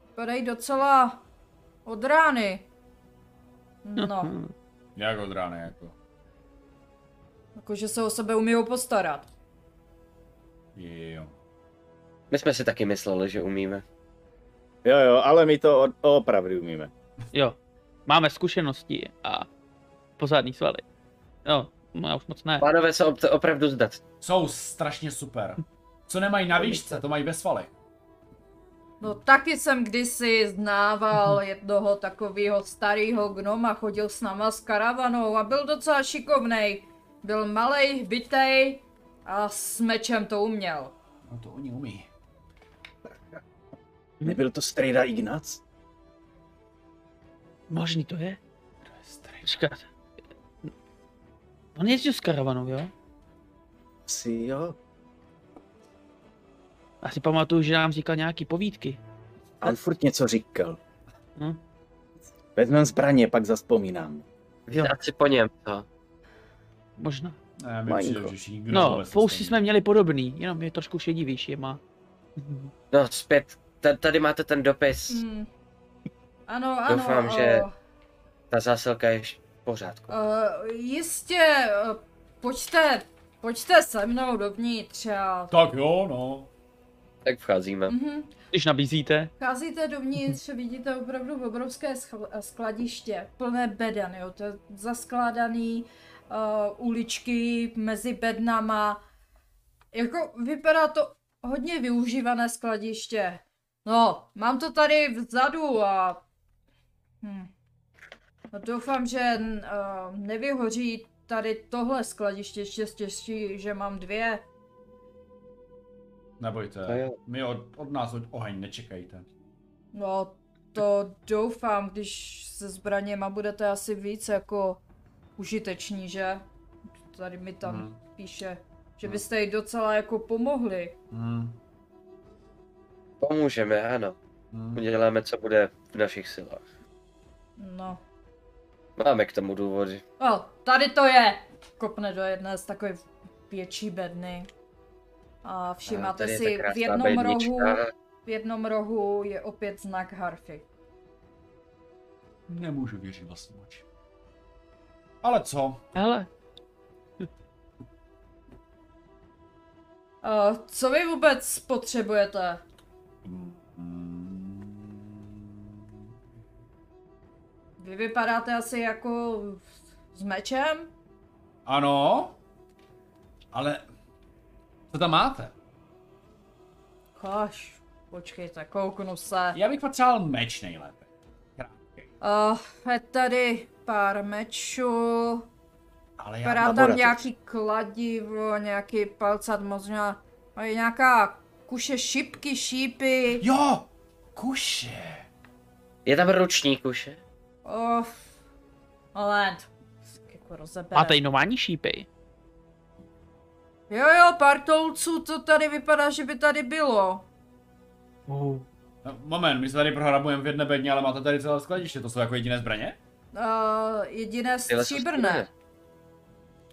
Speaker 1: Vypadají docela... Od rány. No,
Speaker 5: Hm.
Speaker 2: Jak od rány, jako.
Speaker 1: jakože se o sebe umí postarat.
Speaker 2: Jo.
Speaker 3: My jsme si taky mysleli, že umíme.
Speaker 4: Jo, jo, ale my to o- opravdu umíme.
Speaker 5: Mhm. Jo. Máme zkušenosti a pořádný svaly. Jo, no, já už moc ne.
Speaker 3: Pánové se op- opravdu zdat.
Speaker 2: Jsou strašně super. Co nemají na výšce, to mají ve svalech.
Speaker 1: No taky jsem kdysi znával
Speaker 3: Mhm.
Speaker 1: jednoho takového starého gnoma, chodil s náma s karavanou a byl docela šikovnej. Byl malej, bitej a s mečem to uměl.
Speaker 2: No to oni umí.
Speaker 4: Nebyl to strejda Ignác?
Speaker 5: Možný to je?
Speaker 2: To je starý.
Speaker 5: Počkat. On jezdil s karavanou, jo?
Speaker 4: Asi jo.
Speaker 5: Já si pamatuju, že nám říkal nějaký povídky.
Speaker 4: A on furt něco říkal.
Speaker 5: Hm?
Speaker 4: Vezmem zbraně, pak zaspomínám.
Speaker 3: Vydat si po něm, to.
Speaker 5: Možná.
Speaker 2: Ne, mi
Speaker 4: Malinko.
Speaker 2: přijde, že všichni kdo
Speaker 5: No,
Speaker 2: vole se
Speaker 5: fousy
Speaker 2: stejný.
Speaker 5: jsme měli podobný, jenom je trošku šedivější je má.
Speaker 3: No, zpět. Ta- Tady máte ten dopis.
Speaker 1: Hmm. Ano, ano. eh,
Speaker 3: Doufám,
Speaker 1: o,
Speaker 3: že- Ta zásilka je š- v pořádku.
Speaker 1: o, eh, jistě, o, pojďte, pojďte se mnou dovnitř a...
Speaker 2: Tak jo, no.
Speaker 3: Tak vcházíme.
Speaker 1: Mhm.
Speaker 5: Když nabízíte,
Speaker 1: Vcházíte dovnitř, vidíte opravdu obrovské schl- skladiště, plné bedan, jo, to je zaskládaný uh, uličky mezi bednama. Jako vypadá to hodně využívané skladiště. No, mám to tady vzadu a... Hm. No, doufám, že uh, nevyhoří tady tohle skladiště, štěstí, že mám dvě.
Speaker 3: To
Speaker 2: Nebojte,
Speaker 3: No jo.
Speaker 2: my od, od nás od oheň nečekejte.
Speaker 1: No, to doufám, když se zbraněma budete asi víc jako užiteční, že? Tady mi tam
Speaker 2: Mhm.
Speaker 1: píše, že
Speaker 2: Mhm.
Speaker 1: byste jí docela jako pomohli.
Speaker 2: Hmm.
Speaker 3: Pomůžeme, ano.
Speaker 2: Hmm.
Speaker 3: Uděláme, co bude v našich silách.
Speaker 1: No.
Speaker 3: Máme k tomu důvody.
Speaker 1: O, tady to je! Kopne do jedné z takových větší bedny. A
Speaker 3: A
Speaker 1: všimáte
Speaker 3: tady je ta
Speaker 1: si v
Speaker 3: krásná
Speaker 1: jednom
Speaker 3: bednička.
Speaker 1: rohu, v jednom rohu je opět znak Harfy.
Speaker 2: Nemůžu věřit vlastním očím. Ale co?
Speaker 5: hele,
Speaker 1: Uh, co vy vůbec potřebujete?
Speaker 2: Mm.
Speaker 1: Vy vypadáte asi jako s mečem?
Speaker 2: Ano, ale co tam máte?
Speaker 1: Kaš, počkejte, kouknu se.
Speaker 2: Já bych potřeboval meč nejlépe. Krátkej.
Speaker 1: Uh, je tady pár mečů,
Speaker 2: Ale já...
Speaker 1: vypadá tam
Speaker 4: laboratoř.
Speaker 1: nějaký kladivo, nějaký palcat, možná mají nějaká kuše šipky, šípy.
Speaker 2: Jo! Kuše!
Speaker 3: Je tam ručník už. je?
Speaker 1: Oh, moment, jako rozebere.
Speaker 5: máte i normální šípy.
Speaker 1: Jo jo, pár toulců, to tady vypadá, že by tady bylo.
Speaker 5: Oh.
Speaker 2: No, moment, my se tady prohrabujeme v jedné bedně, ale máte tady celé skladiště, to jsou jako jediné zbraně?
Speaker 1: Uh, jediné
Speaker 3: Tyhle jsou
Speaker 1: stříbrné.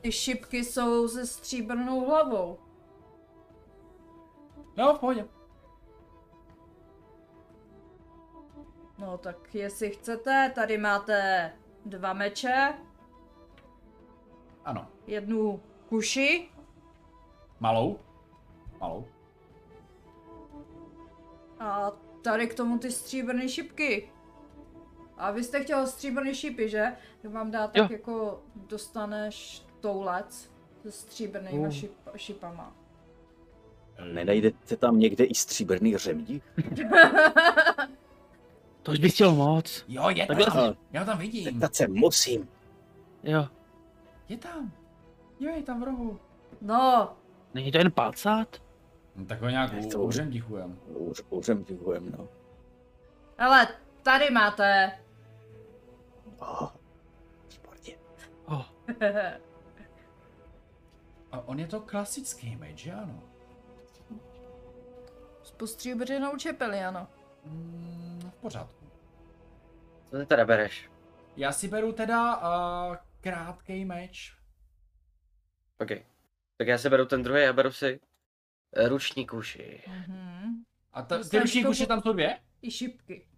Speaker 1: Ty šipky jsou se stříbrnou hlavou.
Speaker 2: No, v pohodě.
Speaker 1: No tak jestli chcete, tady máte dva meče,
Speaker 2: Ano.
Speaker 1: jednu kuši,
Speaker 2: Malou? Malou.
Speaker 1: A tady k tomu ty stříbrné šipky. A vy jste chtěl stříbrné šipy, že? To vám dá tak
Speaker 5: Jo.
Speaker 1: jako dostaneš toulec se stříbrnýma
Speaker 5: Mm.
Speaker 1: šip, šipama.
Speaker 4: Nenajdete tam někde i stříbrný
Speaker 2: Hmm.
Speaker 4: řemdík?
Speaker 5: To už bych chtěl moc.
Speaker 2: Jo, je
Speaker 5: Takhle
Speaker 2: tam. Já ho tam vidím.
Speaker 4: Zeptat se musím.
Speaker 5: Jo.
Speaker 2: Je tam. Jo, je tam v rohu.
Speaker 1: No,
Speaker 5: Není to jen palcát?
Speaker 2: No, tak ho nějak
Speaker 4: Je to-
Speaker 2: úřem dichujem.
Speaker 4: Už, už řemdíkujem, no.
Speaker 1: ale tady máte.
Speaker 4: Oh, výborně.
Speaker 5: Oh.
Speaker 2: A on je to klasický meč, že ano?
Speaker 1: S postříbrnou čepeli, ano.
Speaker 2: Mm, v pořádku.
Speaker 3: Co ty teda bereš?
Speaker 2: Já si beru teda uh, krátký meč.
Speaker 3: OK. Tak já si beru ten druhý a beru si eh, ruční kuši.
Speaker 1: Mhm.
Speaker 2: A ta, ty
Speaker 1: Dostaneš
Speaker 2: ruční
Speaker 1: to-
Speaker 2: kuše tam jsou dvě?
Speaker 1: I šipky.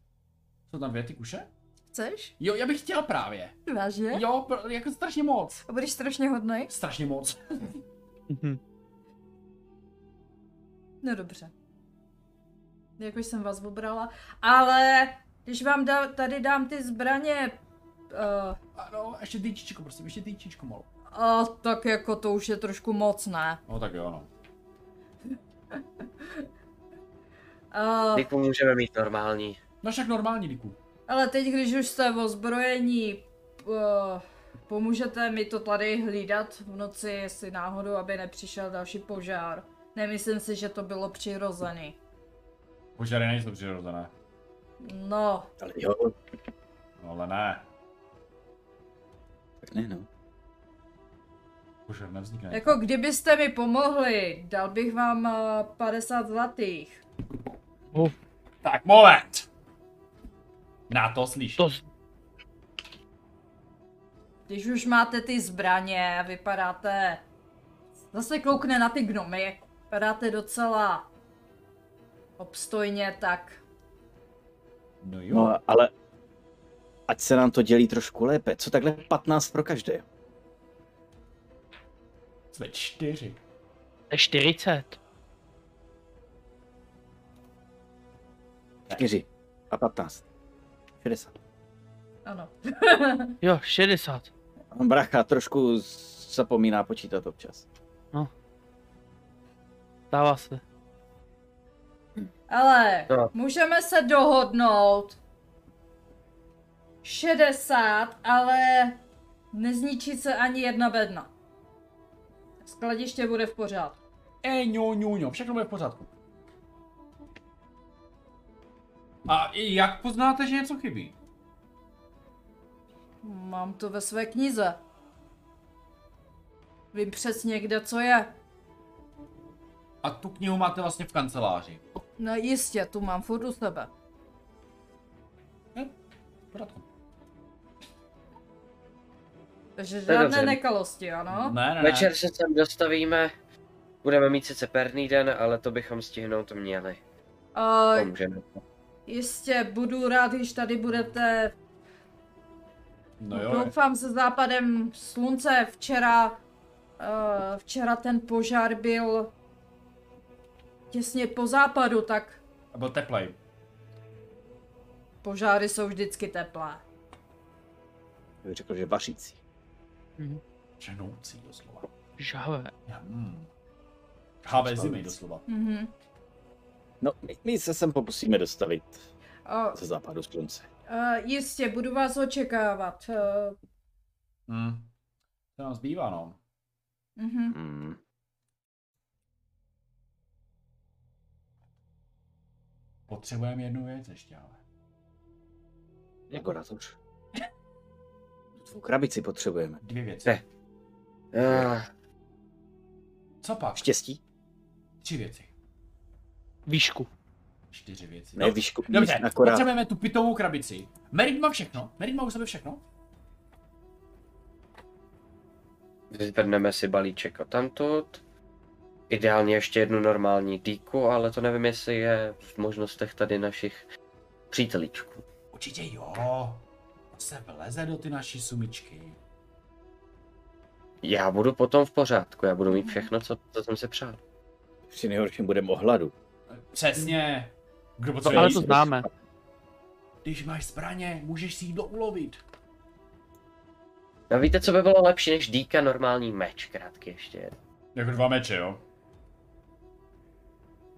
Speaker 2: Jsou tam dvě ty kuše?
Speaker 1: Chceš?
Speaker 2: Jo, já bych chtěl právě.
Speaker 1: Vážně?
Speaker 2: Jo, pr- jako strašně moc.
Speaker 1: A budeš strašně hodnej?
Speaker 2: Strašně moc.
Speaker 5: Mhm.
Speaker 1: No dobře. Jako jsem vás obrala, ale když vám da, tady dám ty zbraně, uh,
Speaker 2: Ano, ještě týčičku, prosím, ještě týčičku malou.
Speaker 1: A tak jako to už je trošku moc, ne?
Speaker 2: No tak jo, no.
Speaker 1: Uh,
Speaker 3: Diku můžeme mít normální.
Speaker 2: No však normální, Diku.
Speaker 1: ale teď, když už jste ozbrojení, uh, pomůžete mi to tady hlídat v noci, jestli náhodou, aby nepřišel další požár. Nemyslím si, že to bylo přirozený.
Speaker 2: Požary nejsou přirozené.
Speaker 1: No,
Speaker 4: Ale jo,
Speaker 2: No, ale ne.
Speaker 4: tak ne no.
Speaker 2: Požár nevznikne.
Speaker 1: jako kdybyste mi pomohli, dal bych vám uh, 50 zlatých.
Speaker 2: Tak moment! Na to slyš.
Speaker 5: To,
Speaker 1: Když už máte ty zbraně, vypadáte... Zase koukne na ty gnomy. Vypadáte docela... Obstojně, tak...
Speaker 2: No jo.
Speaker 4: No, ale ať se nám to dělí trošku lépe. Co takhle 15 pro každé?
Speaker 2: Jsme čtyři.
Speaker 5: to je 40.
Speaker 4: 4 a 15. 60.
Speaker 1: Ano.
Speaker 5: Jo, 60.
Speaker 4: Bracha trošku zapomíná počítat občas.
Speaker 5: Stává se.
Speaker 1: Ale
Speaker 3: No.
Speaker 1: můžeme se dohodnout. 60, ale nezničí se ani jedna bedna. Skladiště bude v pořádku.
Speaker 2: E, ňo, ňo, ňo, všechno bude v pořádku. A i jak poznáte, že něco chybí?
Speaker 1: Mám to ve své knize. Vím přesně, kde co je.
Speaker 2: A tu knihu máte vlastně v kanceláři.
Speaker 1: No jistě, tu mám furt u sebe.
Speaker 2: V pořádku.
Speaker 1: Takže
Speaker 3: To je
Speaker 1: žádné
Speaker 3: dobře. No.
Speaker 1: nekalosti, ano?
Speaker 2: Ne, ne, ne.
Speaker 3: Večer se sem dostavíme. Budeme mít sice perný den, ale to bychom stihnout měli.
Speaker 1: A
Speaker 3: To můžeme.
Speaker 1: jistě budu rád, když tady budete.
Speaker 2: No jo.
Speaker 1: Doufám se západem slunce. Včera, uh, včera ten požár byl těsně po západu, tak
Speaker 2: A byl teplej.
Speaker 1: požáry jsou vždycky teplé.
Speaker 4: Bych řekl, že vařící.
Speaker 2: Ženoucí doslova.
Speaker 5: Žavé.
Speaker 2: Já, hmm. Chávé zimy doslova.
Speaker 1: Mhm.
Speaker 4: No, my, my se sem pokusíme dostavit
Speaker 1: A,
Speaker 4: ze západu slunce.
Speaker 1: a, e, jistě, budu vás očekávat. Uh,
Speaker 2: Hmm. To nám zbývá, no.
Speaker 1: mhm.
Speaker 2: Hmm.
Speaker 3: Mm.
Speaker 2: Potřebujeme jednu věc ještě, ale.
Speaker 4: Laboratoř. Tvou Jako krabici potřebujeme.
Speaker 2: Dvě věci.
Speaker 3: Ne. Ah,
Speaker 2: Co pak?
Speaker 4: Štěstí?
Speaker 2: Tři věci.
Speaker 5: Výšku.
Speaker 2: Čtyři věci.
Speaker 4: Ne,
Speaker 2: No,
Speaker 4: výšku.
Speaker 2: Dobře,
Speaker 4: akorát.
Speaker 2: potřebujeme tu pitovou krabici. Merit má všechno. Merit má u sebe všechno.
Speaker 3: Vyzvedneme si balíček a tamtud. Ideálně ještě jednu normální dýku, ale to nevím, jestli je v možnostech tady našich přítelíčků.
Speaker 2: Určitě jo. To se vleze do ty naší sumičky.
Speaker 3: Já budu potom v pořádku, já budu
Speaker 2: Mhm.
Speaker 3: mít všechno, co, co jsem si přál.
Speaker 4: Při nejhorším budeme o hladu.
Speaker 2: Přesně. Kdo
Speaker 5: To,
Speaker 2: potřebuje
Speaker 5: ale
Speaker 2: jíst?
Speaker 5: to známe.
Speaker 2: Když máš zbraně, můžeš si jí doulovit.
Speaker 3: No víte, co by bylo lepší než dýka normální meč, krátký ještě jeden.
Speaker 2: Jako dva meče, jo?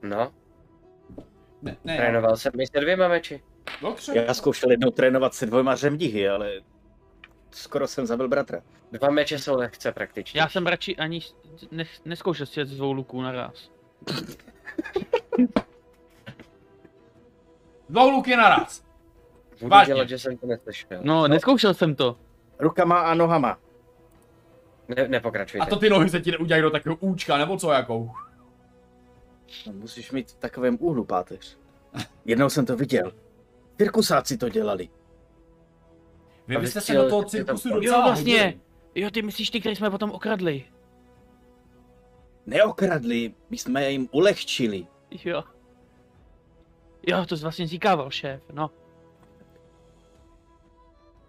Speaker 3: No,
Speaker 2: Ne, ne, no.
Speaker 3: trénoval jsem i se dvěma meči.
Speaker 2: Dobře.
Speaker 4: Já zkoušel jednou trénovat se dvojma řemdihy, ale skoro jsem zabil bratra.
Speaker 3: Dva meče jsou lehce praktičtí.
Speaker 5: Já jsem radši ani ne, neskoušel si jet z dvou luků naraz.
Speaker 2: Dvou luky naraz.
Speaker 3: Budu
Speaker 2: vážně.
Speaker 3: dělat, že jsem to neslyšel. No.
Speaker 5: No, neskoušel jsem to.
Speaker 4: Rukama a nohama.
Speaker 3: Ne, nepokračujte.
Speaker 2: A to ty nohy se ti neudělají do takového účka, nebo co jako? jakou?
Speaker 4: No, musíš mít v takovém úhlu páteř. Jednou jsem to viděl. Cirkusáci to dělali.
Speaker 2: Vy
Speaker 3: A
Speaker 2: byste
Speaker 3: vy
Speaker 2: se do
Speaker 3: chtěl-
Speaker 2: toho
Speaker 3: chtěl tam-
Speaker 2: cirkusu
Speaker 3: Jo,
Speaker 2: docela
Speaker 5: vlastně.
Speaker 2: hodili.
Speaker 5: Jo, ty myslíš ty, který jsme potom okradli?
Speaker 4: Neokradli, my jsme jim ulehčili.
Speaker 5: Jo. Jo, to jsi vlastně říkával šéf, no.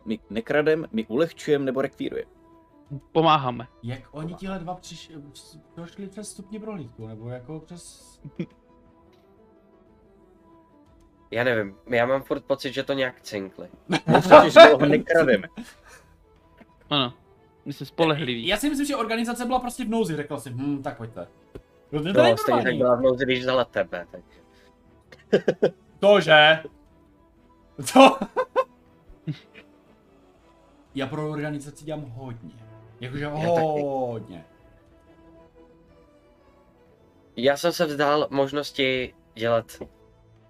Speaker 4: My nekradem, my ulehčujeme nebo rekvírujeme.
Speaker 5: Pomáháme.
Speaker 2: Jak oni tihle dva přiš, došli přes stupně prohlídku, nebo jako přes...
Speaker 3: Já nevím, já mám furt pocit, že to nějak cinkli.
Speaker 4: Protože dlouho nekrademe.
Speaker 5: Ano, my jsme spolehliví.
Speaker 2: Já si myslím, že organizace byla prostě v nouzi, řekla si, hm, tak pojďte. No, to je
Speaker 3: No, stejně tak
Speaker 2: normální.
Speaker 3: byla v nouzi, když vzala tebe. Tak.
Speaker 2: Tože. To. Já pro organizaci dělám hodně. Jakože
Speaker 3: taky.
Speaker 2: hodně.
Speaker 3: Já jsem se vzdal možnosti dělat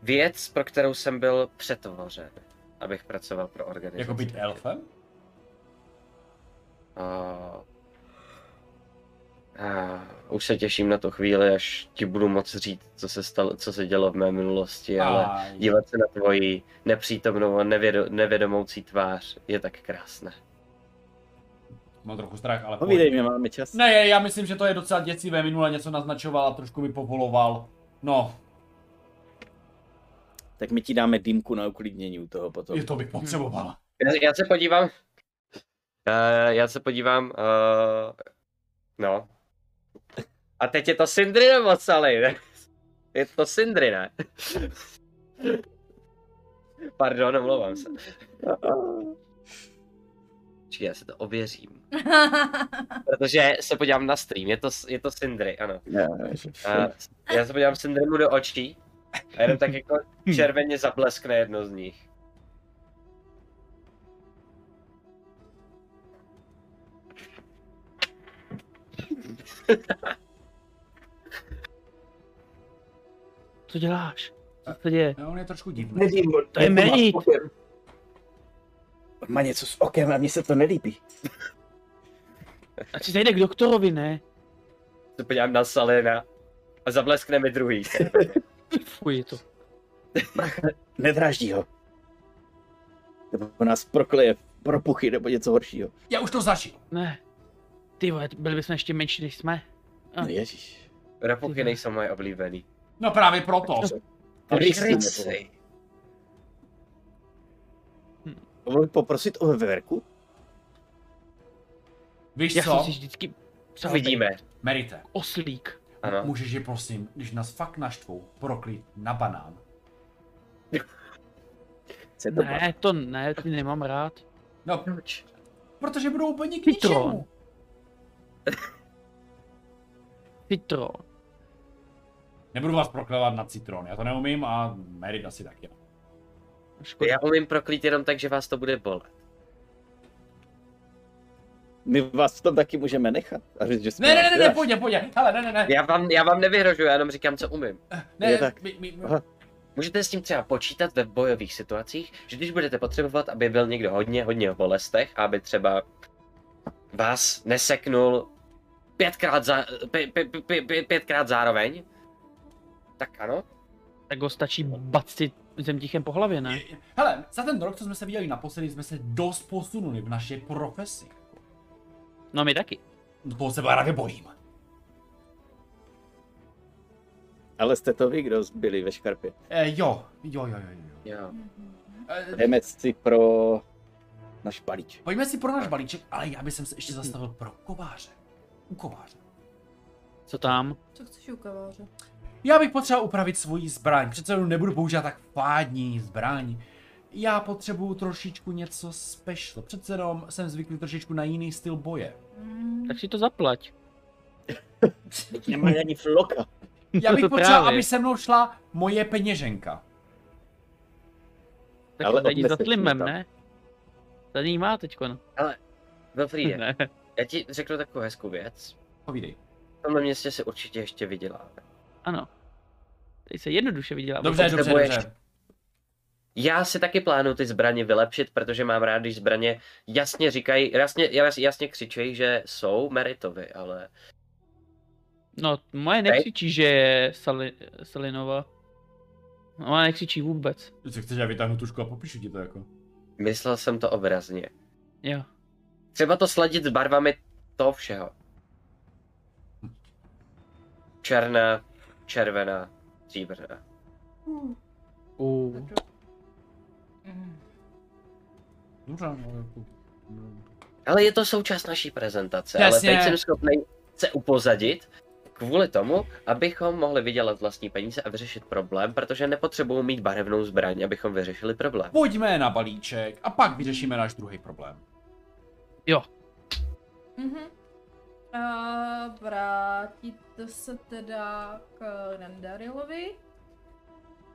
Speaker 3: věc, pro kterou jsem byl přetvořen, abych pracoval pro organizaci.
Speaker 2: Jako být elfem?
Speaker 3: A... A... Už se těším na to chvíli, až ti budu moc říct, co se, stalo, co se dělo v mé minulosti, ale
Speaker 2: Aj.
Speaker 3: dívat se na tvoji nepřítomnou a nevědo, nevědomoucí tvář je tak krásné.
Speaker 2: Mám trochu strach, ale pojď.
Speaker 4: Povídej mi, máme čas.
Speaker 2: Ne, já myslím, že to je docela děcivé. Minule něco naznačoval a trošku mi povoloval. No,
Speaker 4: Tak my ti dáme dýmku na uklidnění u toho potom.
Speaker 2: i to bych potřeboval.
Speaker 3: Já, já se podívám. Uh, já se podívám. Uh, no. A teď je to Sindri nebo Sally, ne? Je to Sindri, ne? Pardon, omlouvám se. Počkej, já se to ověřím. Protože se podívám na stream, je to, je to Sindri, ano.
Speaker 4: Ne,
Speaker 3: A já se podívám Sindrimu do očí a jenom tak jako červeně zableskne jedno z nich.
Speaker 5: Co děláš? Co se děje?
Speaker 2: No, on je trošku divný.
Speaker 4: Nevím,
Speaker 5: To je merit.
Speaker 4: On má něco s okem a mně se to nelíbí.
Speaker 5: A si zajde k doktorovi, ne?
Speaker 3: se podívám na Salina a zableskne mi druhý.
Speaker 5: Fuj, je to.
Speaker 4: Nedráždí ho. Nebo nás prokleje propuchy nebo něco horšího.
Speaker 2: Já už to zažil.
Speaker 5: Ne. Ty vole, byli bychom ještě menší, než jsme.
Speaker 2: Ah.
Speaker 5: A.
Speaker 4: No ježíš.
Speaker 3: Rapuchy nejsou moje oblíbený.
Speaker 2: No právě proto.
Speaker 3: Rysi.
Speaker 4: Mohl poprosit o veverku?
Speaker 2: Víš
Speaker 5: Já jsem
Speaker 2: co?
Speaker 5: si vždycky
Speaker 3: To
Speaker 5: přál
Speaker 3: vidíme.
Speaker 2: Merite.
Speaker 5: oslík.
Speaker 3: Ano.
Speaker 2: Můžeš je prosím, když nás fakt naštvou, proklít na banán.
Speaker 4: Co je to
Speaker 5: Ne, to ne, ty nemám rád.
Speaker 2: No,
Speaker 3: Proč?
Speaker 2: protože budou úplně k
Speaker 5: Pitron.
Speaker 2: ničemu.
Speaker 5: Pitro.
Speaker 2: Nebudu vás proklevat na citron, já to neumím a Merit asi taky. no.
Speaker 5: Škoda.
Speaker 3: Já umím proklít jenom tak, že vás to bude bolet.
Speaker 4: My vás tam taky můžeme nechat a říct, že jsme
Speaker 2: Ne, ne, ne, ne, ne,
Speaker 4: vás-
Speaker 2: pojď, pojď, hele, ne, ne, ne,
Speaker 3: Já vám, já vám nevyhrožuji, já jenom říkám, co umím.
Speaker 4: je
Speaker 2: ne,
Speaker 4: tak.
Speaker 2: my, my, my,
Speaker 4: Aha.
Speaker 3: Můžete s tím třeba počítat ve bojových situacích, že když budete potřebovat, aby byl někdo hodně, hodně v bolestech, aby třeba vás neseknul pětkrát, za, pě, pě, pě, pě, pětkrát zároveň, tak ano,
Speaker 5: Tak ho stačí bacit zemtichem po hlavě, ne?
Speaker 2: hele, za ten rok, co jsme se viděli naposledy, jsme se dost posunuli v naší profesi.
Speaker 5: No my taky.
Speaker 2: No toho se právě bojím.
Speaker 4: Ale jste to vy, kdo byli ve škarpě.
Speaker 2: Eh, jo, jo, jo, jo, jo.
Speaker 3: jo.
Speaker 2: Eh,
Speaker 4: Jdeme si pro náš balíč.
Speaker 2: pojďme si pro náš balíček, ale já bych se ještě zastavil pro kováře. U kováře.
Speaker 5: Co tam?
Speaker 1: Co chceš u kaváře?
Speaker 2: Já bych potřeboval upravit svoji zbraň, přece jenom nebudu používat tak fádní zbraň. Já potřebuju trošičku něco special, přece jenom jsem zvyklý trošičku na jiný styl boje.
Speaker 1: Mm,
Speaker 5: Tak si to zaplať.
Speaker 4: Nemá ani floka.
Speaker 2: Já bych
Speaker 5: No to
Speaker 2: potřeboval,
Speaker 5: právě.
Speaker 2: aby se mnou šla moje peněženka.
Speaker 5: Tak
Speaker 4: Ale
Speaker 5: Ale tady
Speaker 4: odneseš
Speaker 5: za
Speaker 4: mě
Speaker 5: tlimem,
Speaker 4: tam.
Speaker 5: ne? Tady jí má teďko, no.
Speaker 3: Wilfriede,
Speaker 5: Ne.
Speaker 3: já ti řeknu takovou hezkou věc.
Speaker 2: Povídej.
Speaker 3: V tomhle městě se určitě ještě vyděláme.
Speaker 5: Ano. Tady se jednoduše vydělá.
Speaker 2: Dobře, dobře,
Speaker 3: potřebuješ-
Speaker 2: dobře.
Speaker 3: Já si taky plánuju ty zbraně vylepšit, protože mám rád, když zbraně jasně říkají, jasně, jas- jasně křičejí, že jsou meritovy, ale
Speaker 5: No, moje nekřičí, že je Sali, Salinova. Moje nekřičí vůbec.
Speaker 2: Co chceš, já vytáhnu tušku a popíšu ti to jako.
Speaker 3: myslel jsem to obrazně.
Speaker 5: Jo.
Speaker 3: Třeba to sladit s barvami toho všeho. Černá, červená, stříbrná.
Speaker 1: Hm.
Speaker 5: Uh.
Speaker 1: tak jo. Mm.
Speaker 2: Dobře, no, jako... no.
Speaker 3: Ale je to součást naší prezentace,
Speaker 2: Jasně.
Speaker 3: ale teď jsem schopný se upozadit kvůli tomu, abychom mohli vydělat vlastní peníze a vyřešit problém, protože nepotřebuju mít barevnou zbraň, abychom vyřešili problém.
Speaker 2: Pojďme na balíček a pak vyřešíme náš druhý problém.
Speaker 1: Mhm. A vrátíte se teda k Nandarilovi.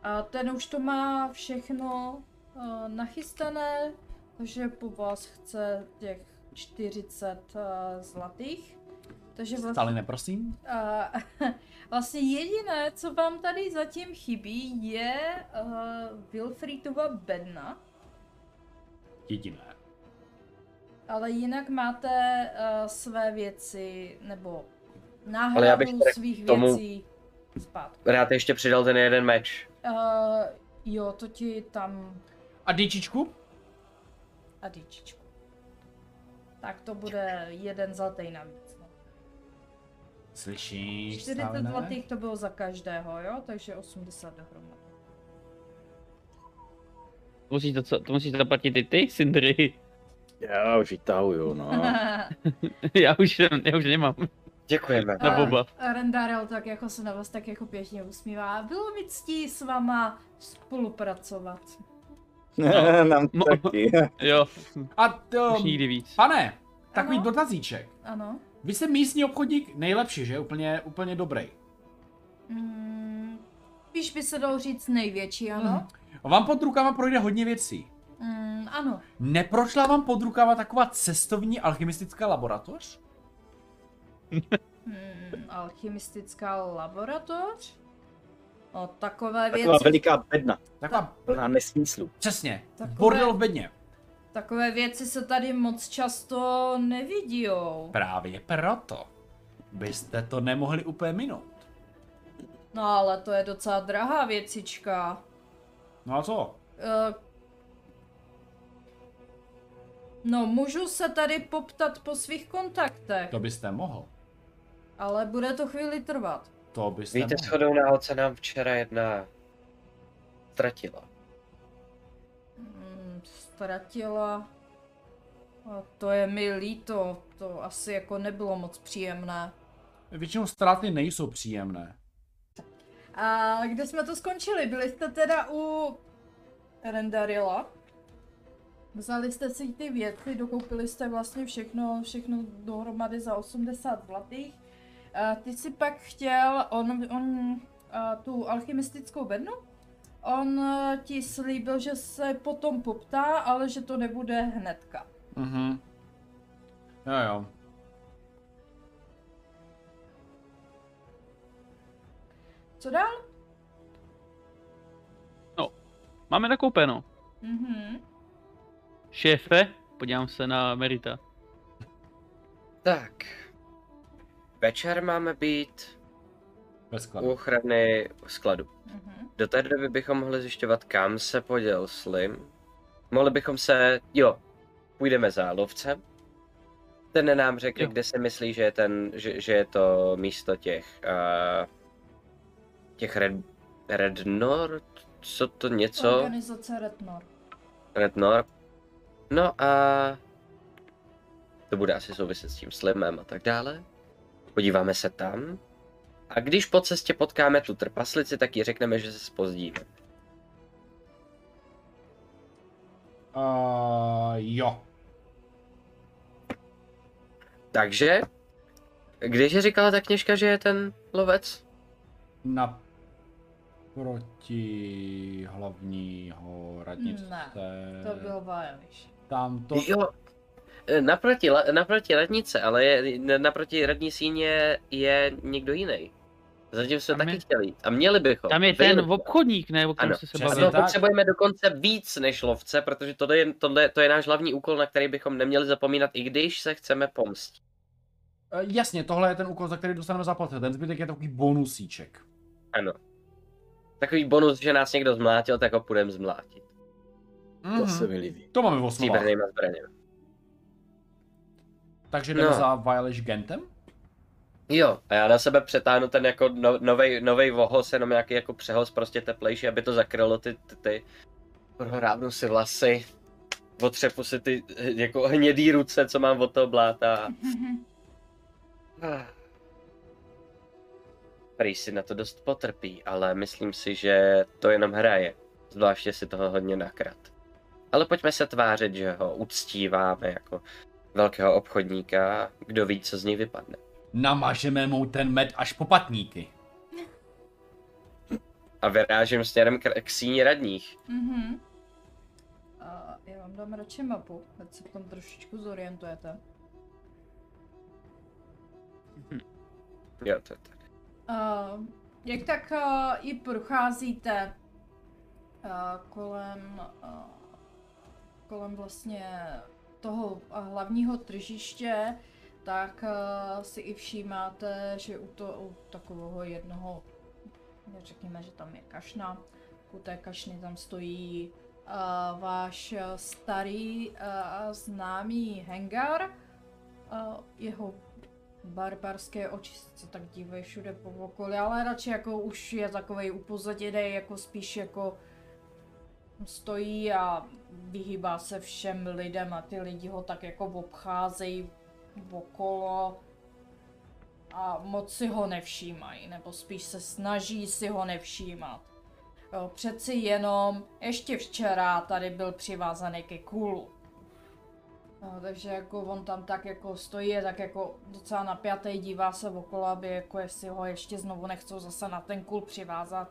Speaker 1: A ten už to má všechno eh, nachystané, takže po vás chce těch 40 eh, zlatých. Takže vlastně,
Speaker 2: Staline, prosím.
Speaker 1: a, vlastně jediné, co vám tady zatím chybí, je uh, Wilfriedova bedna.
Speaker 2: Jediné.
Speaker 1: Ale jinak máte uh, své věci, nebo
Speaker 3: Ale já bych
Speaker 1: náhradu
Speaker 3: tady k
Speaker 1: svých
Speaker 3: tomu-
Speaker 1: věcí zpátky.
Speaker 3: Rád ještě přidal ten jeden meč.
Speaker 1: Uh, jo, to ti tam
Speaker 2: A dýčičku?
Speaker 1: a dýčičku. Tak to bude jeden zlatý navíc. no.
Speaker 2: Slyšíš,
Speaker 1: 40
Speaker 2: Staline?
Speaker 1: zlatých to bylo za každého, jo? Takže 80 dohromady.
Speaker 5: To musíš, to, to musíš zaplatit i ty, Sindri.
Speaker 4: Já už ji tahuju, no.
Speaker 5: já, už, jsem- já už nemám
Speaker 3: Děkujeme.
Speaker 5: na
Speaker 1: A-
Speaker 5: oba.
Speaker 1: A Rendarel tak jako se na vás tak jako pěkně usmívá. Bylo mi ctí s váma spolupracovat.
Speaker 4: Nám
Speaker 5: No.
Speaker 4: taky.
Speaker 5: Jo,
Speaker 2: A to,
Speaker 5: už nikdy víc.
Speaker 2: pane, takový
Speaker 1: Ano?
Speaker 2: dotazíček.
Speaker 1: Ano.
Speaker 2: Vy jste místní obchodník nejlepší, že? Úplně, úplně dobrý.
Speaker 1: Mm, spíš by se dalo říct největší, ano?
Speaker 2: Vám pod rukama projde hodně věcí.
Speaker 1: Mm, ano.
Speaker 2: Neprošla vám pod rukama taková cestovní alchymistická laboratoř?
Speaker 1: Mm, alchymistická laboratoř? O takové
Speaker 4: Taková
Speaker 1: věci,
Speaker 4: veliká bedna,
Speaker 2: Taková,
Speaker 4: plná nesmyslů.
Speaker 2: přesně,
Speaker 1: Takové-
Speaker 2: bordel v bedně.
Speaker 1: takové věci se tady moc často nevidíjou.
Speaker 2: Právě proto byste to nemohli úplně minout.
Speaker 1: No ale to je docela drahá věcička.
Speaker 2: No a co?
Speaker 1: Eh, No, můžu se tady poptat po svých kontaktech,
Speaker 2: To byste mohl.
Speaker 1: ale bude to chvíli trvat.
Speaker 2: To byste
Speaker 3: Víte,
Speaker 2: mohl.
Speaker 3: shodou na se nám včera jedna ztratila.
Speaker 1: Mm, Ztratila. A to je mi líto, to asi jako nebylo moc příjemné.
Speaker 2: Většinou ztráty nejsou příjemné.
Speaker 1: A kde jsme to skončili? Byli jste teda u Rendarila. Vzali jste si ty věci, dokoupili jste vlastně všechno, všechno dohromady za 80 zlatých. A ty si pak chtěl, on, on a tu alchymistickou bednu, on eh, ti slíbil, že se potom poptá, ale že to nebude hnedka.
Speaker 2: Mhm. Jo jo.
Speaker 1: Co dál?
Speaker 5: Máme nakoupeno.
Speaker 1: Mhm.
Speaker 5: Šéfe, podívám se na Merita.
Speaker 3: Tak. Večer máme být
Speaker 2: Bez
Speaker 3: u
Speaker 2: skladu.
Speaker 3: ochrany skladu.
Speaker 1: Mhm.
Speaker 3: Do té doby bychom mohli zjišťovat, kam se poděl Slim. Mohli bychom se, jo, půjdeme za lovcem. Ten nám řekne,
Speaker 5: Jo.
Speaker 3: kde se myslí, že je, ten, že, že je to místo těch, uh, těch Red, Red Nord, co to
Speaker 1: No,
Speaker 3: něco?
Speaker 1: Organizace Retnor.
Speaker 3: Red Nord. No a to bude asi souviset s tím Slimem a tak dále. Podíváme se tam. A když po cestě potkáme tu trpaslici, tak ji řekneme, že se spozdíme.
Speaker 2: Uh, jo.
Speaker 3: Takže, když říkala ta kněžka, že je ten lovec?
Speaker 2: Na proti hlavního radnice. Eh.
Speaker 1: To byl Vajališ.
Speaker 2: Tam to...
Speaker 5: No.
Speaker 3: To... Jo, eh, naproti, la- naproti radnice, ale je, ne- naproti radní síně je někdo jiný. Zatím jsme
Speaker 5: Tam
Speaker 3: taky
Speaker 5: je-
Speaker 3: chtěli jít. A měli bychom.
Speaker 5: Tam je
Speaker 3: Vejme
Speaker 5: ten
Speaker 3: se.
Speaker 5: obchodník, ne, o kterém
Speaker 3: Ano,
Speaker 5: jsi se
Speaker 2: přesně
Speaker 5: bavil.
Speaker 3: A to
Speaker 2: tak.
Speaker 3: potřebujeme dokonce víc než lovce, protože tohle je, tohle, to je náš hlavní úkol, na který bychom neměli zapomínat, i když se chceme pomstit.
Speaker 2: Eh, Jasně, tohle je ten úkol, za který dostaneme zaplatit. Ten zbytek je takový bonusíček.
Speaker 3: Takový bonus, že nás někdo zmlátil, tak ho půjdeme zmlátit.
Speaker 4: To
Speaker 2: Mhm.
Speaker 4: se mi líbí.
Speaker 2: To máme v osnovách.
Speaker 3: Stříbrnýma zbraněma.
Speaker 2: Takže jdeme
Speaker 3: No.
Speaker 2: za Violish Gentem?
Speaker 3: Jo, a já na sebe přetáhnu ten jako no, novej, novej vohos, jenom nějaký jako přehoz prostě teplejší, aby to zakrylo ty, ty, ty. Prohrávnu si vlasy, otřepu si ty eh, jako hnědý ruce, co mám od toho bláta. Ah. Prý si na to dost potrpí, ale myslím si, že to jenom hraje. Zvláště si toho hodně nakrat. Ale pojďme se tvářit, že ho uctíváme jako velkého obchodníka, kdo ví, co z něj vypadne.
Speaker 2: Namažeme mu ten med až po patníky.
Speaker 3: a vyrážím směrem k, k síni radních.
Speaker 1: Mhm. A já vám dám radši mapu, ať se v tom trošičku zorientujete.
Speaker 3: Jo, to, to.
Speaker 1: Uh, jak tak uh, i procházíte uh, kolem, uh, kolem vlastně toho uh, hlavního tržiště, tak uh, si i všímáte, že u, to, u takového jednoho, řekněme, že tam je kašna, u té kašny tam stojí uh, váš eh, starý uh, známý hengar, uh, jeho barbarské oči se tak dívají všude po okolí, ale radši jako už je takovej upozaděnej, jako spíš jako stojí a vyhýbá se všem lidem a ty lidi ho tak jako obcházejí okolo a moc si ho nevšímají, nebo spíš se snaží si ho nevšímat. Jo, přeci jenom, ještě včera tady byl přivázaný ke kůlu. No, takže jako on tam tak jako stojí, je tak jako docela napjatý, dívá se okolo, aby jako jestli ho ještě znovu nechcou zase na ten kůl přivázat.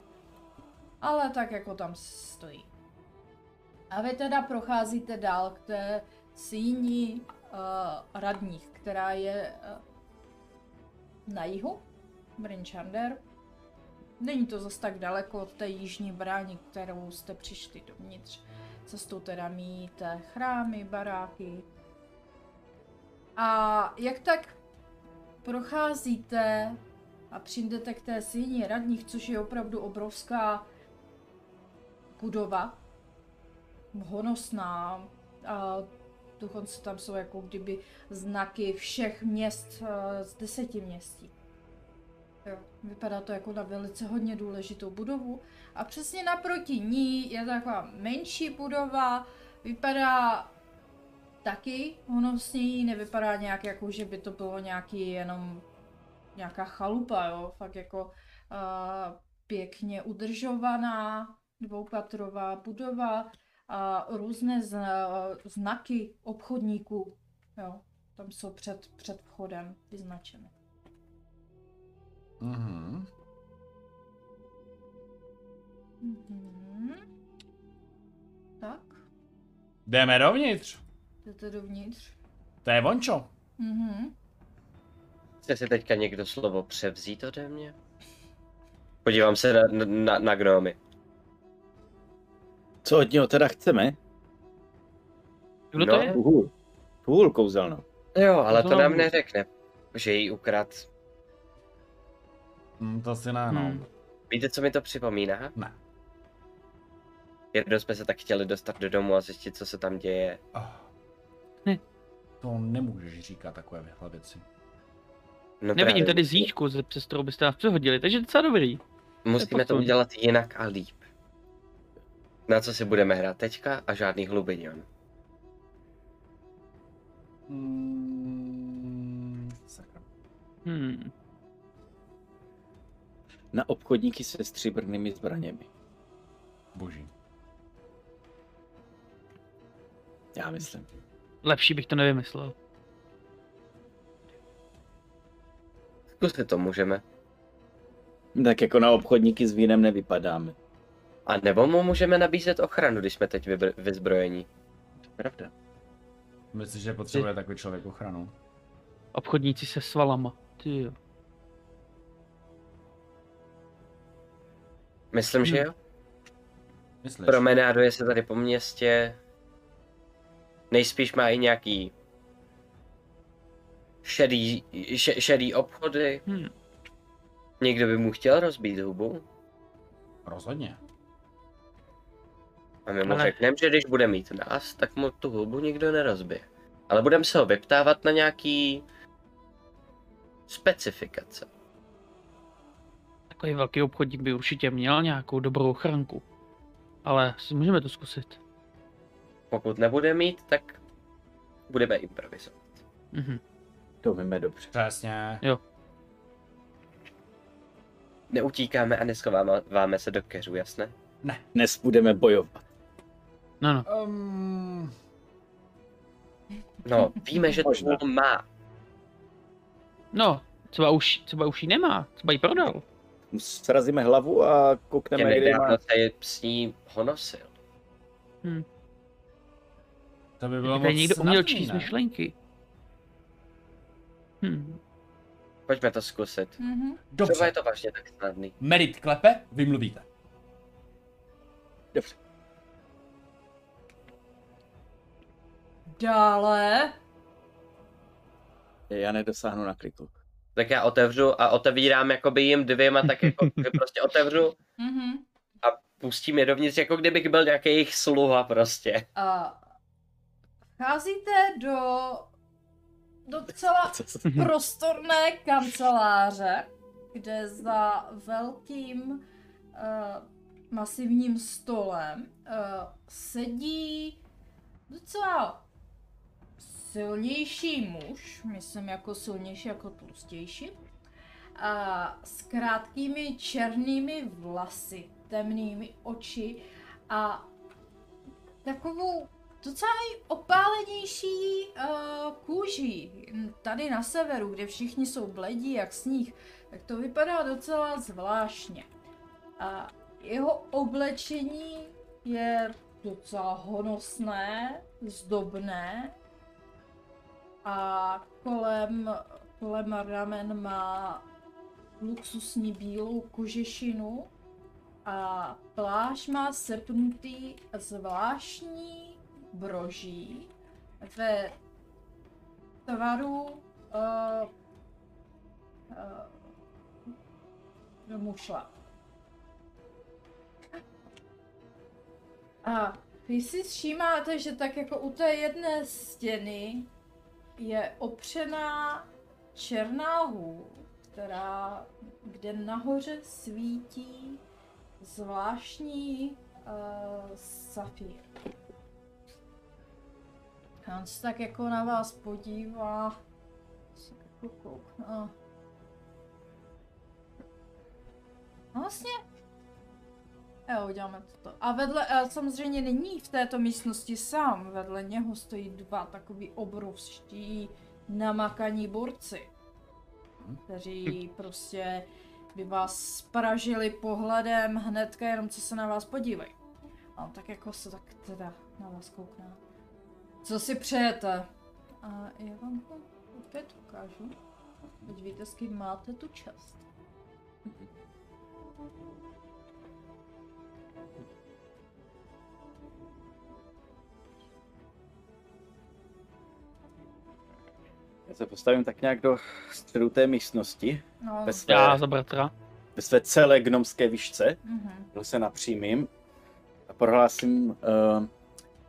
Speaker 1: Ale tak jako tam stojí. A vy teda procházíte dál k té síni uh, radních, která je uh, na jihu, Brinchander. Není to zas tak daleko od té jižní brány, kterou jste přišli dovnitř. Cestou teda míjíte chrámy, baráky. A jak tak procházíte a přijdete k té síni radních, což je opravdu obrovská budova, honosná, a dokonce tam jsou jako kdyby znaky všech měst eh, z deseti městí. Jo, vypadá to jako na velice hodně důležitou budovu. A přesně naproti ní je taková menší budova, vypadá taky honosněji, nevypadá nějak jako, že by to bylo nějaký jenom nějaká chalupa, jo, fakt jako uh, pěkně udržovaná dvoupatrová budova a různé z, eh, znaky obchodníků, jo, tam jsou před, před vchodem vyznačeny.
Speaker 2: Mhm.
Speaker 1: Mhm. Tak,
Speaker 2: Jdeme dovnitř.
Speaker 1: jdete dovnitř.
Speaker 2: To je vončo.
Speaker 1: Mhm.
Speaker 3: Chce si teďka někdo slovo převzít ode mě? Podívám se na, na, na, na gnomy.
Speaker 4: Co od něho teda chceme?
Speaker 3: No.
Speaker 5: Kdo to je?
Speaker 4: Uhul. Uhul, kouzelno.
Speaker 3: Jo, ale to,
Speaker 5: to nám
Speaker 3: nám
Speaker 5: může-
Speaker 3: neřekne, že jí ukrad.
Speaker 2: Hm, to si ne, no.
Speaker 5: Hmm.
Speaker 3: Víte, co mi to připomíná?
Speaker 2: Ne.
Speaker 3: Jednou jsme se tak chtěli dostat do domu a zjistit, co se tam děje.
Speaker 2: Ah.
Speaker 5: Hm.
Speaker 2: To nemůžeš říkat takovéhle věci.
Speaker 3: No
Speaker 5: Nevidím
Speaker 3: právě,
Speaker 5: tady zíčku, ze- přes kterou byste nás přehodili, takže docela dobrý.
Speaker 3: Musíme to
Speaker 5: potom.
Speaker 3: udělat jinak a líp. Na co si budeme hrát teďka a žádný hlubinion.
Speaker 2: Mm, sakra.
Speaker 5: Hmm.
Speaker 4: Na obchodníky se stříbrnými zbraněmi.
Speaker 2: Boží.
Speaker 4: Já myslím.
Speaker 5: Lepší bych to nevymyslel.
Speaker 3: Zkusit to můžeme.
Speaker 4: Tak jako na obchodníky s vínem nevypadáme.
Speaker 3: A nebo mu můžeme nabízet ochranu, když jsme teď vybr- vyzbrojení.
Speaker 4: Pravda.
Speaker 2: Myslíš, že potřebuje takový člověk ochranu?
Speaker 5: Obchodníci se svalama. Ty jo.
Speaker 3: Myslím, že
Speaker 5: Hmm.
Speaker 3: jo.
Speaker 2: Myslíš?
Speaker 3: Promenáduje se tady po městě. Nejspíš má i nějaký šedý, še- šedý obchody.
Speaker 5: Hmm.
Speaker 3: Někdo by mu chtěl rozbít hubu.
Speaker 2: Rozhodně.
Speaker 3: A my mu
Speaker 5: Ale-
Speaker 3: řekneme, že když bude mít nás, tak mu tu hubu nikdo nerozbije. Ale budeme se ho vyptávat na nějaký specifikace.
Speaker 5: Takový velký obchodník by určitě měl nějakou dobrou ochranku. Ale s- můžeme to zkusit.
Speaker 3: Pokud nebude mít, tak budeme improvizovat.
Speaker 5: Mhm.
Speaker 4: To víme dobře.
Speaker 2: Přesně.
Speaker 3: Neutíkáme a neschováváme se do keřů, jasné?
Speaker 4: Dnes budeme bojovat.
Speaker 5: No no.
Speaker 2: Um,
Speaker 3: No, víme, že
Speaker 4: Možná.
Speaker 3: to má.
Speaker 5: No, třeba už, třeba už ji nemá, třeba ji prodal.
Speaker 4: srazíme hlavu a koukneme,
Speaker 3: Těmi
Speaker 4: kde má...
Speaker 3: dávno se s ní honosil.
Speaker 2: To by bylo
Speaker 5: Kdyby tady
Speaker 2: moc
Speaker 5: někdo uměl
Speaker 2: snadný,
Speaker 5: číst
Speaker 2: ne?
Speaker 5: myšlenky. Hm.
Speaker 3: Pojďme to zkusit.
Speaker 1: Mhm.
Speaker 3: Třeba
Speaker 2: Dobře,
Speaker 3: je to vážně tak snadný.
Speaker 2: Merit klepe, vymluvíte.
Speaker 4: Dobře.
Speaker 1: Dále.
Speaker 4: Já nedosáhnu na kliku.
Speaker 3: Tak já otevřu a otevírám jakoby jim dvěma, tak jako že prostě otevřu,
Speaker 1: Mhm.
Speaker 3: pustím je dovnitř, jako kdybych byl nějaký jejich sluha prostě.
Speaker 1: A vcházíte do docela prostorné kanceláře, kde za velkým uh, masivním stolem uh, sedí docela silnější muž, myslím jako silnější, jako tlustější, a s krátkými černými vlasy, temnými oči a takovou docela opálenější uh, kůží. Tady na severu, kde všichni jsou bledí jak sníh, tak to vypadá docela zvláštně. A jeho oblečení je docela honosné, zdobné a kolem, kolem ramen má luxusní bílou kožešinu a pláž má sepnutý zvláštní broží ve tvaru uh, uh, mušla. A vy si všímáte, že tak jako u té jedné stěny je opřená černá hůl, která, kde nahoře svítí zvláštní uh, safír. A On se tak jako na vás podívá. Se jako koukne. No vlastně. Jo, uděláme toto. A vedle, eh, samozřejmě není v této místnosti sám. Vedle něho stojí dva takový obrovští namakaní borci. Kteří prostě by vás spražili pohledem hnedka jenom co se na vás podívají. A on tak jako se tak teda na vás koukne. Co si přejete? A já vám to opět ukážu. Teď víte, s kým máte tu čest.
Speaker 4: Já se postavím tak nějak do středu té místnosti,
Speaker 1: No,
Speaker 4: ve své,
Speaker 5: Já za bratra.
Speaker 4: ve své celé gnomské výšce.
Speaker 1: mhm.
Speaker 4: Byl se napřímím a prohlásím, uh,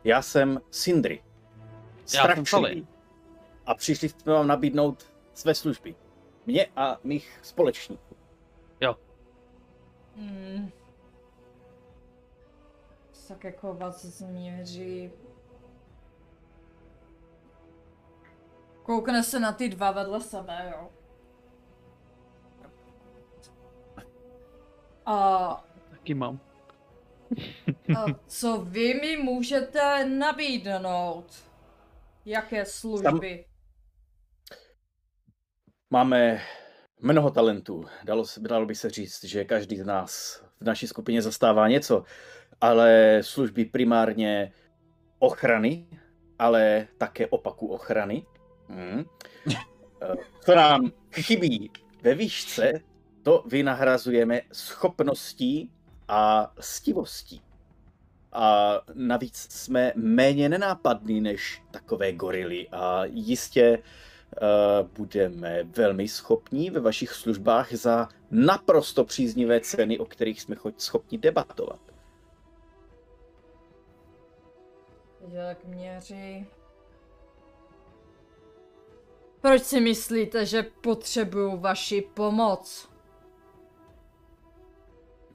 Speaker 4: já jsem Sindri.
Speaker 5: jsem Sully.
Speaker 4: Strašný. A přišli jsme vám nabídnout své služby. Mě a mých společníků.
Speaker 1: Mm. Tak jako vás změří. Koukne se na ty dva vedle sebe, jo. A
Speaker 5: Taky mám.
Speaker 1: A co vy mi můžete nabídnout? Jaké služby?
Speaker 4: Máme mnoho talentů. Dalo, se- dalo by se říct, že každý z nás v naší skupině zastává něco, ale služby primárně ochrany, ale také opaku ochrany. Hmm. Eh, Co nám chybí ve výšce, to vynahrazujeme schopností a stivostí. A navíc jsme méně nenápadní než takové gorily a jistě eh, budeme velmi schopní ve vašich službách za naprosto příznivé ceny, o kterých jsme cho- schopni debatovat.
Speaker 1: Jak měří? Proč si myslíte, že potřebuju vaši pomoc?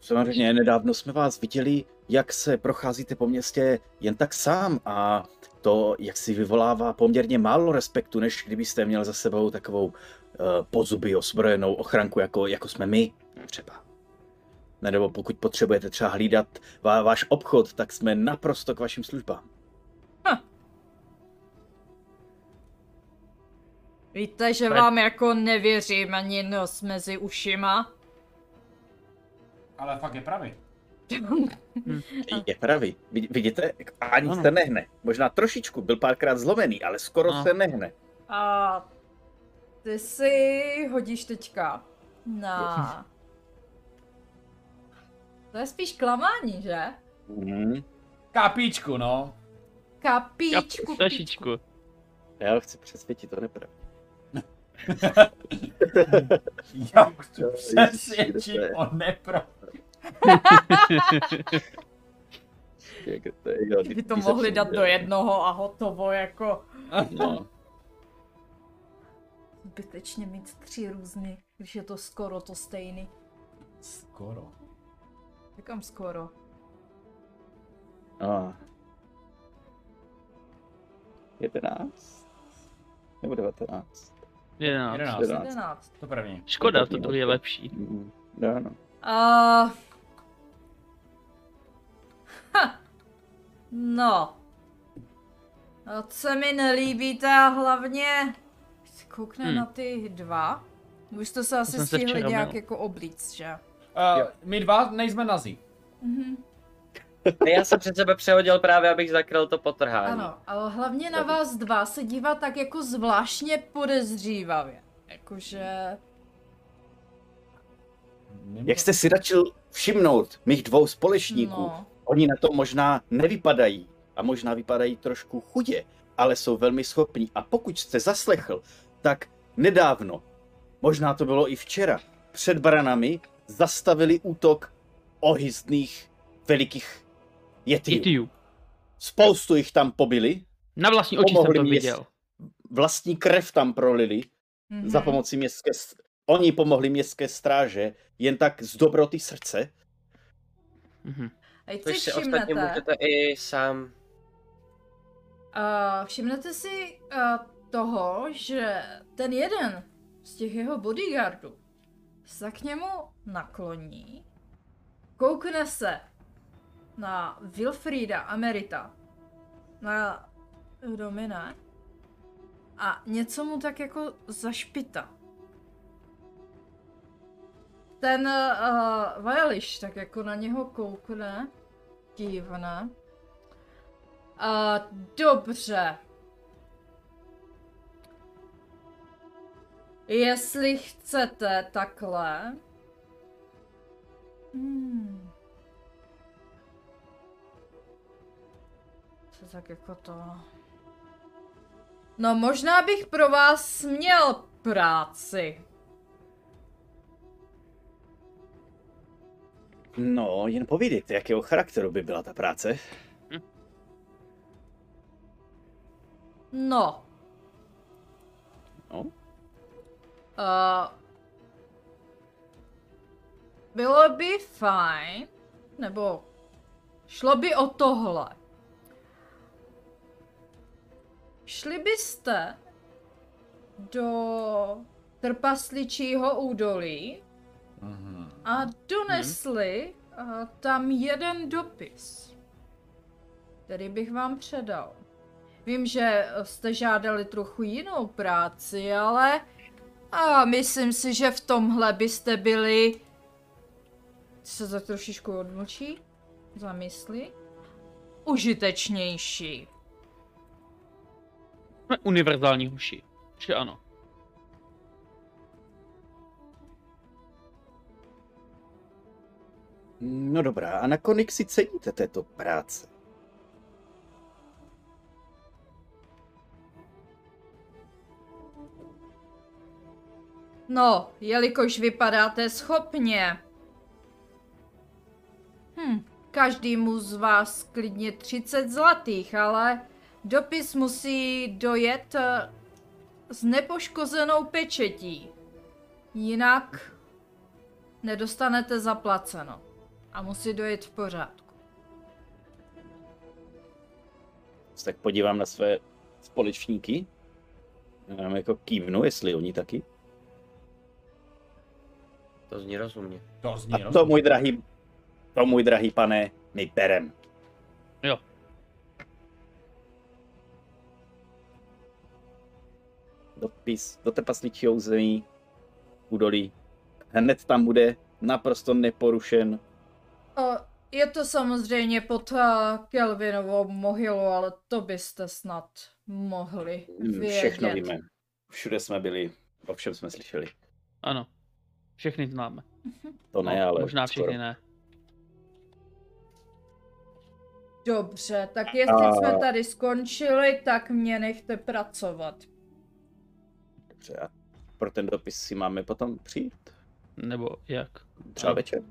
Speaker 4: Samozřejmě nedávno jsme vás viděli, jak se procházíte po městě jen tak sám a to, jak si vyvolává poměrně málo respektu, než kdybyste měl za sebou takovou uh, pozuby ozbrojenou ochranku, jako, jako jsme my třeba. Nebo pokud potřebujete třeba hlídat vá, váš obchod, tak jsme naprosto k vašim službám.
Speaker 1: Víte, že
Speaker 5: Ne.
Speaker 1: vám jako nevěřím ani nos mezi ušima?
Speaker 2: Ale fakt je pravý.
Speaker 4: Je pravý. Vidí- Vidíte, ani
Speaker 5: Ano.
Speaker 4: se nehne. Možná trošičku, byl párkrát zlomený, ale skoro
Speaker 1: No.
Speaker 5: Ano.
Speaker 4: se nehne.
Speaker 1: A ty si hodíš teďka na... To je spíš klamání, že?
Speaker 4: Mhm.
Speaker 2: Kápíčku, no.
Speaker 1: Kapíčku, píčku.
Speaker 5: Trošičku.
Speaker 4: Já ho chci přesvědčit, to nepravda.
Speaker 2: Já chci
Speaker 4: Jo, ježiši,
Speaker 2: přesvědčit
Speaker 4: to je-
Speaker 2: o nepro.
Speaker 4: Jak to je, jo,
Speaker 1: Kdyby to
Speaker 4: ty se
Speaker 1: mohli
Speaker 4: přijde.
Speaker 1: dát do jednoho a hotovo, jako...
Speaker 4: No,
Speaker 1: Zbytečně mít tři různý, když je to skoro to stejný.
Speaker 2: Skoro.
Speaker 1: Říkám skoro.
Speaker 4: no. 11? Nebo 19?
Speaker 5: 11.
Speaker 2: Jedenáct.
Speaker 4: Jedenáct.
Speaker 1: 11.
Speaker 2: To první.
Speaker 5: no. Škoda, to druhý je lepší.
Speaker 4: Mhm. No, no.
Speaker 1: A... Ha. No. No, co mi nelíbí, ta hlavně... Koukne
Speaker 5: Hmm.
Speaker 1: na ty dva. Už jste se asi
Speaker 5: jsem se
Speaker 1: stihli
Speaker 5: včera
Speaker 1: nějak
Speaker 5: měl.
Speaker 1: jako oblíc, že?
Speaker 2: Uh, my dva nejsme nazí.
Speaker 1: Mhm.
Speaker 3: Ne, Já jsem před sebe přehodil právě, abych zakryl to potrhání.
Speaker 1: Ano, ale hlavně na
Speaker 3: Dobrý.
Speaker 1: vás dva se dívá tak jako zvláštně podezřívavě. Jakože...
Speaker 4: Jak jste si radšil všimnout mých dvou společníků?
Speaker 1: No.
Speaker 4: Oni na to možná nevypadají a možná vypadají trošku chudě, ale jsou velmi schopní. A pokud jste zaslechl, tak nedávno, možná to bylo i včera, před branami zastavili útok ohyzdných velikých jetů.
Speaker 5: Itiu.
Speaker 4: Spoustu jich tam pobili,
Speaker 5: Na vlastní oči jsem
Speaker 4: Pomohli
Speaker 5: to
Speaker 4: mi
Speaker 5: viděl.
Speaker 4: vlastní krev tam prolili
Speaker 1: Mhm.
Speaker 4: za pomoci městské... s- Oni pomohli městské stráže jen tak z dobroty srdce.
Speaker 5: Mhm.
Speaker 1: A teď
Speaker 3: Což
Speaker 1: si
Speaker 3: si ostatně
Speaker 1: všimnete,
Speaker 3: můžete i sám.
Speaker 1: uh, všimnete si uh, toho, že ten jeden z těch jeho bodyguardů se k němu nakloní, koukne se na Wilfrida Amerita, na Domina a něco mu tak jako zašpita. Ten uh, Vajališ tak jako na něho koukne, kývne. A Eh, dobře. Jestli chcete takhle. Hmm. Co tak jako to. No možná bych pro vás měl práci.
Speaker 4: No, jen povídejte, jakého charakteru by byla ta práce.
Speaker 1: No.
Speaker 4: No.
Speaker 1: Uh, bylo by fajn, nebo šlo by o tohle. Šli byste do trpasličího údolí
Speaker 2: Mhm.
Speaker 1: a donesli uh, tam jeden dopis, který bych vám předal. Vím, že eh, jste žádali trochu jinou práci, ale a myslím si, že v tomhle byste byli se za trošičku odmlčí, zamyslí, užitečnější.
Speaker 5: Jsme univerzální huši. Že ano.
Speaker 4: No dobrá, a nakolik si ceníte této práce?
Speaker 1: No, jelikož vypadáte schopně. Hm, každému z vás klidně 30 zlatých, ale dopis musí dojet eh, s nepoškozenou pečetí. Jinak nedostanete zaplaceno. A musí dojet v pořádku.
Speaker 4: se tak podívám na své společníky. Nám jako kývnu, jestli oni taky.
Speaker 3: To zní rozumně.
Speaker 2: To zní
Speaker 4: A to, můj drahý, to, můj drahý pane, my berem.
Speaker 5: Jo.
Speaker 4: Dopis do trpasličího území, údolí. Hned tam bude naprosto neporušen
Speaker 1: A je to samozřejmě pod a, Kelvinovou mohylou, ale to byste snad mohli vědět.
Speaker 4: Všechno víme. Všude jsme byli, o všem jsme slyšeli.
Speaker 5: Ano. Všechny známe.
Speaker 4: To ne,
Speaker 5: No,
Speaker 4: ale
Speaker 5: Možná
Speaker 4: skoro.
Speaker 5: všechny ne.
Speaker 1: Dobře, tak jestli
Speaker 4: A-
Speaker 1: jsme tady skončili, tak mě nechte pracovat.
Speaker 4: Dobře, a pro ten dopis si máme potom přijít?
Speaker 5: Nebo jak?
Speaker 4: Třeba
Speaker 5: Ano.
Speaker 4: večer?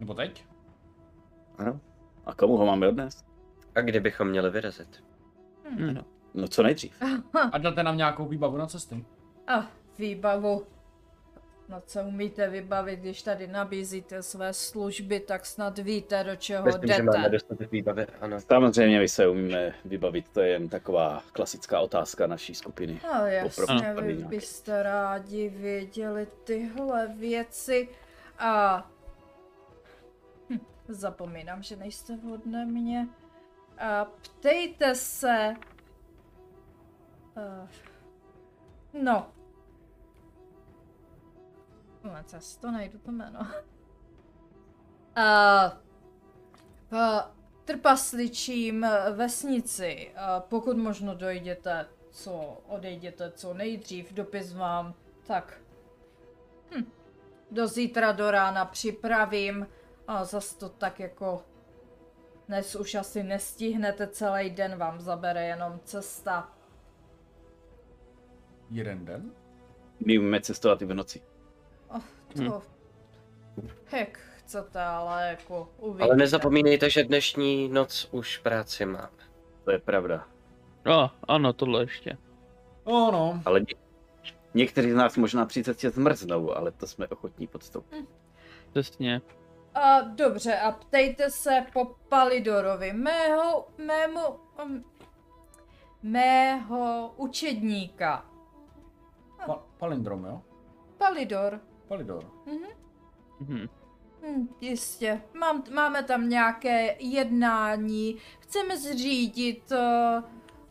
Speaker 2: Nebo teď?
Speaker 4: Ano. A komu ho máme odnést?
Speaker 3: A kde bychom měli vyrazit?
Speaker 5: Hm.
Speaker 4: No co nejdřív.
Speaker 2: A dáte nám nějakou výbavu na cesty?
Speaker 1: A výbavu. No co umíte vybavit, když tady nabízíte své služby, tak snad víte, do čeho
Speaker 3: Myslím, že máme
Speaker 1: No, jdete.
Speaker 3: dostatek výbavy, ano.
Speaker 4: Samozřejmě my se umíme vybavit, to je jen taková klasická otázka naší skupiny.
Speaker 1: No jasně,
Speaker 4: Opravdu
Speaker 1: vy
Speaker 4: tady nějaké.
Speaker 1: byste rádi věděli tyhle věci a... Hm, zapomínám, že nejste hodne mě. A ptejte se... Uh, no. Moment, já si to najdu to jméno. A v trpasličím eh, vesnici, a pokud možno dojděte, co odejděte co nejdřív, dopis vám, tak hm, do zítra do rána připravím a zas to tak jako dnes už asi nestihnete, celý den vám zabere jenom cesta.
Speaker 2: Jeden den?
Speaker 4: My umíme cestovat i v noci.
Speaker 5: Hm.
Speaker 1: To, jak chcete, ale jako uvidíte.
Speaker 3: Ale nezapomínejte, že dnešní noc už práci mám.
Speaker 4: To je pravda.
Speaker 5: No, ano, tohle ještě.
Speaker 2: No, no.
Speaker 4: Ale ně- někteří z nás možná při cestě zmrznou, ale to jsme ochotní podstoupit.
Speaker 5: Přesně.
Speaker 1: A dobře, a ptejte se po Palidorovi, mého, mému, um, mého učedníka.
Speaker 2: Pa- palindrom, jo?
Speaker 1: Palidor,
Speaker 2: Palidor.
Speaker 5: Mhm.
Speaker 1: hm, jistě, Mám, máme tam nějaké jednání, chceme zřídit uh,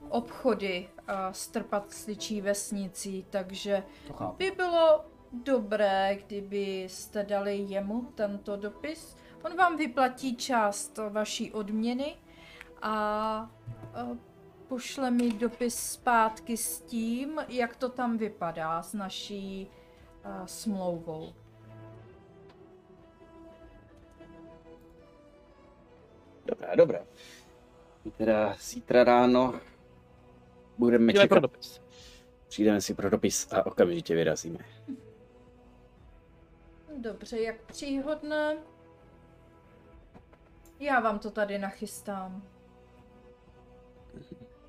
Speaker 1: obchody uh, s trpacličí vesnicí, takže
Speaker 2: To chápu.
Speaker 1: by bylo dobré, kdybyste dali jemu tento dopis. On vám vyplatí část vaší odměny a eh, pošle mi dopis zpátky s tím, jak to tam vypadá s naší eh, smlouvou.
Speaker 4: Dobrá, dobrá. Teda zítra ráno budeme
Speaker 5: Jdeme pro
Speaker 4: čekat.
Speaker 5: dopis.
Speaker 4: Přijdeme si pro dopis a okamžitě vyrazíme.
Speaker 1: Dobře, jak příhodné. Já vám to tady nachystám.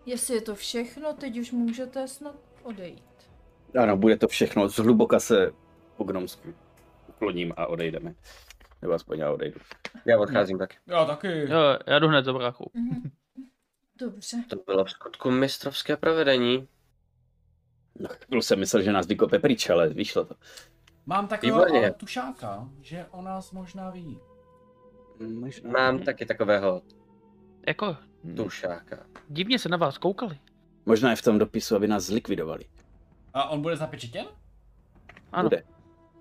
Speaker 1: Jestli je to všechno, teď už můžete snad odejít.
Speaker 4: Ano, bude to všechno. Zhluboka se po gnomsku ukloním a odejdeme. Nebo aspoň já odejdu.
Speaker 3: Já odcházím tak.
Speaker 2: Já taky.
Speaker 5: Jo, já jdu hned za bráchou.
Speaker 1: Mhm. Dobře.
Speaker 3: To bylo v skutku mistrovské provedení.
Speaker 4: No, chvíli jsem myslel, že nás vykope pryč, ale vyšlo to.
Speaker 2: Mám takového
Speaker 3: Výborně.
Speaker 2: ale tušáka, že o nás možná ví.
Speaker 4: Možná.
Speaker 1: Mhm.
Speaker 3: Mám taky takového
Speaker 5: Jako,
Speaker 4: Hmm.
Speaker 3: tušáka.
Speaker 5: divně se na vás koukali.
Speaker 4: Možná je v tom dopisu, aby nás zlikvidovali.
Speaker 2: A on bude zapečetěn?
Speaker 3: Hmm,
Speaker 5: Ano.
Speaker 4: Bude.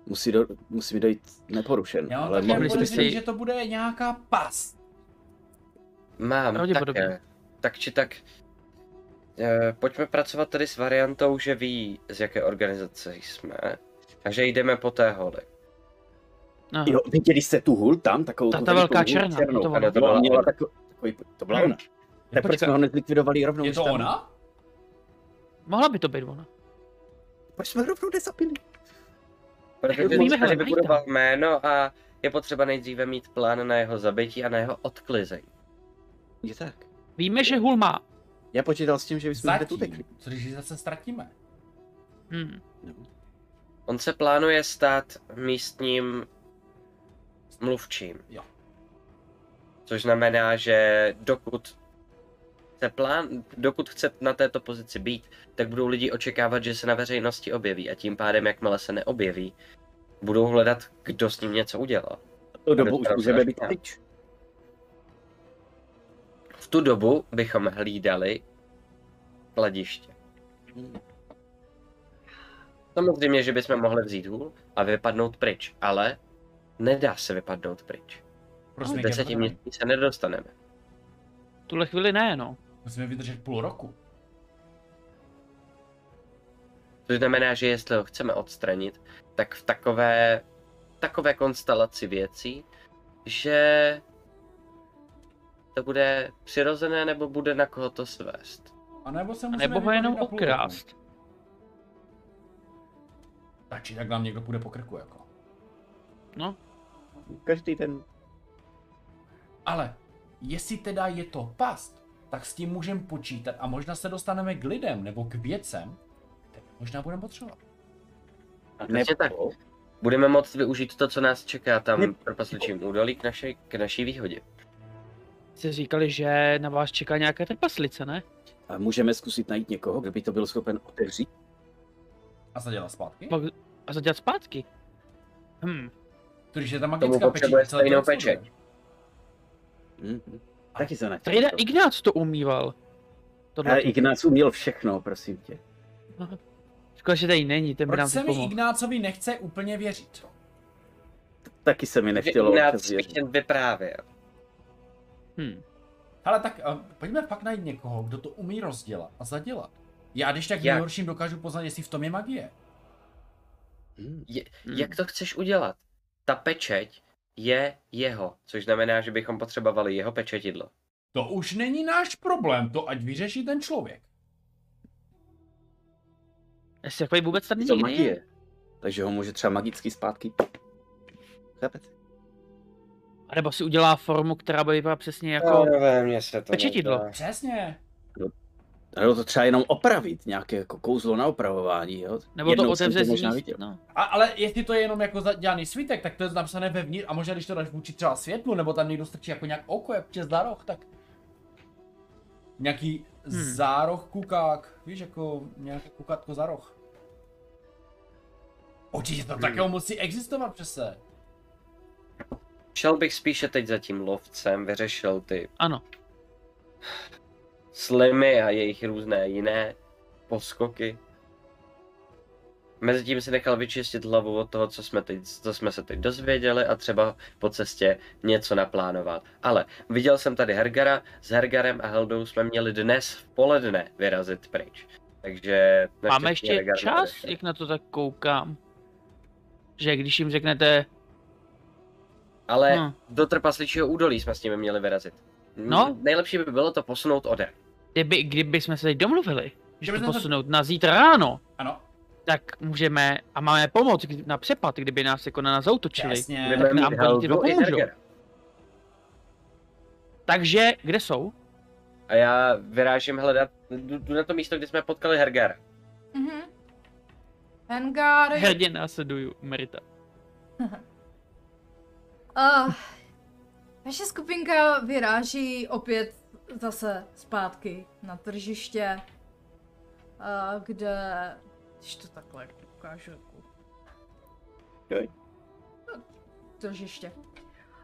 Speaker 4: Musí, do, musí mi dojít neporušen,
Speaker 2: Já mám
Speaker 4: ale
Speaker 2: také
Speaker 4: mohli jsme
Speaker 5: podezření,
Speaker 4: si...
Speaker 2: podezření,
Speaker 5: si-
Speaker 2: že to bude nějaká pas.
Speaker 3: Mám
Speaker 5: Pravděpodobně.
Speaker 3: také. Tak či tak. E, pojďme pracovat tedy s variantou, že ví, z jaké organizace jsme. A že jdeme po té holi.
Speaker 5: Aha.
Speaker 4: Jo, viděli jste tu hul tam, takovou
Speaker 5: Ta-
Speaker 4: tu
Speaker 5: ta
Speaker 4: velikou
Speaker 5: velká
Speaker 4: hůl
Speaker 5: černá, to
Speaker 4: černou.
Speaker 5: ona.
Speaker 4: Ano, to byla, měla takový, takový, to byla ona. Tak proč
Speaker 2: Počkej,
Speaker 4: jsme ho nezlikvidovali rovnou?
Speaker 2: je
Speaker 4: už
Speaker 2: to
Speaker 4: tam?
Speaker 2: ona?
Speaker 5: Mohla by to být ona.
Speaker 4: Proč jsme ho rovnou nezapili?
Speaker 3: Protože
Speaker 5: Umíme
Speaker 3: Víme,
Speaker 5: hledat,
Speaker 3: vybudoval jméno a je potřeba nejdříve mít plán na jeho zabití a na jeho odklizení.
Speaker 4: Je tak.
Speaker 5: Víme, že hul má.
Speaker 4: Já počítal s tím, že bychom hned utekli.
Speaker 2: Zatím. Co když ji zase ztratíme?
Speaker 5: Hm.
Speaker 3: On se plánuje stát místním mluvčím.
Speaker 2: Jo.
Speaker 3: Což znamená, že dokud se plán, dokud chce na této pozici být, tak budou lidi očekávat, že se na veřejnosti objeví a tím pádem, jakmile se neobjeví, budou hledat, kdo s ním něco udělal.
Speaker 4: Tu dobu už
Speaker 3: Dostal
Speaker 4: můžeme
Speaker 3: se
Speaker 4: být
Speaker 3: až tam.
Speaker 4: pryč.
Speaker 3: V tu dobu bychom hlídali hlediště. Samozřejmě, že bychom mohli vzít hůl a vypadnout pryč, ale nedá se vypadnout pryč.
Speaker 2: Prosím,
Speaker 3: Z deseti měsíců se nedostaneme.
Speaker 5: V tuhle chvíli ne, no.
Speaker 2: Musíme vydržet půl roku.
Speaker 3: To znamená, že jestli ho chceme odstranit, tak v takové, takové konstelaci věcí, že to bude přirozené nebo bude na koho to svést.
Speaker 2: A nebo se
Speaker 5: A
Speaker 2: musíme
Speaker 5: nebo ho
Speaker 2: vybavit
Speaker 5: jenom
Speaker 2: na půl roku.
Speaker 5: okrást.
Speaker 2: Tak či tak nám někdo půjde po krku, jako.
Speaker 5: No,
Speaker 4: Každý ten
Speaker 2: Ale jestli teda je to past, tak s tím můžeme počítat a možná se dostaneme k lidem nebo k věcem, které možná budeme potřebovat.
Speaker 3: Přesně tak. Budeme moct využít to, co nás čeká tam pro pasličím údolí k, naše, k naší výhodě.
Speaker 5: jste říkali, že na vás čeká nějaká trpaslice, ne?
Speaker 4: A můžeme zkusit najít někoho, kdo by to byl schopen otevřít?
Speaker 2: A zadělat zpátky?
Speaker 3: No,
Speaker 5: Pak- A zadělat zpátky. Hm,
Speaker 2: To, Když je tam
Speaker 3: Tomu
Speaker 2: magická pečeť,
Speaker 3: potřebuje
Speaker 2: celé to
Speaker 3: stejnou
Speaker 2: odsuduje.
Speaker 3: pečeť.
Speaker 4: Mm-hmm. Taky se na
Speaker 5: Frida Ignác Mhm. to umýval. Tohle
Speaker 4: Ale
Speaker 5: to.
Speaker 4: Ignác uměl všechno, prosím tě.
Speaker 5: Škoda, že tady není, ten by
Speaker 2: Proč
Speaker 5: nám
Speaker 2: se mi
Speaker 5: to pomohl.
Speaker 2: Ignácovi nechce úplně věřit?
Speaker 4: Taky se mi nechtělo občas
Speaker 3: Ignác
Speaker 4: věřit.
Speaker 3: Spichen vyprávěl.
Speaker 5: Hm.
Speaker 2: Ale tak uh, pojďme pak najít někoho, kdo to umí rozdělat a zadělat. Já když tak
Speaker 3: Jak?
Speaker 2: nejhorším dokážu poznat, jestli v tom je magie.
Speaker 4: Hmm.
Speaker 5: Hmm.
Speaker 3: Jak to chceš udělat? Ta pečeť je jeho, což znamená, že bychom potřebovali jeho pečetidlo.
Speaker 2: To už není náš problém, to ať vyřeší ten člověk.
Speaker 5: Jestli takový vůbec tady
Speaker 4: Je to
Speaker 5: nikdy je.
Speaker 4: magie. Takže ho může třeba magicky zpátky. Chápete?
Speaker 5: A nebo si udělá formu, která by vypadala přesně jako...
Speaker 4: Eh,
Speaker 3: mě se to
Speaker 5: Pečetidlo.
Speaker 3: nezdá.
Speaker 2: Přesně.
Speaker 4: A Nebo to třeba jenom opravit, nějaké jako kouzlo na opravování, jo?
Speaker 5: Nebo to
Speaker 4: Jednou jsem
Speaker 5: otevře
Speaker 4: to možná
Speaker 5: z
Speaker 4: viděl.
Speaker 5: no.
Speaker 2: A, ale jestli to je jenom jako zadělaný svítek, tak to je napsané vevnitř a možná když to dáš vůči třeba světlu, nebo tam někdo strčí jako nějak oko, jak přes zároch, tak... Nějaký
Speaker 5: Hmm.
Speaker 2: hmm. zároch kukák, víš, jako nějaké kukátko zároch. Určitě to hmm. také musí existovat přece.
Speaker 3: Šel bych spíše teď za tím lovcem, vyřešil ty
Speaker 5: Ano,
Speaker 3: slimy a jejich různé jiné poskoky. Mezitím si nechal vyčistit hlavu od toho, co jsme, teď, co jsme se teď dozvěděli a třeba po cestě něco naplánovat. Ale viděl jsem tady Hergara, s Hergarem a Heldou jsme měli dnes v poledne vyrazit pryč. Takže...
Speaker 5: máme
Speaker 3: naštěstí
Speaker 5: ještě
Speaker 3: Hergar
Speaker 5: čas,
Speaker 3: neodešel.
Speaker 5: jak na to tak koukám. Že když jim řeknete,
Speaker 3: Ale
Speaker 5: hm,
Speaker 3: do trpasličího údolí jsme s nimi měli vyrazit. Mm,
Speaker 5: No. Eh,
Speaker 3: Nejlepší by bylo to posunout o den.
Speaker 5: kdyby, kdyby jsme se teď domluvili,
Speaker 2: Že
Speaker 5: to
Speaker 2: bychom se-
Speaker 5: posunout na zítra ráno,
Speaker 2: Ano,
Speaker 5: tak můžeme, a máme pomoc kdy- na přepad, kdyby nás jako na nás zautočili.
Speaker 2: přesně.
Speaker 3: Budeme
Speaker 5: nám
Speaker 3: mít
Speaker 5: oni
Speaker 3: Heldu
Speaker 5: ti
Speaker 3: i
Speaker 5: dopomůžou.
Speaker 3: Hergara.
Speaker 5: Takže, kde jsou?
Speaker 3: A já vyrážím hledat, jdu jdu na to místo, kde jsme potkali Hergara.
Speaker 1: Mhm. Hengar.
Speaker 5: Hrdě následuju Merita.
Speaker 1: Uh, naše skupinka vyráží opět zase zpátky na tržiště, uh, kde, když to takhle ukážu, jako... No,
Speaker 4: Joj.
Speaker 1: Tržiště.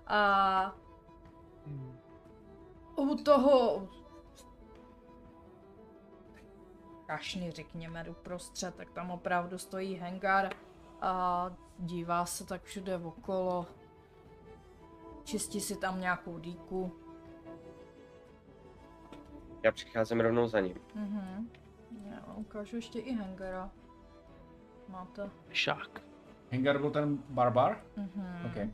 Speaker 1: A
Speaker 5: Hmm,
Speaker 1: u toho kašny, řekněme, uprostřed, tak tam opravdu stojí hangar a dívá se tak všude okolo. Čistí si tam nějakou dýku.
Speaker 3: Já přicházím rovnou za ním.
Speaker 1: Mhm. Já vám ukážu ještě i hangara. Máte.
Speaker 5: Šák.
Speaker 2: Hengar byl ten barbar?
Speaker 1: Mhm.
Speaker 2: OK.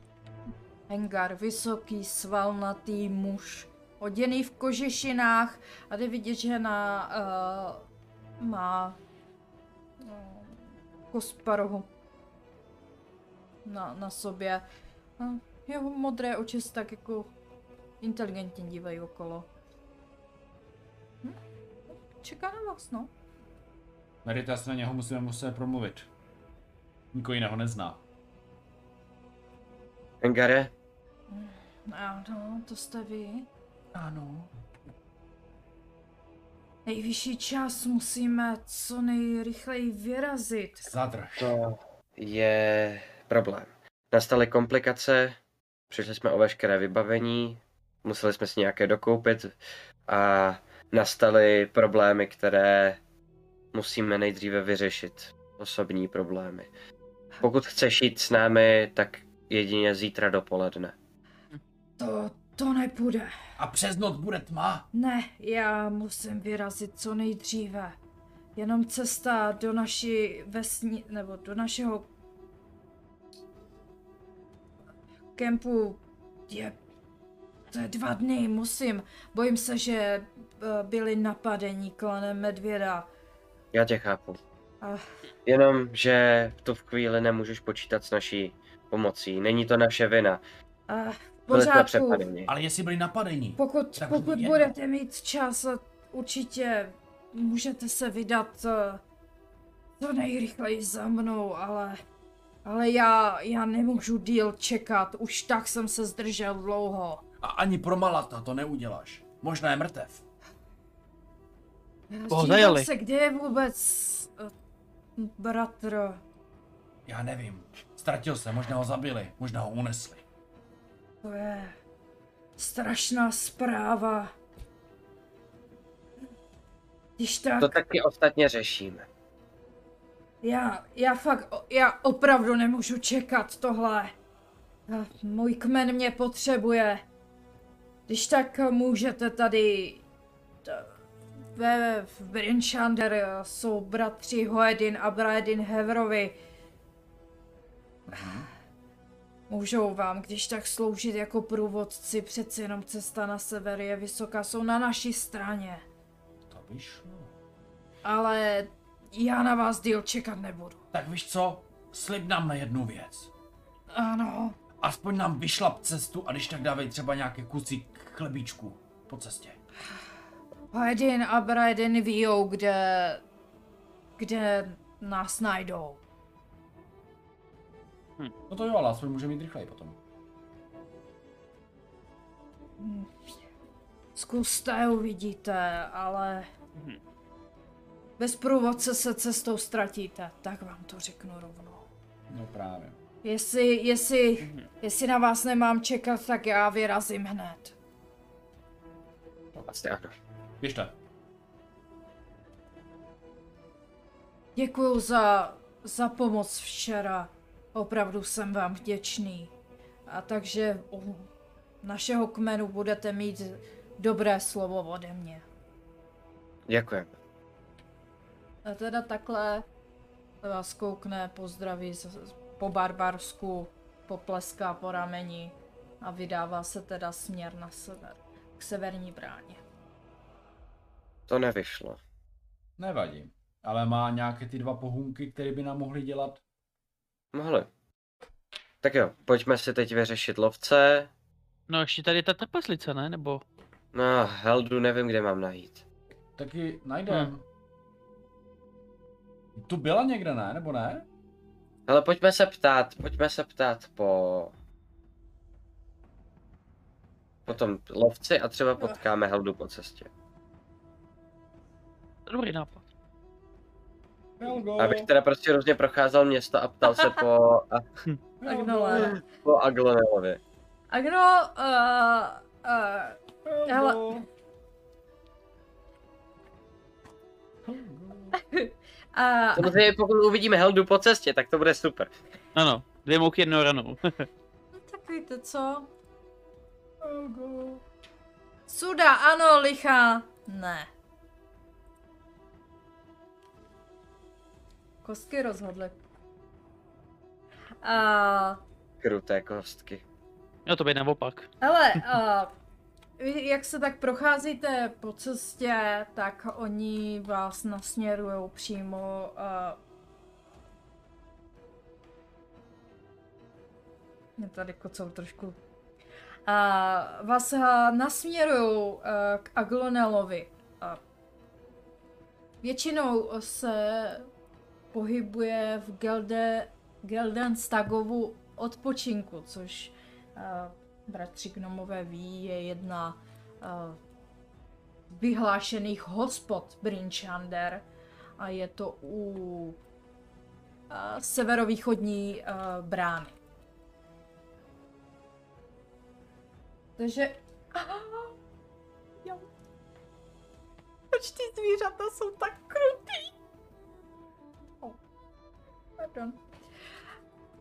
Speaker 1: Hengar, vysoký, svalnatý muž, oděný v kožešinách a jde vidět, že na, uh, má uh, kosparohu na, na sobě. Uh, jeho modré oči se tak jako inteligentně dívají okolo. Hm? Čeká na vás, no.
Speaker 2: Merita se na něho musíme muset promluvit. Nikoho jiného nezná.
Speaker 3: Hengare,
Speaker 1: Ano, to jste vy.
Speaker 2: Ano.
Speaker 1: Nejvyšší čas musíme co nejrychleji vyrazit.
Speaker 2: Zadrž.
Speaker 3: to je problém. Nastaly komplikace, přišli jsme o veškeré vybavení, museli jsme si nějaké dokoupit a nastaly problémy, které musíme nejdříve vyřešit. Osobní problémy. Pokud chceš jít s námi, tak jedině zítra dopoledne.
Speaker 1: To, to nepůjde.
Speaker 2: A přes noc bude tma.
Speaker 1: Ne, já musím vyrazit co nejdříve. Jenom cesta do naší vesni, nebo do našeho kempu je, to je dva dny, musím. Bojím se, že eh, byli napadení klanem medvěda.
Speaker 3: Já tě chápu.
Speaker 1: Ach.
Speaker 3: Jenom, že v tu chvíli nemůžeš počítat s naší pomocí. Není to naše vina.
Speaker 1: Eh, v
Speaker 3: Byli jsme
Speaker 1: pořádku,
Speaker 3: přepadeni.
Speaker 2: Ale jestli byli napadení.
Speaker 1: pokud,
Speaker 2: Tak
Speaker 1: pokud
Speaker 2: je.
Speaker 1: budete mít čas, eh, určitě můžete se vydat eh, co nejrychleji za mnou, ale, ale já, já nemůžu díl čekat, už tak jsem se zdržel dlouho.
Speaker 2: A ani pro Malata to neuděláš. Možná je mrtev.
Speaker 5: Koho
Speaker 1: Dívám
Speaker 5: zajali?
Speaker 1: se, kde je vůbec eh, bratr.
Speaker 2: Já nevím. Ztratil se, možná ho zabili, možná ho unesli.
Speaker 1: To je strašná zpráva. Když tak,
Speaker 3: To taky ostatně řešíme.
Speaker 1: já, já fakt, o- já opravdu nemůžu čekat tohle. Eh, Můj kmen mě potřebuje. Když tak můžete tady... t- Ve, v Brinshander eh, jsou bratři Hoedin a Braedin Hevrovi. Můžou vám, když tak sloužit jako průvodci, přeci jenom cesta na sever je vysoká, jsou na naší straně.
Speaker 2: To no. by šlo.
Speaker 1: Ale já na vás díl čekat nebudu.
Speaker 2: Tak víš co? Slib nám na jednu věc.
Speaker 1: Ano,
Speaker 2: Aspoň nám vyšlap cestu a když tak dávej třeba nějaké kusy k chlebíčku po cestě.
Speaker 1: Hedin a Braedin víjou, kde, kde nás najdou.
Speaker 2: No to jo, ale aspoň můžeme jít rychleji potom.
Speaker 1: Zkuste, uvidíte, ale
Speaker 5: Mhm.
Speaker 1: bez průvodce se cestou ztratíte, tak vám to řeknu rovnou.
Speaker 2: No právě.
Speaker 1: Jestli, jestli, jestli na vás nemám čekat, tak já vyrazím hned.
Speaker 3: No, Vlastně ano.
Speaker 2: Běžte.
Speaker 1: Děkuju za, za pomoc včera. Opravdu jsem vám vděčný. A takže u našeho kmenu budete mít dobré slovo ode mě.
Speaker 3: Děkujeme.
Speaker 1: A teda takhle vás koukne, pozdraví z- z- po barbarsku, popleská po rameni a vydává se teda směr na sever, k severní bráně.
Speaker 3: To nevyšlo.
Speaker 2: Nevadí. Ale má nějaké ty dva pohůnky, které by nám mohly dělat?
Speaker 3: Mohli. Tak jo, pojďme si teď vyřešit lovce.
Speaker 5: No ještě tady je ta trpaslice, ne? Nebo...
Speaker 3: No, Heldu nevím, kde mám najít.
Speaker 2: Taky najdem. Tu byla někde, ne? Nebo ne?
Speaker 3: Ale pojďme se ptát, pojďme se ptát po... Potom lovci a třeba potkáme Heldu po cestě.
Speaker 5: Dobrý nápad.
Speaker 2: Helgo,
Speaker 3: Abych teda prostě různě procházel město a ptal se po, a,
Speaker 1: Agnole.
Speaker 3: po Aglonelovi.
Speaker 1: Agno, uh, uh, Hele. uh,
Speaker 3: Samozřejmě pokud uvidíme Heldu po cestě, tak to bude super.
Speaker 5: Ano, dvě mouky jednou ranou.
Speaker 1: No tak víte co? Suda, ano, lichá. Ne. Kostky rozhodly. A,
Speaker 3: Kruté kostky.
Speaker 5: No to by naopak.
Speaker 1: hele, a, vy jak se tak procházíte po cestě, tak oni vás nasměrují přímo eh, a, Mě tady kocou trošku. A vás nasměrují k Aglonelovi. A většinou se pohybuje v Gelde, Geldenstagovu odpočinku, což eh, a, bratři Gnomové ví, je jedna a, z vyhlášených hospod Brinchander a je to u a, severovýchodní a, brány. Takže... Jo. Proč ty zvířata jsou tak krutý? Oh. Pardon.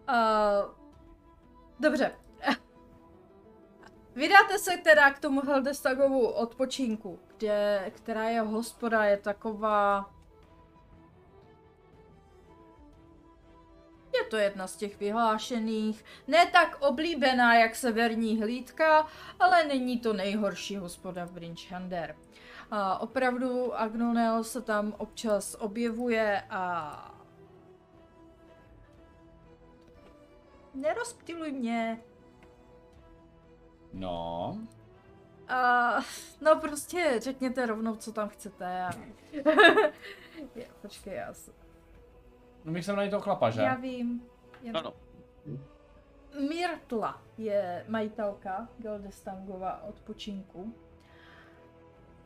Speaker 1: Eh, Uh, dobře. Vydáte se teda k tomu Heldestagovu odpočinku, kde, která je hospoda, je taková... Je to jedna z těch vyhlášených, ne tak oblíbená jak severní hlídka, ale není to nejhorší hospoda v Brinchander. A opravdu Agnonel se tam občas objevuje a... Nerozptiluj mě.
Speaker 2: No,
Speaker 1: A, no prostě řekněte rovnou, co tam chcete. A... Je, Počkej, já, s-
Speaker 2: no my jsem na toho chlapa, že?
Speaker 1: já vím. Jen...
Speaker 5: Ano.
Speaker 1: Mirtla je majitelka Geldestangova odpočinku.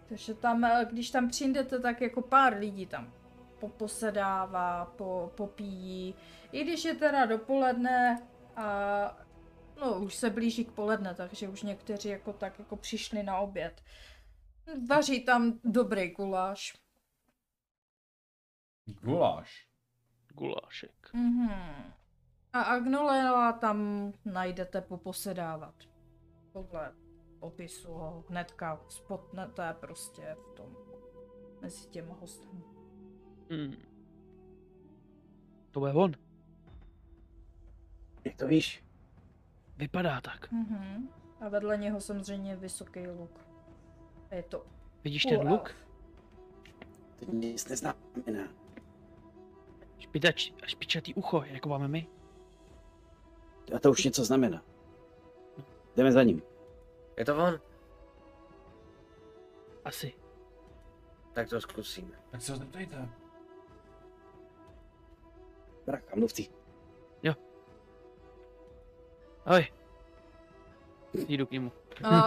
Speaker 1: Takže tam, eh, když tam přijdete, tak jako pár lidí tam po- posedává, po, popíjí. I když je teda dopoledne a no už se blíží k poledne, takže už někteří jako tak jako přišli na oběd. Vaří tam dobrý guláš.
Speaker 2: Guláš.
Speaker 5: Gulášek.
Speaker 1: Mhm. A Agnolela tam najdete poposedávat. Podle opisu ho hnedka spotnete prostě v tom mezi těma hostem.
Speaker 5: Hmm. To je on.
Speaker 4: Jak to víš?
Speaker 5: Vypadá tak.
Speaker 1: Mhm. A vedle něho samozřejmě vysoký luk. A Je to
Speaker 5: Vidíš ten
Speaker 1: půl
Speaker 5: luk?
Speaker 1: elf.
Speaker 4: To nic neznamená.
Speaker 5: Špitač, špičatý ucho, jako máme my.
Speaker 4: A to už něco znamená.
Speaker 5: No.
Speaker 4: Jdeme za ním.
Speaker 3: Je to on?
Speaker 5: Asi.
Speaker 3: Tak to zkusíme.
Speaker 2: Tak se ho zeptejte.
Speaker 4: Bracha, mluvci.
Speaker 5: Ahoj. Jdu k němu.
Speaker 1: A,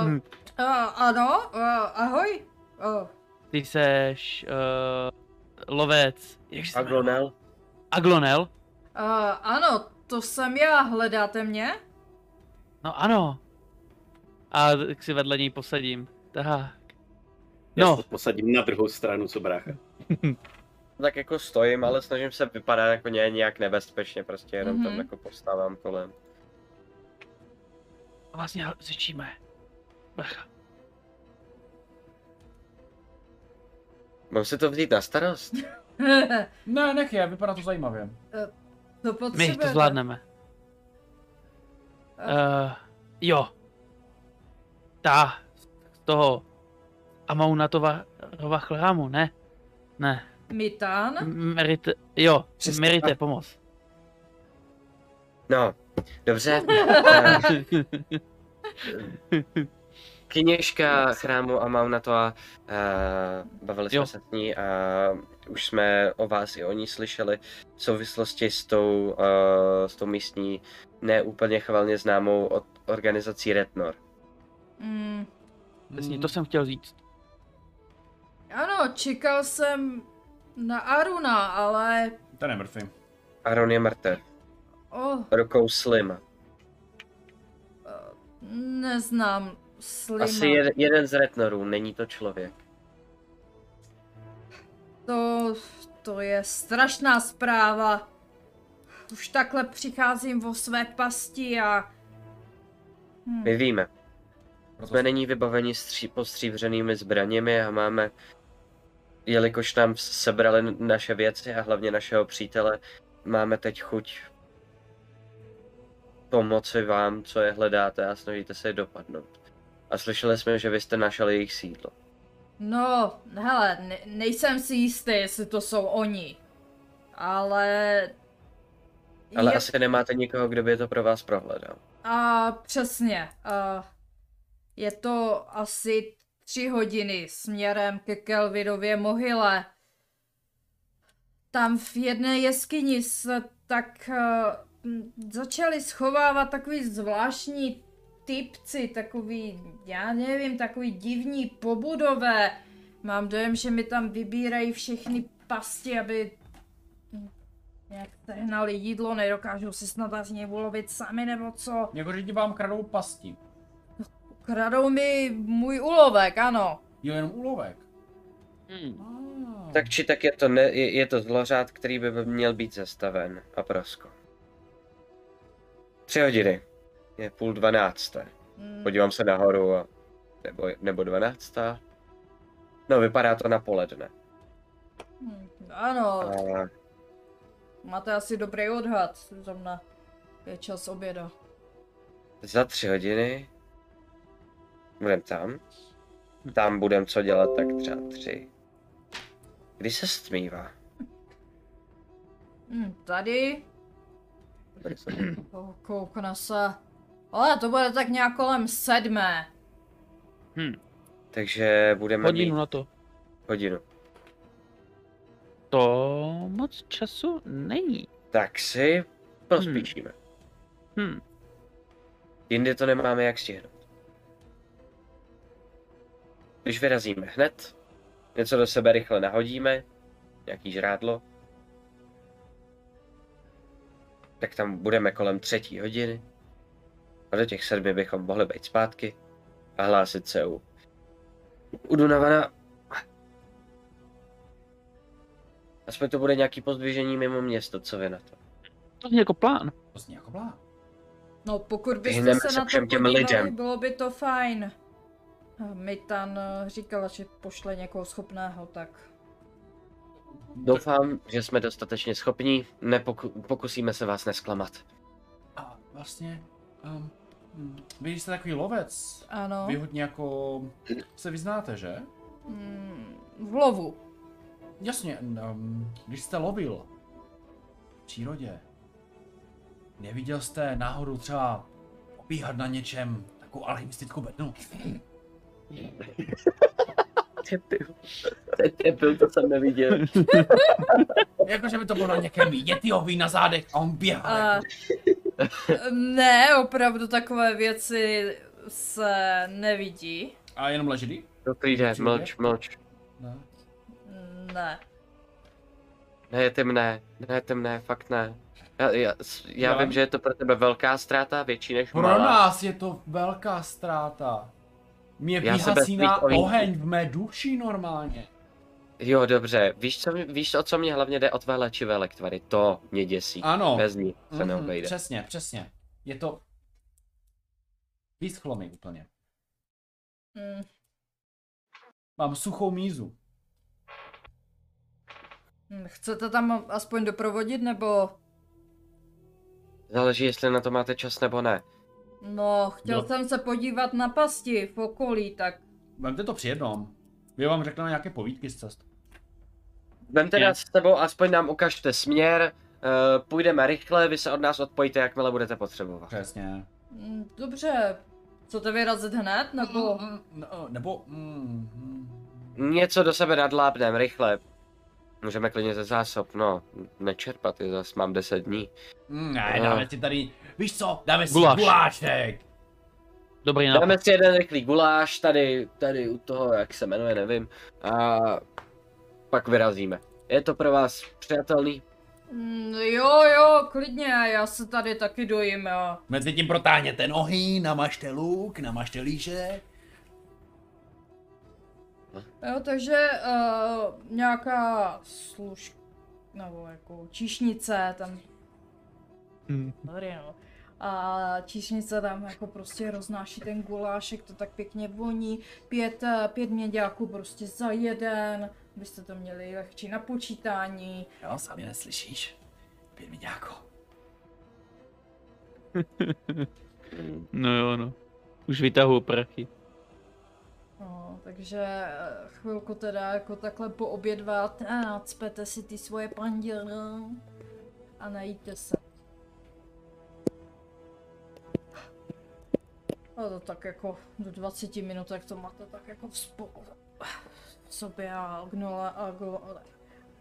Speaker 1: a, ano, a, ahoj. A,
Speaker 5: Ty seš uh, lovec. Jak se jmenuje?
Speaker 3: Aglonel?
Speaker 5: Aglonel?
Speaker 1: a, ano, to jsem já, hledáte mě?
Speaker 5: No ano. A tak si vedle něj posadím. Tak. No,
Speaker 6: posadím na druhou stranu, co brácha.
Speaker 3: Tak jako stojím, ale snažím se vypadat jako ně, nějak nebezpečně, prostě jenom
Speaker 1: Mhm.
Speaker 3: tam jako postávám kolem.
Speaker 5: vlastně řečíme. Bacha.
Speaker 3: Mám si to vzít na starost?
Speaker 2: Ne, nech je, vypadá to zajímavě.
Speaker 1: to
Speaker 5: My
Speaker 1: potřebujete.
Speaker 5: to zvládneme.
Speaker 1: A-
Speaker 5: Uh, jo. Ta z toho Amaunatova rova chrámu, ne? Ne.
Speaker 1: Mitán?
Speaker 5: Mm. Merite, jo,
Speaker 4: Přesně
Speaker 5: merite pomoc.
Speaker 3: No, dobře. Eh, Kněžka chrámu a mám na to a, a bavili jsme
Speaker 5: Jo.
Speaker 3: se s ní a už jsme o vás i o ní slyšeli v souvislosti s tou, a, s tou místní neúplně chvalně známou od organizací Retnor.
Speaker 1: Mm.
Speaker 5: Přesně, to jsem chtěl říct.
Speaker 1: Ano, čekal jsem na Aruna, ale...
Speaker 2: Hmm, Ten je mrtvý.
Speaker 3: Aron je mrtev,
Speaker 1: Oh,
Speaker 3: rukou Slima.
Speaker 1: eh, neznám Slima.
Speaker 3: Asi jed, jeden z Retnorů, není to člověk.
Speaker 1: To, to je strašná zpráva. Už takhle přicházím o své pasti a... Hm.
Speaker 3: My víme,
Speaker 2: Proto
Speaker 3: jsme není vybaveni stří, postříbřenými zbraněmi a máme, jelikož nám sebrali naše věci a hlavně našeho přítele, máme teď chuť pomoci vám, co je hledáte a snažíte se je dopadnout. A slyšeli jsme, že vy jste našli jejich sídlo.
Speaker 1: No, hele, ne- nejsem si jistý, jestli to jsou oni. Ale...
Speaker 3: Ale
Speaker 1: Je-
Speaker 3: asi nemáte nikoho, kdo by to pro vás prohledal.
Speaker 1: A přesně. A je to asi tři hodiny směrem ke Kelvidově mohyle. Tam v jedné jeskyni se tak eh, m, začali schovávat takový zvláštní typci, takový, já nevím, takový divní pobudové. Mám dojem, že mi tam vybírají všechny pasti, aby hm, nějak sehnali jídlo, nedokážou si snad ani ulovit sami nebo co.
Speaker 2: Jako, že ti vám kradou pastí.
Speaker 1: Kradou mi můj ulovek, ano.
Speaker 2: Jo, jenom úlovek.
Speaker 5: Hmm.
Speaker 2: Ah.
Speaker 3: Tak či tak je to, ne, je, je to zlořád, který by měl být zastaven a prosko. Tři hodiny. Je půl dvanácté.
Speaker 1: Mm,
Speaker 3: Podívám se nahoru a... Nebo, nebo 12. No, vypadá to na poledne.
Speaker 1: mm, Ano,
Speaker 3: A
Speaker 1: máte asi dobrý odhad, zrovna je čas oběda.
Speaker 3: za tři hodiny... Budem tam. Tam budem co dělat tak třeba tři. Kdy se stmívá?
Speaker 1: Mm, Tady Ko- Koukne se. Ale to bude tak nějak kolem sedmé.
Speaker 3: Takže budeme
Speaker 5: Hodinu
Speaker 3: mít
Speaker 5: na to.
Speaker 3: hodinu.
Speaker 5: To moc času není.
Speaker 3: Tak si prospíšíme.
Speaker 5: Hm.
Speaker 3: Jindy to nemáme jak stihnout. Když vyrazíme hned, něco do sebe rychle nahodíme, nějaký žrádlo, tak tam budeme kolem třetí hodiny a do těch sedmi bychom mohli být zpátky a hlásit se u, u Dunavana. Aspoň to bude nějaký pozdvižení mimo město, co vy na to.
Speaker 5: To je jako plán.
Speaker 2: To zní jako plán.
Speaker 1: No pokud byste
Speaker 3: Vyhneme
Speaker 1: se
Speaker 3: se
Speaker 1: na to
Speaker 3: všem těm
Speaker 1: podívali,
Speaker 3: lidem.
Speaker 1: bylo by to fajn. Mitan eh, říkala, že pošle někoho schopného, tak...
Speaker 3: Doufám, že jsme dostatečně schopní, Nepoku- pokusíme se vás nesklamat.
Speaker 2: A vlastně, um, vy jste takový lovec.
Speaker 1: Ano.
Speaker 2: Vy hodně jako se vyznáte, že?
Speaker 1: Mm, v lovu.
Speaker 2: Jasně, um, když jste lovil v přírodě, neviděl jste náhodou třeba opíhat na něčem takovou alchymistickou bednu?
Speaker 3: Byl to jsem neviděl.
Speaker 2: Jakože by to bylo na někém Yetihovi na zádech a on běhá.
Speaker 1: A...
Speaker 2: jako.
Speaker 1: ne, opravdu takové věci se nevidí.
Speaker 2: a jenom leželi?
Speaker 3: Dobrý den, mlč, mlč.
Speaker 2: Ne.
Speaker 1: Ne.
Speaker 3: Ne, je temné, ne, temné, fakt ne. Já, já, s- já
Speaker 2: Já-
Speaker 3: vím, že je to pro tebe velká ztráta, větší než
Speaker 2: Pro
Speaker 3: malá.
Speaker 2: nás je to velká ztráta. Mě
Speaker 3: Já se bez
Speaker 2: vyhasí na
Speaker 3: tvých ovinků.
Speaker 2: oheň v mé duši normálně.
Speaker 3: Jo, dobře, víš, co, mě- víš, o co mě hlavně jde? O tvé léčivé lektvary, to mě děsí.
Speaker 2: Ano.
Speaker 3: Bez ní se
Speaker 2: Mhm,
Speaker 3: neobejde.
Speaker 2: Přesně, přesně. Je to... Vyschlo mi úplně.
Speaker 1: Mm,
Speaker 2: Mám suchou mízu.
Speaker 1: mm, Chcete tam aspoň doprovodit, nebo...
Speaker 3: Záleží, jestli na to máte čas nebo ne.
Speaker 1: No, chtěl
Speaker 2: No.
Speaker 1: jsem se podívat na pasti v okolí, tak
Speaker 2: Vemte to při jednom. My vám řekneme nějaké povídky z cest.
Speaker 3: Vemte
Speaker 5: Je.
Speaker 3: nás s tebou, aspoň nám ukažte směr, eh, půjdeme rychle, vy se od nás odpojíte, jakmile budete potřebovat.
Speaker 2: Přesně.
Speaker 1: Mm, Dobře, chcete vyrazit hned, nebo...
Speaker 2: No, nebo... Mm, mm.
Speaker 3: Něco do sebe nadlápnem, rychle. Můžeme klidně ze zásob, no, nečerpat, je zas mám 10 dní.
Speaker 2: Mm, ne,
Speaker 3: No.
Speaker 2: dáme si tady... Víš co? Dáme si
Speaker 5: Guláš.
Speaker 2: gulášek!
Speaker 5: Dobrý nápad.
Speaker 3: Dáme si jeden rychlý guláš, tady, tady u toho, jak se jmenuje, nevím. A pak vyrazíme. Je to pro vás přijatelný?
Speaker 1: Mm, Jo, jo, klidně, já se tady taky dojím, jo.
Speaker 2: Mezi tím protáhněte nohy, namažte luk, namažte líže.
Speaker 1: Jo, takže uh, nějaká služ... nebo jako číšnice tam...
Speaker 5: Hm.
Speaker 1: Dobrý, no. A číšnice tam jako prostě roznáší ten gulášek, to tak pěkně voní. Pět, eh, pět měďáků prostě za jeden, byste to měli lehčí na počítání.
Speaker 2: Jo, sám je neslyšíš. Pět mi nějakou.
Speaker 5: No jo, no. Už vytahuju prachy.
Speaker 1: No, takže eh, chvilku teda jako takhle poobědvat eh, a nacpete si ty svoje panděry a najíte se. A to tak jako do 20 minut, tak to máte tak jako v spo- v sobě a agnola, aglo,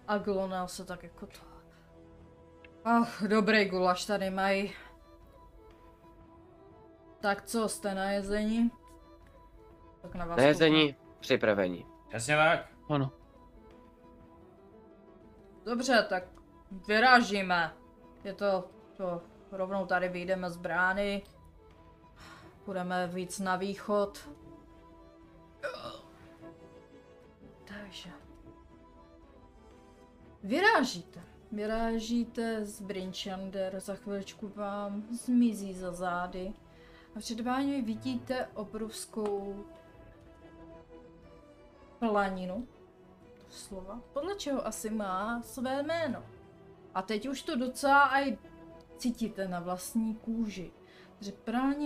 Speaker 1: aglona se tak jako to. Ach, dobrý gulaš tady mají. Tak co, jste na jezení? Tak na vás
Speaker 3: Na
Speaker 1: koukám.
Speaker 3: jezení, připravení.
Speaker 2: Přesně tak.
Speaker 5: Ano.
Speaker 1: Dobře, tak vyrážíme. Je to, to rovnou tady vyjdeme z brány. Budeme víc na východ. Takže. Vyrážíte. Vyrážíte z Brinchander, za chviličku vám zmizí za zády. A před vámi vidíte obrovskou planinu. Slova. Podle čeho asi má své jméno. A teď už to docela aj cítíte na vlastní kůži. Že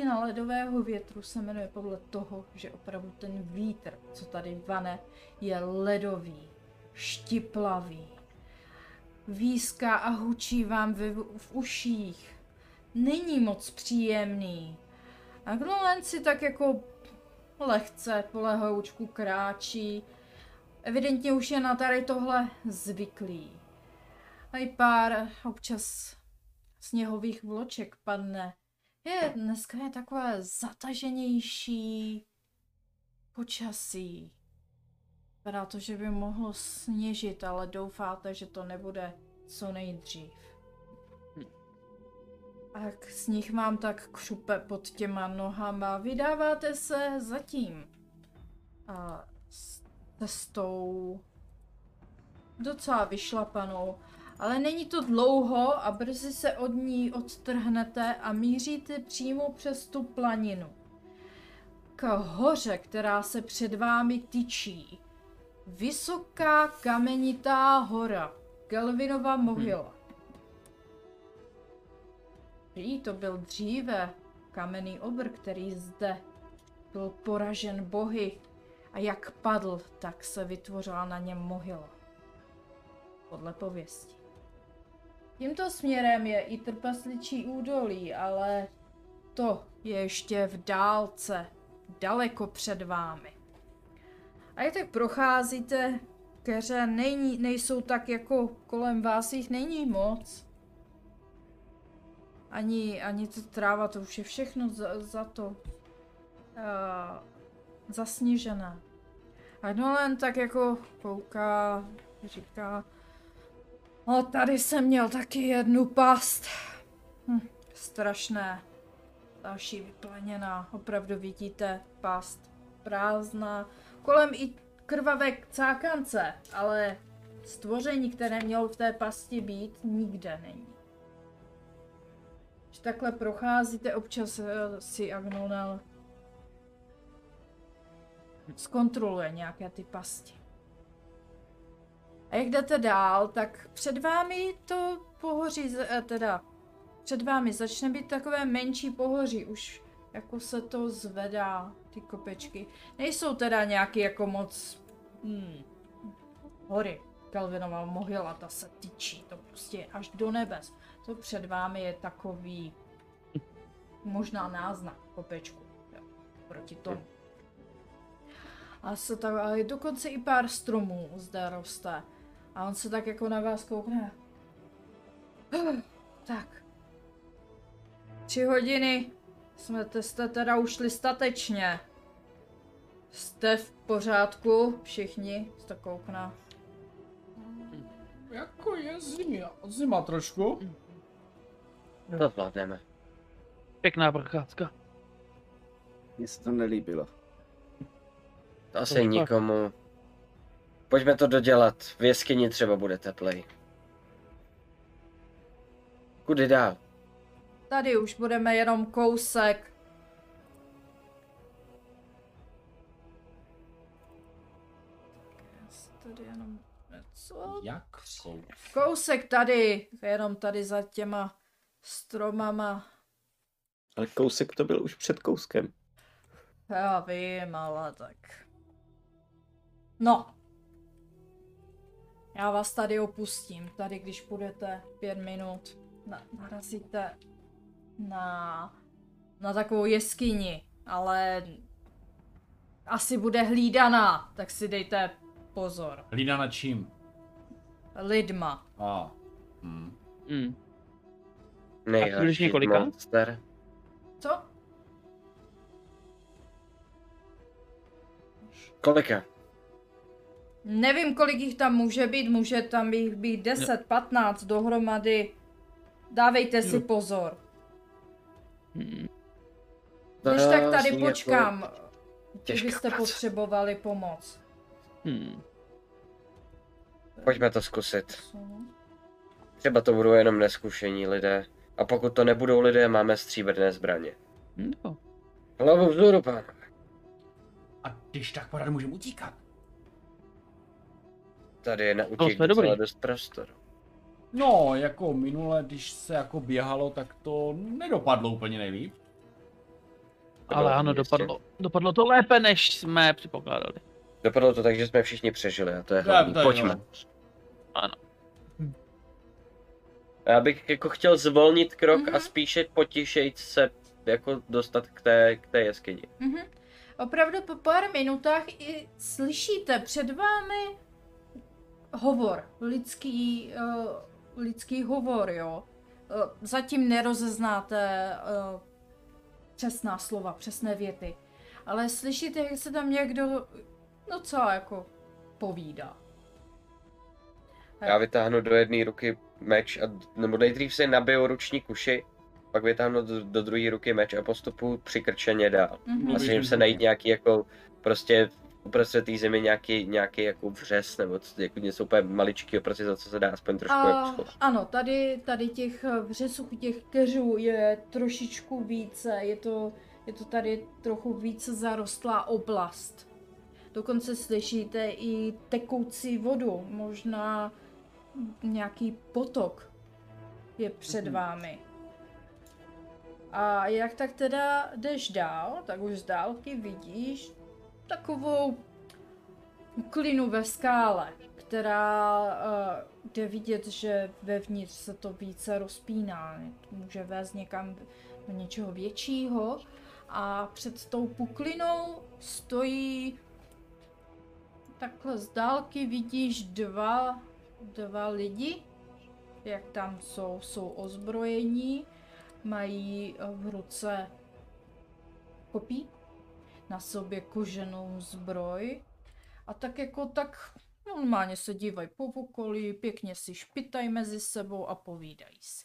Speaker 1: na ledového větru se jmenuje podle toho, že opravdu ten vítr, co tady vane, je ledový, štiplavý. Výská a hučí vám v, v uších. Není moc příjemný. A Gnolen si tak jako lehce po lehoučku kráčí. Evidentně už je na tady tohle zvyklý. A i pár občas sněhových vloček padne. Je, dneska je takové zataženější počasí. Vypadá to, že by mohlo sněžit, ale doufáte, že to nebude co nejdřív. A k sníh vám tak křupe pod těma nohama. Vydáváte se zatím. A s cestou docela vyšlapanou. Ale není to dlouho a brzy se od ní odtrhnete a míříte přímo přes tu planinu. K hoře, která se před vámi tyčí. Vysoká kamenitá hora. Gelvinova mohyla. Prý to byl dříve kamenný obr, který zde byl poražen bohy a jak padl, tak se vytvořila na něm mohyla. Podle pověstí. Tímto směrem je i trpasličí údolí, ale to je ještě v dálce, daleko před vámi. A jak tak procházíte, keře nej, nejsou tak jako kolem vás, jich není moc. Ani, ani ta tráva, to už je všechno za, za to. Uh, zasněžená. A Nolan tak jako kouká, říká, o tady jsem měl taky jednu past. Hm, strašné. Další vyplaněná, opravdu vidíte, past prázdná. Kolem i krvavé cákance, ale stvoření, které mělo v té pasti být, nikde není. Když takhle procházíte, občas eh, si Agnonel zkontroluje nějaké ty pasti. A jak jdete dál, tak před vámi to pohoří, z- eh, teda před vámi začne být takové menší pohoří, už jako se to zvedá, ty kopečky. Nejsou teda nějaký jako moc hmm, hory. Kalvinova mohyla, ta se tyčí, to prostě je až do nebes. To před vámi je takový možná náznak kopečku jo, proti tomu. A se tak, ale dokonce i pár stromů zde roste. A on se tak jako na vás koukne. tak. Tři hodiny jsme te, jste teda ušli statečně. Jste v pořádku všichni? Z to koukna.
Speaker 2: Jako je zima, zima trošku.
Speaker 3: To zvládneme.
Speaker 5: Pěkná procházka.
Speaker 4: Mně se to nelíbilo.
Speaker 3: To asi
Speaker 5: To pak.
Speaker 3: nikomu. Pojďme to dodělat. V jeskyni třeba bude teplej. Kudy dál?
Speaker 1: Tady už budeme jenom kousek. Já si Tady jenom... Co
Speaker 2: Jak? kolik?
Speaker 1: Kousek tady, jenom tady za těma stromama.
Speaker 4: Ale kousek to byl už před kouskem.
Speaker 1: Já vím, ale tak. No. Já vás tady opustím. Tady, když půjdete pět minut, na, narazíte na, na takovou jeskyni, ale asi bude hlídaná, tak si dejte pozor.
Speaker 2: Hlídá nad čím?
Speaker 1: Lidma.
Speaker 2: A. Hm.
Speaker 5: Mm. budeš
Speaker 3: Nejhorší
Speaker 5: několika?
Speaker 3: monster.
Speaker 1: Co?
Speaker 3: Kolika?
Speaker 1: Nevím, kolik jich tam může být, může tam jich být 10, 15 dohromady. Dávejte si pozor.
Speaker 5: Mm.
Speaker 1: Když
Speaker 3: To
Speaker 1: tak tady
Speaker 3: zní jako
Speaker 1: počkám,
Speaker 3: těžká
Speaker 1: kdybyste
Speaker 3: práce.
Speaker 1: potřebovali pomoc.
Speaker 5: Mm.
Speaker 3: Pojďme to zkusit. Třeba to budou jenom neskušení lidé. A pokud to nebudou lidé, máme stříbrné zbraně.
Speaker 5: No.
Speaker 3: Hlavu vzhůru, pán.
Speaker 2: A když tak pořád můžeme utíkat.
Speaker 3: Tady je na
Speaker 5: To
Speaker 3: utěk
Speaker 5: No, jsme
Speaker 3: docela
Speaker 5: dobrý.
Speaker 3: dost prostoru.
Speaker 2: No, jako minule, když se jako běhalo, tak to nedopadlo úplně nejlíp.
Speaker 3: To
Speaker 5: Ale
Speaker 3: bylo
Speaker 5: ano,
Speaker 3: jistě.
Speaker 5: dopadlo, dopadlo to lépe, než jsme předpokládali.
Speaker 3: Dopadlo to tak, že jsme všichni přežili a to je
Speaker 2: To je-
Speaker 3: hlavní.
Speaker 2: to je
Speaker 3: Pojďme.
Speaker 2: jo.
Speaker 5: Ano. Hm.
Speaker 3: Já bych jako chtěl zvolnit krok
Speaker 1: Mhm.
Speaker 3: a spíše potišejt se jako dostat k té, k té jeskyni.
Speaker 1: Mhm. Opravdu po pár minutách i slyšíte před vámi hovor, lidský, uh, lidský hovor, jo. Uh, zatím nerozeznáte uh, přesná slova, přesné věty, ale slyšíte, jak se tam někdo docela jako povídá.
Speaker 3: Já vytáhnu do jedné ruky meč, a, nebo nejdřív si nabiju ruční kuši, pak vytáhnu do, do druhé ruky meč a postupu přikrčeně dál.
Speaker 1: Mhm.
Speaker 3: A
Speaker 2: Mluvíš
Speaker 3: snažím se
Speaker 2: rukou.
Speaker 3: najít nějaký jako, prostě uprostřed té zemi nějaký, nějaký jako vřes, nebo c- jako něco úplně maličkého, prostě za co se dá aspoň trošku
Speaker 1: A-
Speaker 3: jako schovat.
Speaker 1: Ano, tady, tady těch eh, vřesů, těch keřů je trošičku více, je to, je to tady trochu více zarostlá oblast. Dokonce slyšíte i tekoucí vodu, možná nějaký potok je před vámi. A jak tak teda jdeš dál, tak už z dálky vidíš takovou klinu ve skále, která uh, jde vidět, že vevnitř se to více rozpíná. Může vést někam do něčeho většího. A před tou puklinou stojí takhle z dálky vidíš dva, dva lidi, jak tam jsou, jsou ozbrojení, mají eh, v ruce kopí, na sobě koženou zbroj a tak jako tak normálně se dívají po okolí, pěkně si špitají mezi sebou a povídají si.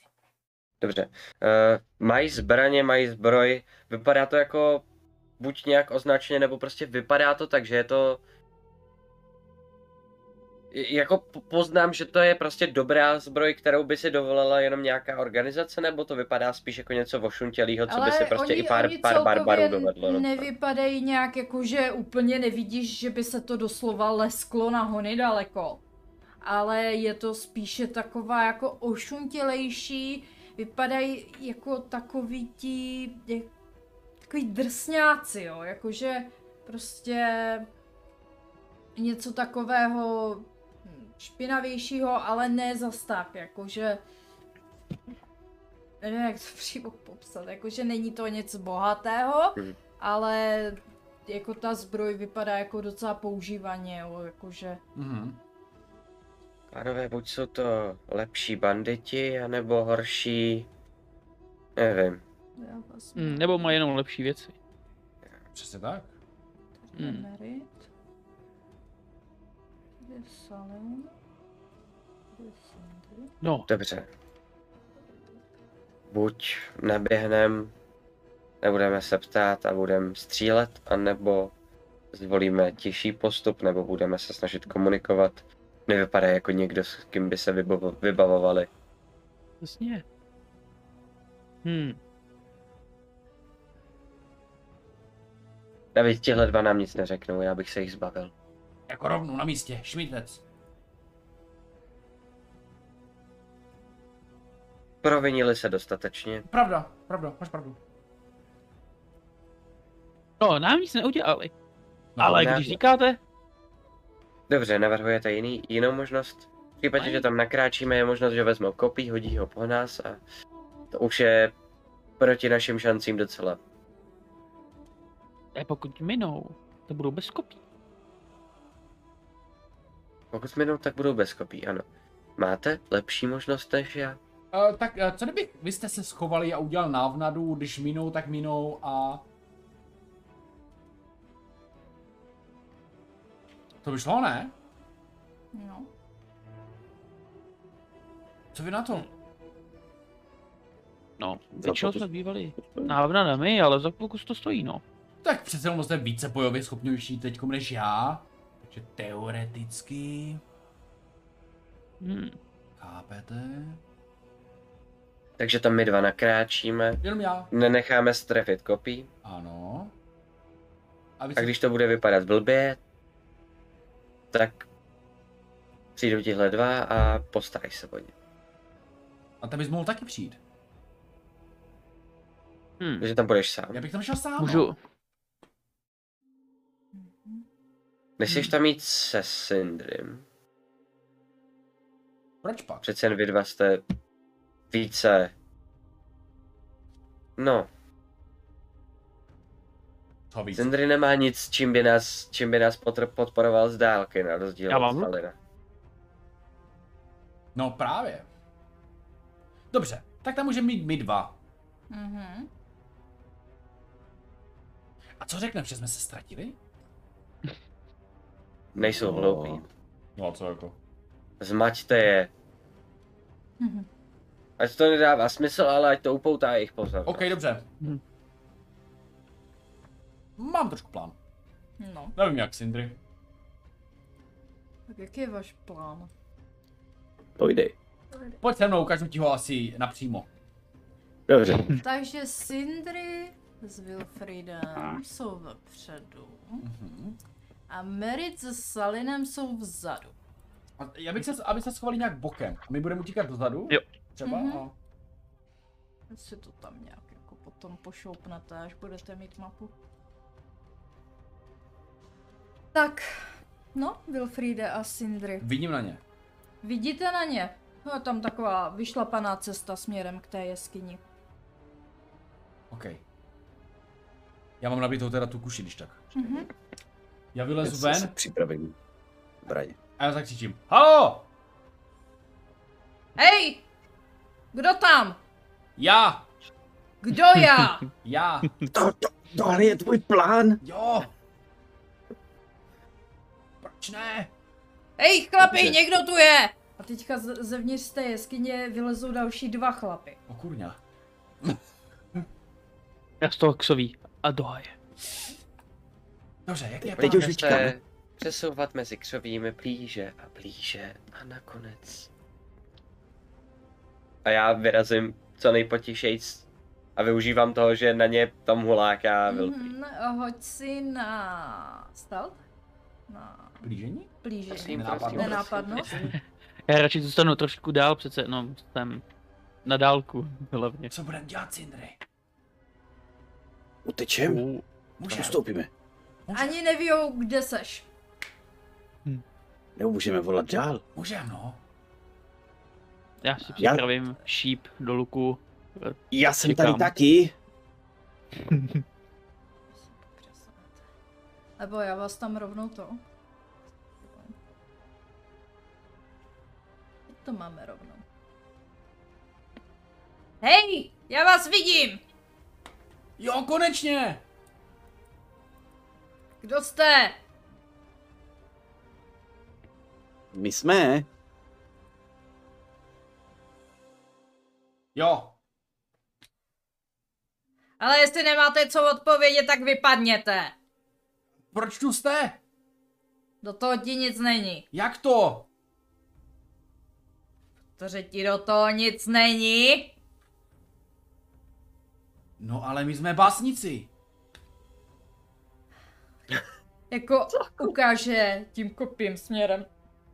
Speaker 3: Dobře. Uh, mají zbraně, mají zbroj, vypadá to jako buď nějak označeně, nebo prostě vypadá to tak, že je to... J- Jako po- poznám, že to je prostě dobrá zbroj, kterou by si dovolila jenom nějaká organizace, nebo to vypadá spíš jako něco vošuntělýho, co by si prostě i pár, pár
Speaker 1: celkově
Speaker 3: barbarů dovedlo. No.
Speaker 1: nevypadají nějak jako, že úplně nevidíš, že by se to doslova lesklo na hony daleko. Ale je to spíše taková jako ošuntělejší, vypadají jako takový ti, jak, takový drsňáci, jo, jakože prostě něco takového hm, špinavějšího, ale ne zas tak, jakože nevím, jak to přímo popsat, jakože není to nic bohatého,
Speaker 3: Mhm.
Speaker 1: ale jako ta zbroj vypadá jako docela používaně, jo, jakože
Speaker 2: Mhm.
Speaker 3: Pánové, buď jsou to lepší banditi, anebo horší... Nevím.
Speaker 1: já vlastně- vás
Speaker 5: Hm, Nebo mají jenom lepší věci.
Speaker 2: Přesně tak.
Speaker 5: Hmm.
Speaker 1: Merit. Kde je Salim? Kde je Sindri?
Speaker 5: No,
Speaker 3: Dobře. Buď naběhnem, nebudeme se ptát a budeme střílet, anebo zvolíme těžší postup, nebo budeme se snažit komunikovat. Nevypadá jako někdo, s kým by se vybavo- vybavovali.
Speaker 5: přesně. Hm.
Speaker 3: Navíc tihle dva nám nic neřeknou, já bych se jich zbavil.
Speaker 2: Jako rovnou na místě, šmítnec.
Speaker 3: Provinili se dostatečně.
Speaker 2: Pravda, pravda, máš pravdu.
Speaker 5: No, nám nic neudělali. No, ale
Speaker 3: No, ne.
Speaker 5: když říkáte,
Speaker 3: Dobře, navrhujete jiný, jinou možnost? V případě, že tam nakráčíme, je možnost, že vezmou kopí, hodí ho po nás a to už je proti našim šancím docela.
Speaker 5: eh, pokud minou, to budou bez kopí.
Speaker 3: Pokud minou, tak budou bez kopí, ano. Máte lepší možnost než já?
Speaker 2: Uh, tak uh, co kdyby vy jste se schovali a udělal návnadu, když minou, tak minou a... To by šlo, ne?
Speaker 1: No.
Speaker 2: Co vy na to?
Speaker 5: No,
Speaker 4: Za
Speaker 5: většinou
Speaker 4: pokus-
Speaker 5: jsme bývali návnadami, ale za pokus to stojí, no.
Speaker 2: Tak přece jenom jste více bojově schopnější teď než já. Takže teoreticky...
Speaker 5: Hm.
Speaker 2: Chápete?
Speaker 3: Takže tam my dva nakráčíme.
Speaker 2: Jenom já.
Speaker 3: Nenecháme strefit kopí.
Speaker 2: Ano. A, vy
Speaker 3: A
Speaker 2: si-
Speaker 3: když to bude vypadat blbě, tak přijdou tihle dva a postaraj se o ně.
Speaker 2: a tam bys mohl taky přijít.
Speaker 5: Hm.
Speaker 3: Takže tam budeš sám.
Speaker 2: Já bych tam šel sám. no.
Speaker 5: Můžu,
Speaker 3: Nechceš tam jít se Sindrym?
Speaker 2: Proč pak?
Speaker 3: Přece jen vy dva jste více... No,
Speaker 2: Co víc?
Speaker 3: Sindry nemá nic, čím by nás, čím by nás potr- podporoval z dálky, na rozdíl
Speaker 5: Já
Speaker 3: od
Speaker 5: mám luk.
Speaker 3: Stalina.
Speaker 2: No právě. Dobře, tak tam můžeme mít my dva.
Speaker 1: Mhm.
Speaker 2: A co řekneme, že jsme se ztratili?
Speaker 3: Nejsou
Speaker 4: No.
Speaker 3: hloupí.
Speaker 2: No a co jako?
Speaker 3: Zmaťte je.
Speaker 1: Mhm.
Speaker 3: Ať to nedává smysl, ale ať to upoutá jejich pozornost.
Speaker 2: OK, dobře.
Speaker 5: Hm.
Speaker 2: Mám trošku plán.
Speaker 1: No,
Speaker 2: Nevím jak, Sindri.
Speaker 1: tak jaký je váš plán?
Speaker 4: Pojdej.
Speaker 2: Pojď se mnou, ukážu ti ho asi napřímo.
Speaker 4: Dobře.
Speaker 1: Takže Sindri s Wilfriedem jsou vepředu
Speaker 2: Mhm.
Speaker 1: a Merit se Salinem jsou vzadu.
Speaker 2: A já bych se, aby se schovali nějak bokem. A my budeme utíkat dozadu?
Speaker 5: Jo.
Speaker 2: Třeba?
Speaker 1: Mhm.
Speaker 2: A...
Speaker 1: Si to tam nějak jako potom pošoupnete, až budete mít mapu. Tak, no, Wilfriede a Sindri.
Speaker 2: Vidím na ně.
Speaker 1: Vidíte na ně? No, je tam taková vyšlapaná cesta směrem k té jeskyni.
Speaker 2: OK. Já mám nabitou teda tu kuši, když tak.
Speaker 1: Mhm.
Speaker 2: Já
Speaker 4: Já
Speaker 2: vylezu
Speaker 4: se- se
Speaker 2: ven
Speaker 4: připravím. Braně.
Speaker 2: a já zakřičím. Halo!
Speaker 1: Hej! Kdo tam?
Speaker 2: Já!
Speaker 1: Kdo já?
Speaker 2: Já!
Speaker 4: No To, to, tohle je tvůj plán.
Speaker 2: Jo! Proč ne?
Speaker 1: Hej, chlapi,
Speaker 4: Dobře.
Speaker 1: někdo tu je! A teďka z- zevnitř z té jeskyně vylezou další dva chlapy.
Speaker 2: O kurňa.
Speaker 5: já z toho ksoví. A dohaje.
Speaker 2: Dobře, jak je
Speaker 4: Teď už
Speaker 2: plán?
Speaker 4: vyčkáme.
Speaker 3: se přesouvat mezi křovími blíže a blíže a nakonec. A já vyrazím co nejpotišejc a využívám toho, že na ně tam huláká Wilfried.
Speaker 1: Mhm, a hoď si na... Stealth? Na
Speaker 2: Blížení?
Speaker 1: plížení.
Speaker 3: Prosím,
Speaker 2: Nenápadnost.
Speaker 3: prosím,
Speaker 1: Nenápadnost?
Speaker 3: prosím.
Speaker 5: Já radši zůstanu trošku dál, přece no, jsem na dálku hlavně.
Speaker 2: Co budeme dělat, Sindri?
Speaker 4: Utečem?
Speaker 5: U,
Speaker 2: Můžeme.
Speaker 4: Ustoupíme.
Speaker 2: Můžeme,
Speaker 1: Ani nevíjou, kde seš.
Speaker 4: Nebo můžeme volat dál.
Speaker 2: můžem no.
Speaker 5: já si připravím šíp do luku.
Speaker 4: Já jsem
Speaker 5: Čekám.
Speaker 4: tady taky.
Speaker 1: Nebo já vás tam rovnou to. To máme rovnou. Hej, já vás vidím!
Speaker 2: Jo, konečně!
Speaker 1: Kdo jste?
Speaker 4: My jsme.
Speaker 2: Jo,
Speaker 1: Ale jestli nemáte co odpovědět, tak vypadněte.
Speaker 2: proč tu jste?
Speaker 1: Do toho ti nic není.
Speaker 2: Jak to?
Speaker 1: Protože ti do toho nic není.
Speaker 2: No ale my jsme básnici.
Speaker 1: Jako ukáže tím kopím směrem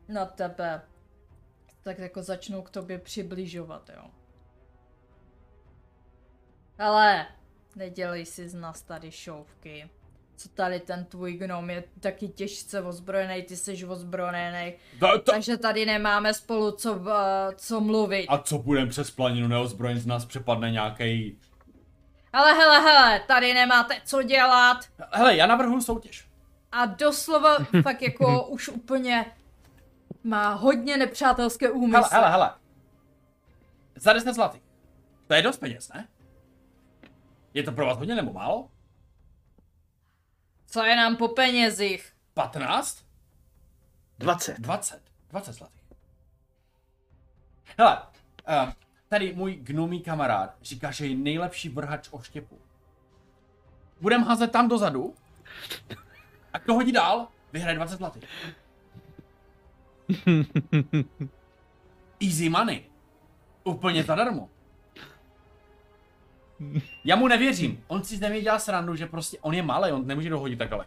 Speaker 1: na tebe. Tak jako začnou k tobě přibližovat, jo. Ale nedělej si z nás tady šouvky. Co tady ten tvůj gnom je taky těžce ozbrojený, ty jsi ozbrojený.
Speaker 2: Da, ta...
Speaker 1: Takže tady nemáme spolu co, eh, co mluvit.
Speaker 2: A co budem přes planinu neozbrojen, z nás přepadne nějaký.
Speaker 1: Ale hele, hele, tady nemáte co dělat.
Speaker 2: Hele, já navrhuji soutěž.
Speaker 1: A doslova fakt jako už úplně má hodně nepřátelské úmysly.
Speaker 2: Hele, hele, hele. Za 10 zlatých. To je dost peněz, ne? Je to pro vás hodně nebo málo?
Speaker 1: Co je nám po penězích?
Speaker 2: 15?
Speaker 4: 20.
Speaker 2: 20. 20 zlatých. Hele, uh, tady můj gnomý kamarád říká, že je nejlepší vrhač oštěpu. Budem házet tam dozadu a kdo hodí dál, vyhraje 20 zlatých. Easy money. Úplně zadarmo. Já mu nevěřím. On si nevěděl srandu, že prostě on je malý, on nemůže dohodit takhle.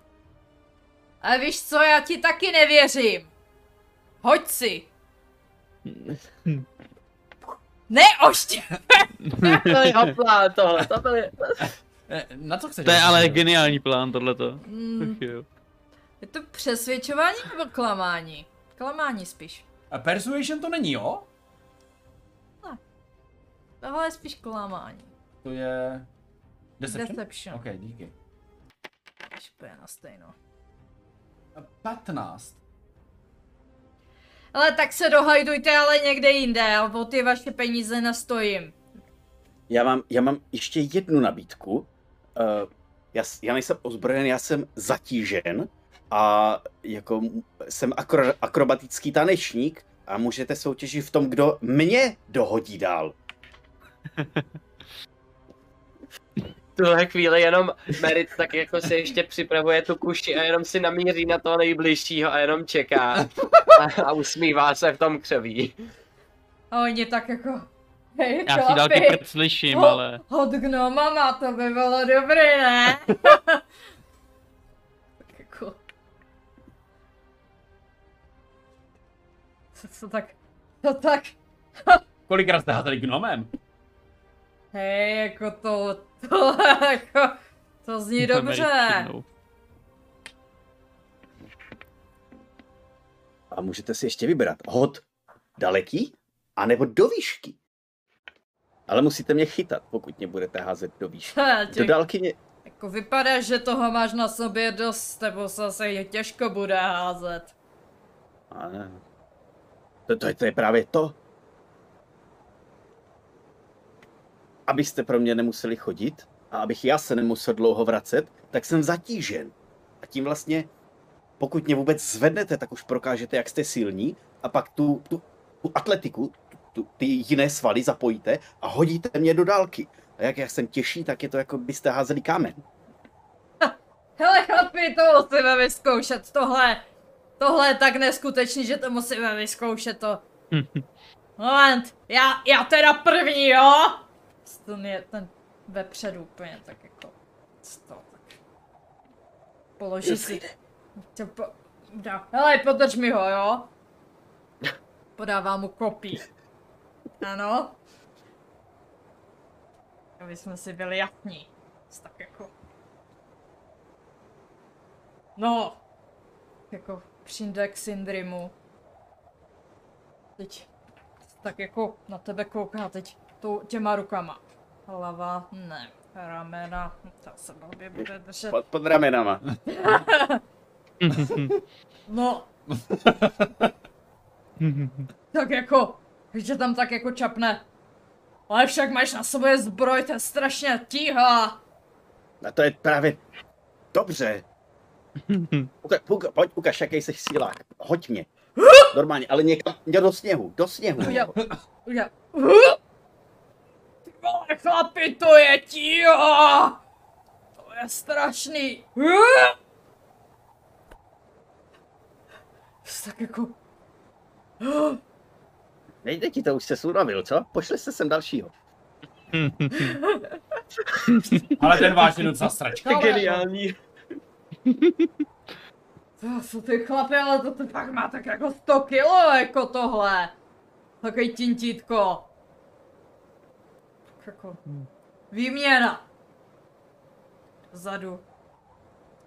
Speaker 1: Ale víš co, já ti taky nevěřím. Hoď si. Ne, oště.
Speaker 3: Byly hoplá, tohle, to byly...
Speaker 2: Eh, Na co chceš?
Speaker 5: To je ale geniální plán tohleto.
Speaker 1: Mm,
Speaker 5: Ach jo.
Speaker 1: je to přesvědčování nebo klamání? Klamání spíš.
Speaker 2: A persuasion to není, jo?
Speaker 1: Tohle je spíš klamání.
Speaker 2: To je... Deception?
Speaker 1: Deception.
Speaker 2: Ok, díky.
Speaker 1: Když bude na stejno.
Speaker 2: A 15.
Speaker 1: Ale tak se dohajdujte ale někde jinde, já o ty vaše peníze nastojím.
Speaker 4: Já mám, já mám ještě jednu nabídku. Uh, já, s- já nejsem ozbrojen, já jsem zatížen a jako m- jsem akro, akrobatický tanečník a můžete soutěžit v tom, kdo mě dohodí dál.
Speaker 3: V tuhle chvíli jenom Merit tak jako se ještě připravuje tu kuši a jenom si namíří na toho nejbližšího a jenom čeká. A, a usmívá se v tom křoví.
Speaker 1: A oni tak jako... Hej,
Speaker 5: Já si dálky
Speaker 1: chlapi,
Speaker 5: prd slyším,
Speaker 1: Oh.
Speaker 5: ale...
Speaker 1: Od gnoma má to by bylo dobré, ne? Tak jako... Co, co tak... To tak...
Speaker 2: Kolikrát jste házeli gnomem?
Speaker 1: Hej, jako to... To jako... To zní dobře.
Speaker 5: Američtinou.
Speaker 4: A můžete si ještě vybrat hod daleký anebo do výšky. Ale musíte mě chytat, pokud mě budete házet do výšky.
Speaker 1: Ha,
Speaker 4: Do
Speaker 1: tě-
Speaker 4: dálky mě,
Speaker 1: Jako vypadá, že toho máš na sobě dost, s tebou se asi těžko bude házet.
Speaker 4: A ne. To, to, je- to je právě to. Abyste pro mě nemuseli chodit a abych já se nemusel dlouho vracet, tak jsem zatížen. A tím vlastně, pokud mě vůbec zvednete, tak už prokážete, jak jste silní a pak tu, tu, tu atletiku, tu, ty jiné svaly zapojíte a hodíte mě do dálky. A jak já jsem těžší, tak je to, jako byste házeli kámen.
Speaker 1: Hele chlapi, to musíme vyzkoušet, tohle, tohle je tak neskutečný, že to musíme vyzkoušet to. Moment, já, já teda první, jo? Ten je ten vepředu úplně tak jako, co to tak. Položí si, to po, dá, hele, podrž mi ho, jo? Podává mu kopí. Ano? Aby jsme si byli jasní. Tak jako... No. Jako přijde k Sindrimu. Teď tak jako na tebe kouká teď tou těma rukama. Hlava, ne. Ramena, ta se blbě bude držet.
Speaker 4: Pod, pod ramenama.
Speaker 1: No, tak jako, že tam tak jako čapne. Ale však máš na sobě zbroj, to je strašně tíha.
Speaker 4: A to je právě dobře. Uka, uka, pojď, ukaž, jaký jsi sílák. Hoď mě. Normálně, ale někam někam do sněhu, do sněhu.
Speaker 1: Udělal, udělal. Ty vole, chlapi, to je tíha. To je strašný. Tak jako,
Speaker 4: Nejde ti to, už se sunavil, co? Pošli se sem dalšího.
Speaker 2: Ale ten váš je docela sračka.
Speaker 3: Geniální.
Speaker 1: To jsou ty chlapy, ale to, to pak má tak jako 100 kilo, jako tohle. Takový tintítko. Tak Jako. Výměna. Zadu.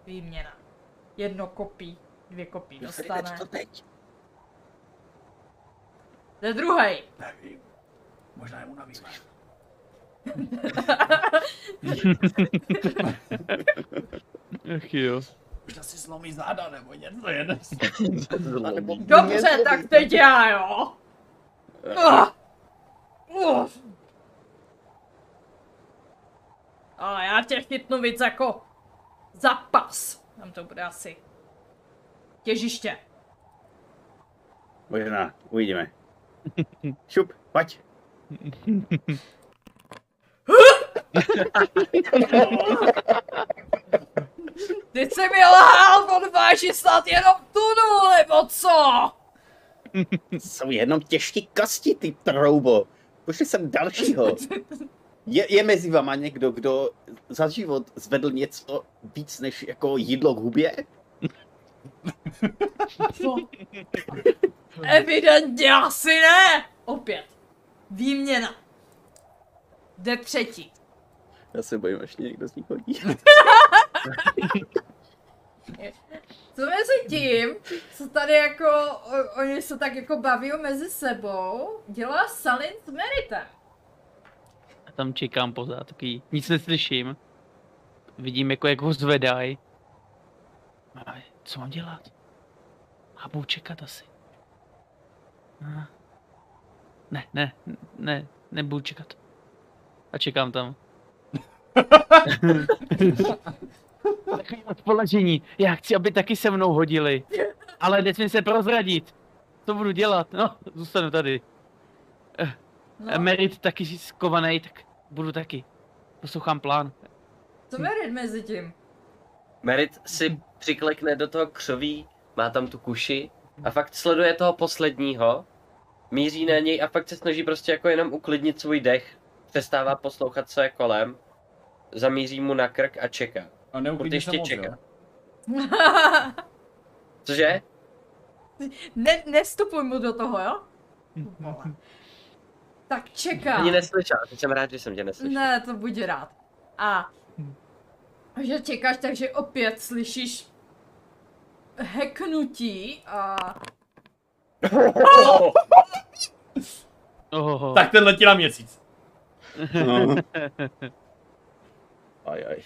Speaker 1: Výměna. Jedno kopí, dvě kopí dostane.
Speaker 4: to teď.
Speaker 1: Jde druhý.
Speaker 2: Nevím. Možná je mu navíc.
Speaker 5: Ach jo.
Speaker 2: Možná si zlomí záda nebo něco jeden.
Speaker 1: Dobře, tak teď já, jo. Ah. Uf. Ale já tě chytnu víc jako za pas. Tam to bude asi těžiště.
Speaker 4: Možná, uvidíme. Šup, pojď.
Speaker 1: Ty jsi mi lhal, on váží snad jenom tunu, nebo co?
Speaker 4: Jsou jenom těžký kosti, ty troubo. Pošli sem dalšího.
Speaker 7: Je, je mezi vama někdo, kdo za život zvedl něco víc než jako jídlo k hubě?
Speaker 1: Evidentně asi ne! Opět. Výměna. Jde třetí.
Speaker 7: Já se bojím, až někdo z nich hodí.
Speaker 1: Co mezi tím, co tady jako, o, oni se tak jako baví mezi sebou, dělá Salin s Meritem.
Speaker 5: A tam čekám pořád, takový, nic neslyším. Vidím, jako jak ho zvedají. A co mám dělat? A budu čekat asi. A... Ne, ne, ne, nebudu čekat. A čekám tam. Takový odpoležení. Já chci, aby taky se mnou hodili. Ale nesmím se prozradit. Co budu dělat? No, zůstanu tady.
Speaker 1: No,
Speaker 5: No. Merit taky skovaný, tak budu taky. Poslouchám plán.
Speaker 1: co Merit mezi tím?
Speaker 3: Merit si přiklekne do toho křoví, má tam tu kuši a fakt sleduje toho posledního, míří na něj a fakt se snaží prostě jako jenom uklidnit svůj dech, přestává poslouchat, co je kolem, zamíří mu na krk a čeká.
Speaker 2: A neuklidní
Speaker 3: Protože
Speaker 2: se
Speaker 3: tě
Speaker 2: moc,
Speaker 3: čeká.
Speaker 2: jo?
Speaker 3: Cože?
Speaker 1: ne, nevstupuj mu do toho, jo? Vole. Tak čeká.
Speaker 3: Ani neslyšel, teď jsem rád, že jsem tě neslyšel.
Speaker 1: Ne, to buď rád. A že čekáš, takže opět slyšíš heknutí a
Speaker 5: Ohoho.
Speaker 2: Tak ten letí na měsíc.
Speaker 6: No.
Speaker 7: Aj, aj.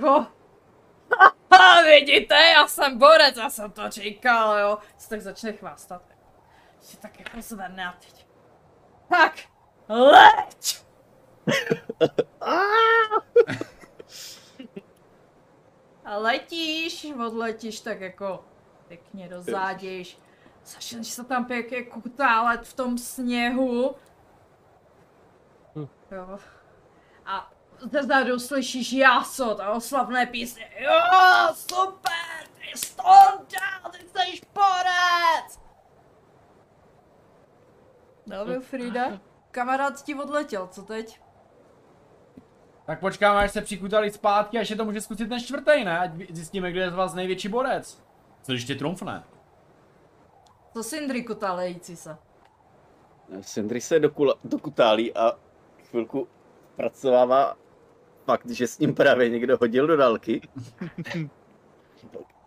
Speaker 1: co? Haha, vidíte, já jsem borec, já jsem to říkal, jo. Se tak začne chvástat. Si tak jako zvedne a teď. Tak, leď! A letíš, odletíš tak jako pěkně do zádiš. Začneš se tam pěkně kutálet v tom sněhu.
Speaker 5: Hm.
Speaker 1: Jo. A ze zadu slyšíš jásot a oslavné písně. Jo, super, ty jsi to dál, ty jsi porec! No, Wilfrida, kamarád ti odletěl, co teď?
Speaker 2: Tak počkáme, až se přikutali zpátky, až je to může zkusit ten čtvrtý, ne? Ať zjistíme, kdo je z vás největší borec. Co když tě trumfne?
Speaker 1: To Sindri kutalející se.
Speaker 7: Sindri se dokula, dokutálí a chvilku pracovává fakt, že s ním právě někdo hodil do dálky. Tak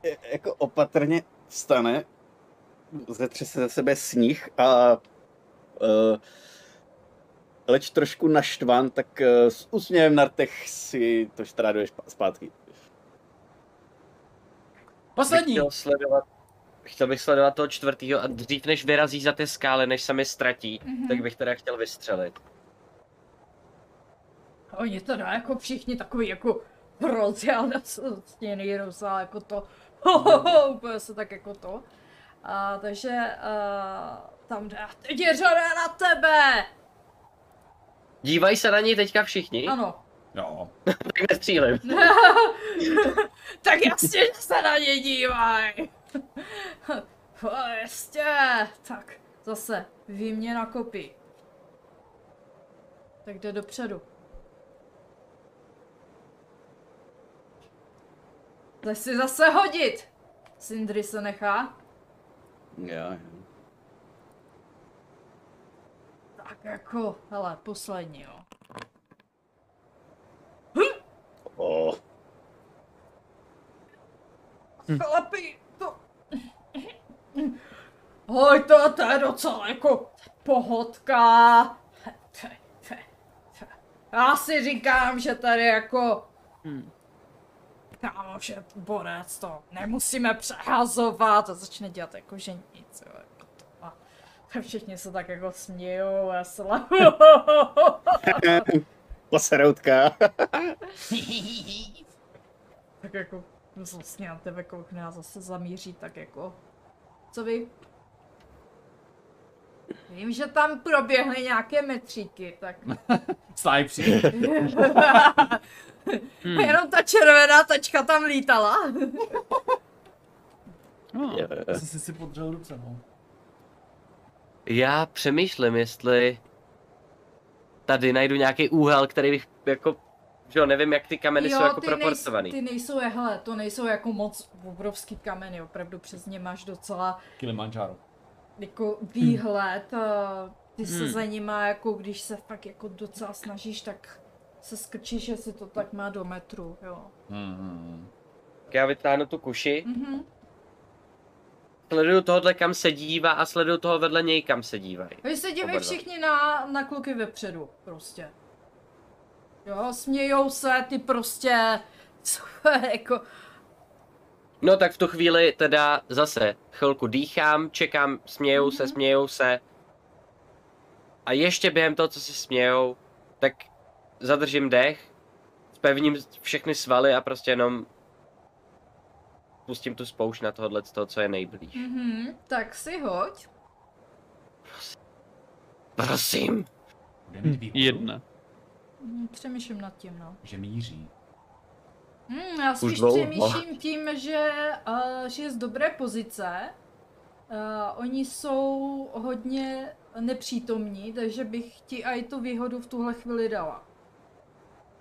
Speaker 7: je- jako opatrně vstane, zetře se ze sebe sníh a uh, leč trošku naštvan, tak uh, s úsměvem na rtech si to štráduješ pa- zpátky.
Speaker 2: Poslední!
Speaker 3: Bych chtěl, sledovat, chtěl bych sledovat toho čtvrtýho a dřív než vyrazí za ty skály, než se mi ztratí,
Speaker 1: Mhm.
Speaker 3: tak bych teda chtěl vystřelit.
Speaker 1: Oni to dá jako všichni takový jako hrozi, ale na s- stěny Jerusa, jako to, ho, ho, ho, úplně se tak jako to. A, takže a, tam jde, teď je řada na tebe!
Speaker 3: Dívají se na něj teďka všichni,
Speaker 1: Ano.
Speaker 2: Jo.
Speaker 3: tak nestřílim.
Speaker 1: tak jasně, že se na ně dívaj! Fakt, jasně, tak zase výměna kopí. Tak jde dopředu. Jdeš si zase hodit! Sindri se nechá.
Speaker 7: Jo, jo.
Speaker 1: Tak jako, hele, poslední jo.
Speaker 7: O,
Speaker 1: Chlapi, to... Hoj, to, to je docela jako pohodka. To- to- to- Já si říkám, že tady jako...
Speaker 5: Hmm.
Speaker 1: Kámo, že borec to nemusíme přehazovat a začne dělat jako že nic. Jo, jako to. A všichni se tak jako smějou a slavu.
Speaker 7: poseroutka.
Speaker 1: Tak jako vlastně na tebe koukne a zase zamíří tak jako... Co vy? Vím, že tam proběhly nějaké metříky, tak...
Speaker 2: Stáj přijde.
Speaker 5: Hmm.
Speaker 1: Jenom ta červená tačka tam lítala.
Speaker 5: No.
Speaker 7: Jo, jo.
Speaker 2: Jsi si si podřel ruce, no.
Speaker 3: Já přemýšlím, jestli... tady najdu nějaký úhel, který bych jako, že jo, nevím, jak ty kameny jsou jako
Speaker 1: ty,
Speaker 3: proporcovaný.
Speaker 1: ty nejsou, hele, to nejsou jako moc obrovský kameny, opravdu přes ně máš docela
Speaker 2: Kilimanjaro.
Speaker 1: jako výhled.
Speaker 3: Hmm.
Speaker 1: a Ty se
Speaker 5: Hmm.
Speaker 1: za nima jako, když se fakt jako docela snažíš, tak se skrčíš, že si to tak má do metru, jo.
Speaker 2: Hmm, hmm, hmm.
Speaker 3: Tak Já vytáhnu tu kuši,
Speaker 1: Mhm.
Speaker 3: sleduju tohohle, kam se dívá a sleduju toho vedle něj, kam se dívají.
Speaker 1: Vy se
Speaker 3: Oba
Speaker 1: dívej
Speaker 3: dva.
Speaker 1: všichni na, na kluky vepředu, prostě. Jo, smějou se, ty prostě, co, jako,
Speaker 3: No tak v tu chvíli teda zase chvilku dýchám, čekám, smějou se,
Speaker 1: Mhm.
Speaker 3: smějou se. A ještě během toho, co se smějou, tak zadržím dech, spevním všechny svaly a prostě jenom pustím tu spoušť na tohohle z toho, co je nejblíž.
Speaker 1: mhm, tak si hoď.
Speaker 3: Prosím.
Speaker 2: Budeme mít výhodu,
Speaker 5: hm, Jedna.
Speaker 1: Hm, Přemýšlím nad tím, no.
Speaker 2: Že míří.
Speaker 1: Hmm, já spíš
Speaker 3: dlouho.
Speaker 1: přemýšlím tím, že, uh, že je z dobré pozice. Uh, oni jsou hodně nepřítomní, takže bych ti i tu výhodu v tuhle chvíli dala.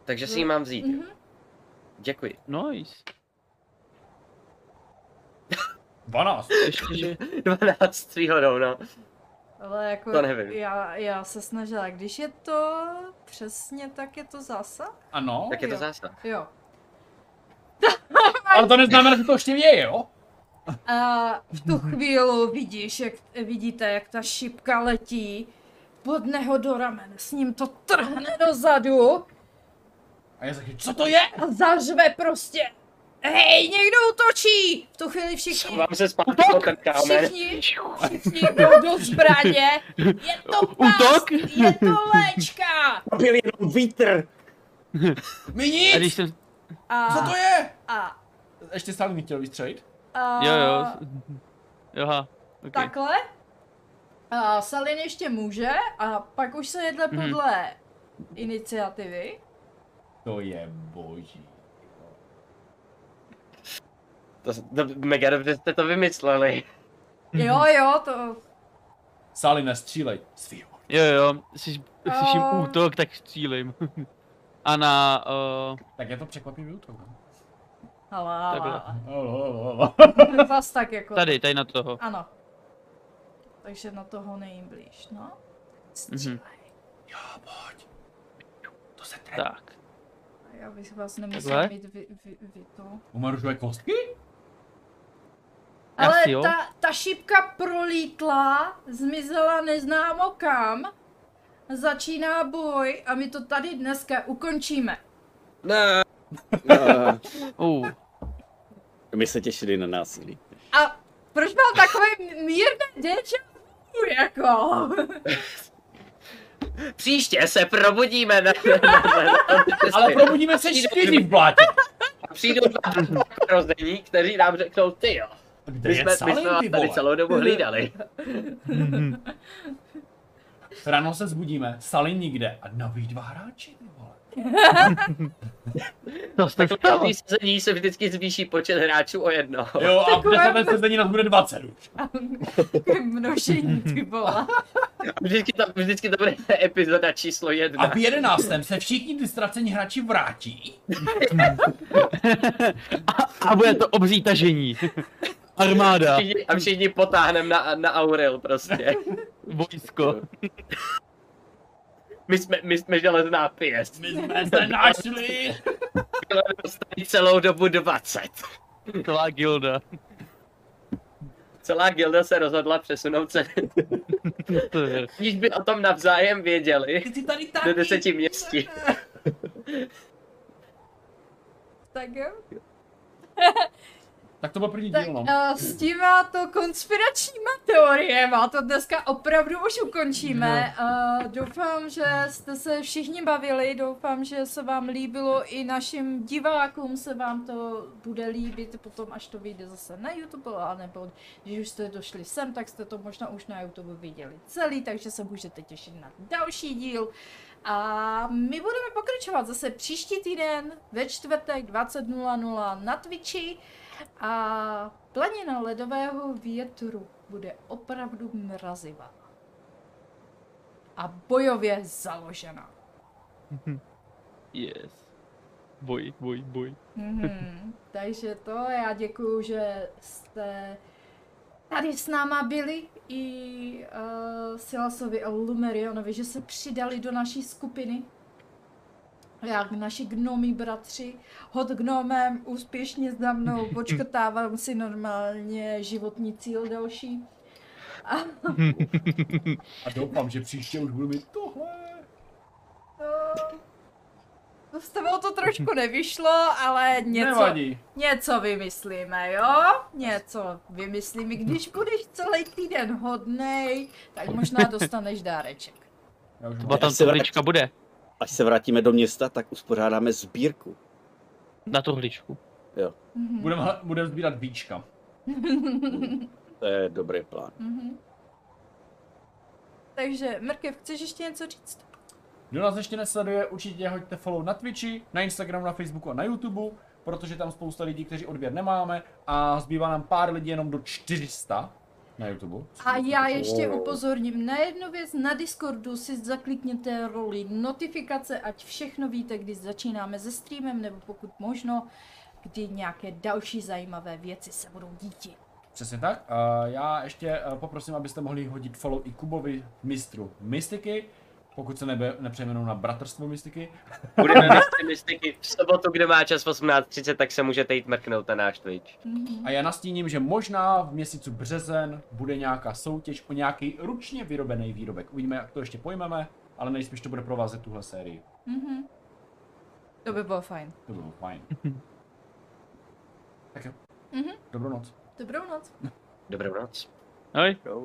Speaker 3: Takže si ji mám vzít.
Speaker 1: Mhm.
Speaker 3: Děkuji.
Speaker 5: Nice.
Speaker 2: 12.
Speaker 5: Ještě, že...
Speaker 3: 12 s výhodou, no.
Speaker 1: Ale jako
Speaker 3: To nevím.
Speaker 1: Já, já se snažila, když je to přesně, tak je to zásah?
Speaker 2: Ano,
Speaker 3: Tak je to
Speaker 1: jo.
Speaker 3: zásah.
Speaker 1: Jo.
Speaker 2: ale to neznamená, že to ještě je, jo?
Speaker 1: A v tu chvíli vidíš, jak, vidíte, jak ta šipka letí. Podne ho do ramen, s ním to trhne dozadu.
Speaker 2: A já řekl, co to je?
Speaker 1: a zařve prostě. Hej, někdo utočí! V tu chvíli všichni,
Speaker 3: Vám se zpátky pod ten kámen.
Speaker 1: No všichni, všichni jdou do zbraně. Je to past,
Speaker 5: Útok?
Speaker 1: je to léčka!
Speaker 7: Byl jenom vítr!
Speaker 2: My
Speaker 5: A
Speaker 2: nic!
Speaker 5: když jsem...
Speaker 1: A,
Speaker 2: Co to je?
Speaker 1: A,
Speaker 2: Ještě stále mi chtěl vystřelit?
Speaker 1: a,
Speaker 5: Jo, jo. Joha. Okay. Tak.
Speaker 1: Takhle. A Salin ještě může a pak už se jedle
Speaker 5: Mhm.
Speaker 1: podle iniciativy.
Speaker 2: To je boží.
Speaker 3: To, to, mega dobře jste to vymysleli.
Speaker 5: Mhm.
Speaker 1: Jo, jo, to...
Speaker 2: Sali, nestřílej. Svýho.
Speaker 5: Jo, jo. Jsi, jak slyším
Speaker 1: Ehm.
Speaker 5: útok, tak střílím. A na... Uh,
Speaker 2: Tak je to no. překvapivý útok.
Speaker 1: Hala, hala.
Speaker 5: Takhle.
Speaker 1: Zas tak jako...
Speaker 5: tady, tady na toho.
Speaker 1: Ano. Takže na toho nejblíž, no.
Speaker 5: Mhm.
Speaker 1: Střílej.
Speaker 2: To se tre...
Speaker 5: Tak.
Speaker 1: A Já bych vás nemusela
Speaker 5: Takhle?
Speaker 1: mít vy, vy, vy to.
Speaker 2: Umaružuje kostky?
Speaker 1: Ale
Speaker 5: jo.
Speaker 1: ta, ta šipka prolítla, zmizela neznámo kam, začíná boj a my to tady dneska ukončíme.
Speaker 3: Ne.
Speaker 7: No,
Speaker 5: Uh,
Speaker 4: My se těšili na násilí.
Speaker 1: A proč mám takové mírné deja vu, jako?
Speaker 3: Příště se probudíme na... na, na, na, na
Speaker 2: Ale probudíme se čtyři v blátě.
Speaker 3: A přijdou dva rození, kteří nám řeknou, ty jo,
Speaker 2: Kde
Speaker 3: my
Speaker 2: je
Speaker 3: jsme, my jsme
Speaker 2: Salin,
Speaker 3: vás
Speaker 2: ty
Speaker 3: tady
Speaker 2: vole?
Speaker 3: celou dobu hlídali.
Speaker 2: Ráno se zbudíme, Salin nikde. A nový dva hráči, ty vole.
Speaker 5: to jste
Speaker 3: Takhle
Speaker 5: vstalo.
Speaker 3: každý sezení se vždycky zvýší počet hráčů o jedno.
Speaker 2: Jo, a
Speaker 1: Takové-
Speaker 2: přesně sezení nás bude 20 už.
Speaker 1: Množení, ty vole.
Speaker 3: Vždycky to, vždycky to bude epizoda číslo
Speaker 2: A
Speaker 3: jedna.
Speaker 2: v jedenáctém se všichni ty ztracení hráči vrátí.
Speaker 5: A bude to obří tažení. Armáda.
Speaker 3: Všichni, a všichni potáhneme na, na Aurel prostě.
Speaker 5: Vojsko.
Speaker 3: My jsme, my jsme železná pěst.
Speaker 2: My jsme se našli.
Speaker 3: Bylo nás tady celou dobu 20.
Speaker 5: Celá gilda.
Speaker 3: Celá gilda se rozhodla přesunout se, když by o tom navzájem věděli,
Speaker 2: Ty jsi tady
Speaker 3: do
Speaker 2: taky.
Speaker 3: deseti městí.
Speaker 1: Tak jo.
Speaker 2: Tak to byl první
Speaker 1: Tak
Speaker 2: díl, no.
Speaker 1: eh, s těma to konspiračníma teoriema to dneska opravdu už ukončíme. Eh, doufám, že jste se všichni bavili, doufám, že se vám líbilo i našim divákům se vám to bude líbit potom, až to vyjde zase na YouTube, anebo když už jste došli sem, tak jste to možná už na YouTube viděli celý, takže se můžete těšit na další díl. A my budeme pokračovat zase příští týden ve čtvrtek 20.00 na Twitchi a planina ledového větru bude opravdu mrazivá a bojově založena.
Speaker 5: Yes. Boj, boj, boj.
Speaker 1: Mhm. Takže to, já děkuju, že jste tady s náma byli i uh, Silasovi a Lumerionovi, že se přidali do naší skupiny. Jak naši gnomí bratři, hod gnomem, úspěšně za mnou, počkotávám si normálně životní cíl další.
Speaker 2: A doufám, že příště už budu mít tohle.
Speaker 1: No, To s tebou to trošku nevyšlo, ale něco,
Speaker 2: Nevadí.
Speaker 1: Něco vymyslíme, jo? Něco vymyslíme. Když budeš celý týden hodnej, tak možná dostaneš dáreček.
Speaker 2: Já už
Speaker 5: Třeba
Speaker 2: mám.
Speaker 5: tam
Speaker 7: se
Speaker 5: truhlička bude.
Speaker 7: Až se vrátíme do města, tak uspořádáme sbírku.
Speaker 5: Na truhličku.
Speaker 1: Mhm.
Speaker 2: Budeme hle- budeme sbírat víčka.
Speaker 7: To je dobrý plán.
Speaker 1: Mhm. Takže, Mrkev, chceš ještě něco říct?
Speaker 2: Kdo nás ještě nesleduje, určitě hoďte follow na Twitchi, na Instagramu, na Facebooku a na YouTube, protože tam spousta lidí, kteří odběr nemáme a zbývá nám pár lidí jenom do 400 na YouTube.
Speaker 1: A já ještě
Speaker 2: Oh.
Speaker 1: upozorním na jednu věc, na Discordu si zaklikněte roli notifikace, ať všechno víte, kdy začínáme se streamem, nebo pokud možno, kdy nějaké další zajímavé věci se budou dítit.
Speaker 2: Přesně tak. Uh, já ještě uh, poprosím, abyste mohli hodit follow i Kubovi, mistru mystiky, pokud se nebe, nepřejmenou na bratrstvo mystiky.
Speaker 3: Budeme mistry mystiky v sobotu, kdo má čas v 18.30, tak se můžete jít mrknout na náš Twitch.
Speaker 1: Mhm.
Speaker 2: A já nastíním, že možná v měsíci březen bude nějaká soutěž o nějaký ručně vyrobený výrobek. Uvidíme, jak to ještě pojmeme, ale nejspíš to bude provázet tuhle sérii.
Speaker 1: Mhm. To by bylo fajn.
Speaker 2: To bylo fajn. tak jo.
Speaker 1: Mhm.
Speaker 2: Dobrou noc.
Speaker 1: Dobrou noc.
Speaker 3: Dobrou noc.
Speaker 5: Ahoj.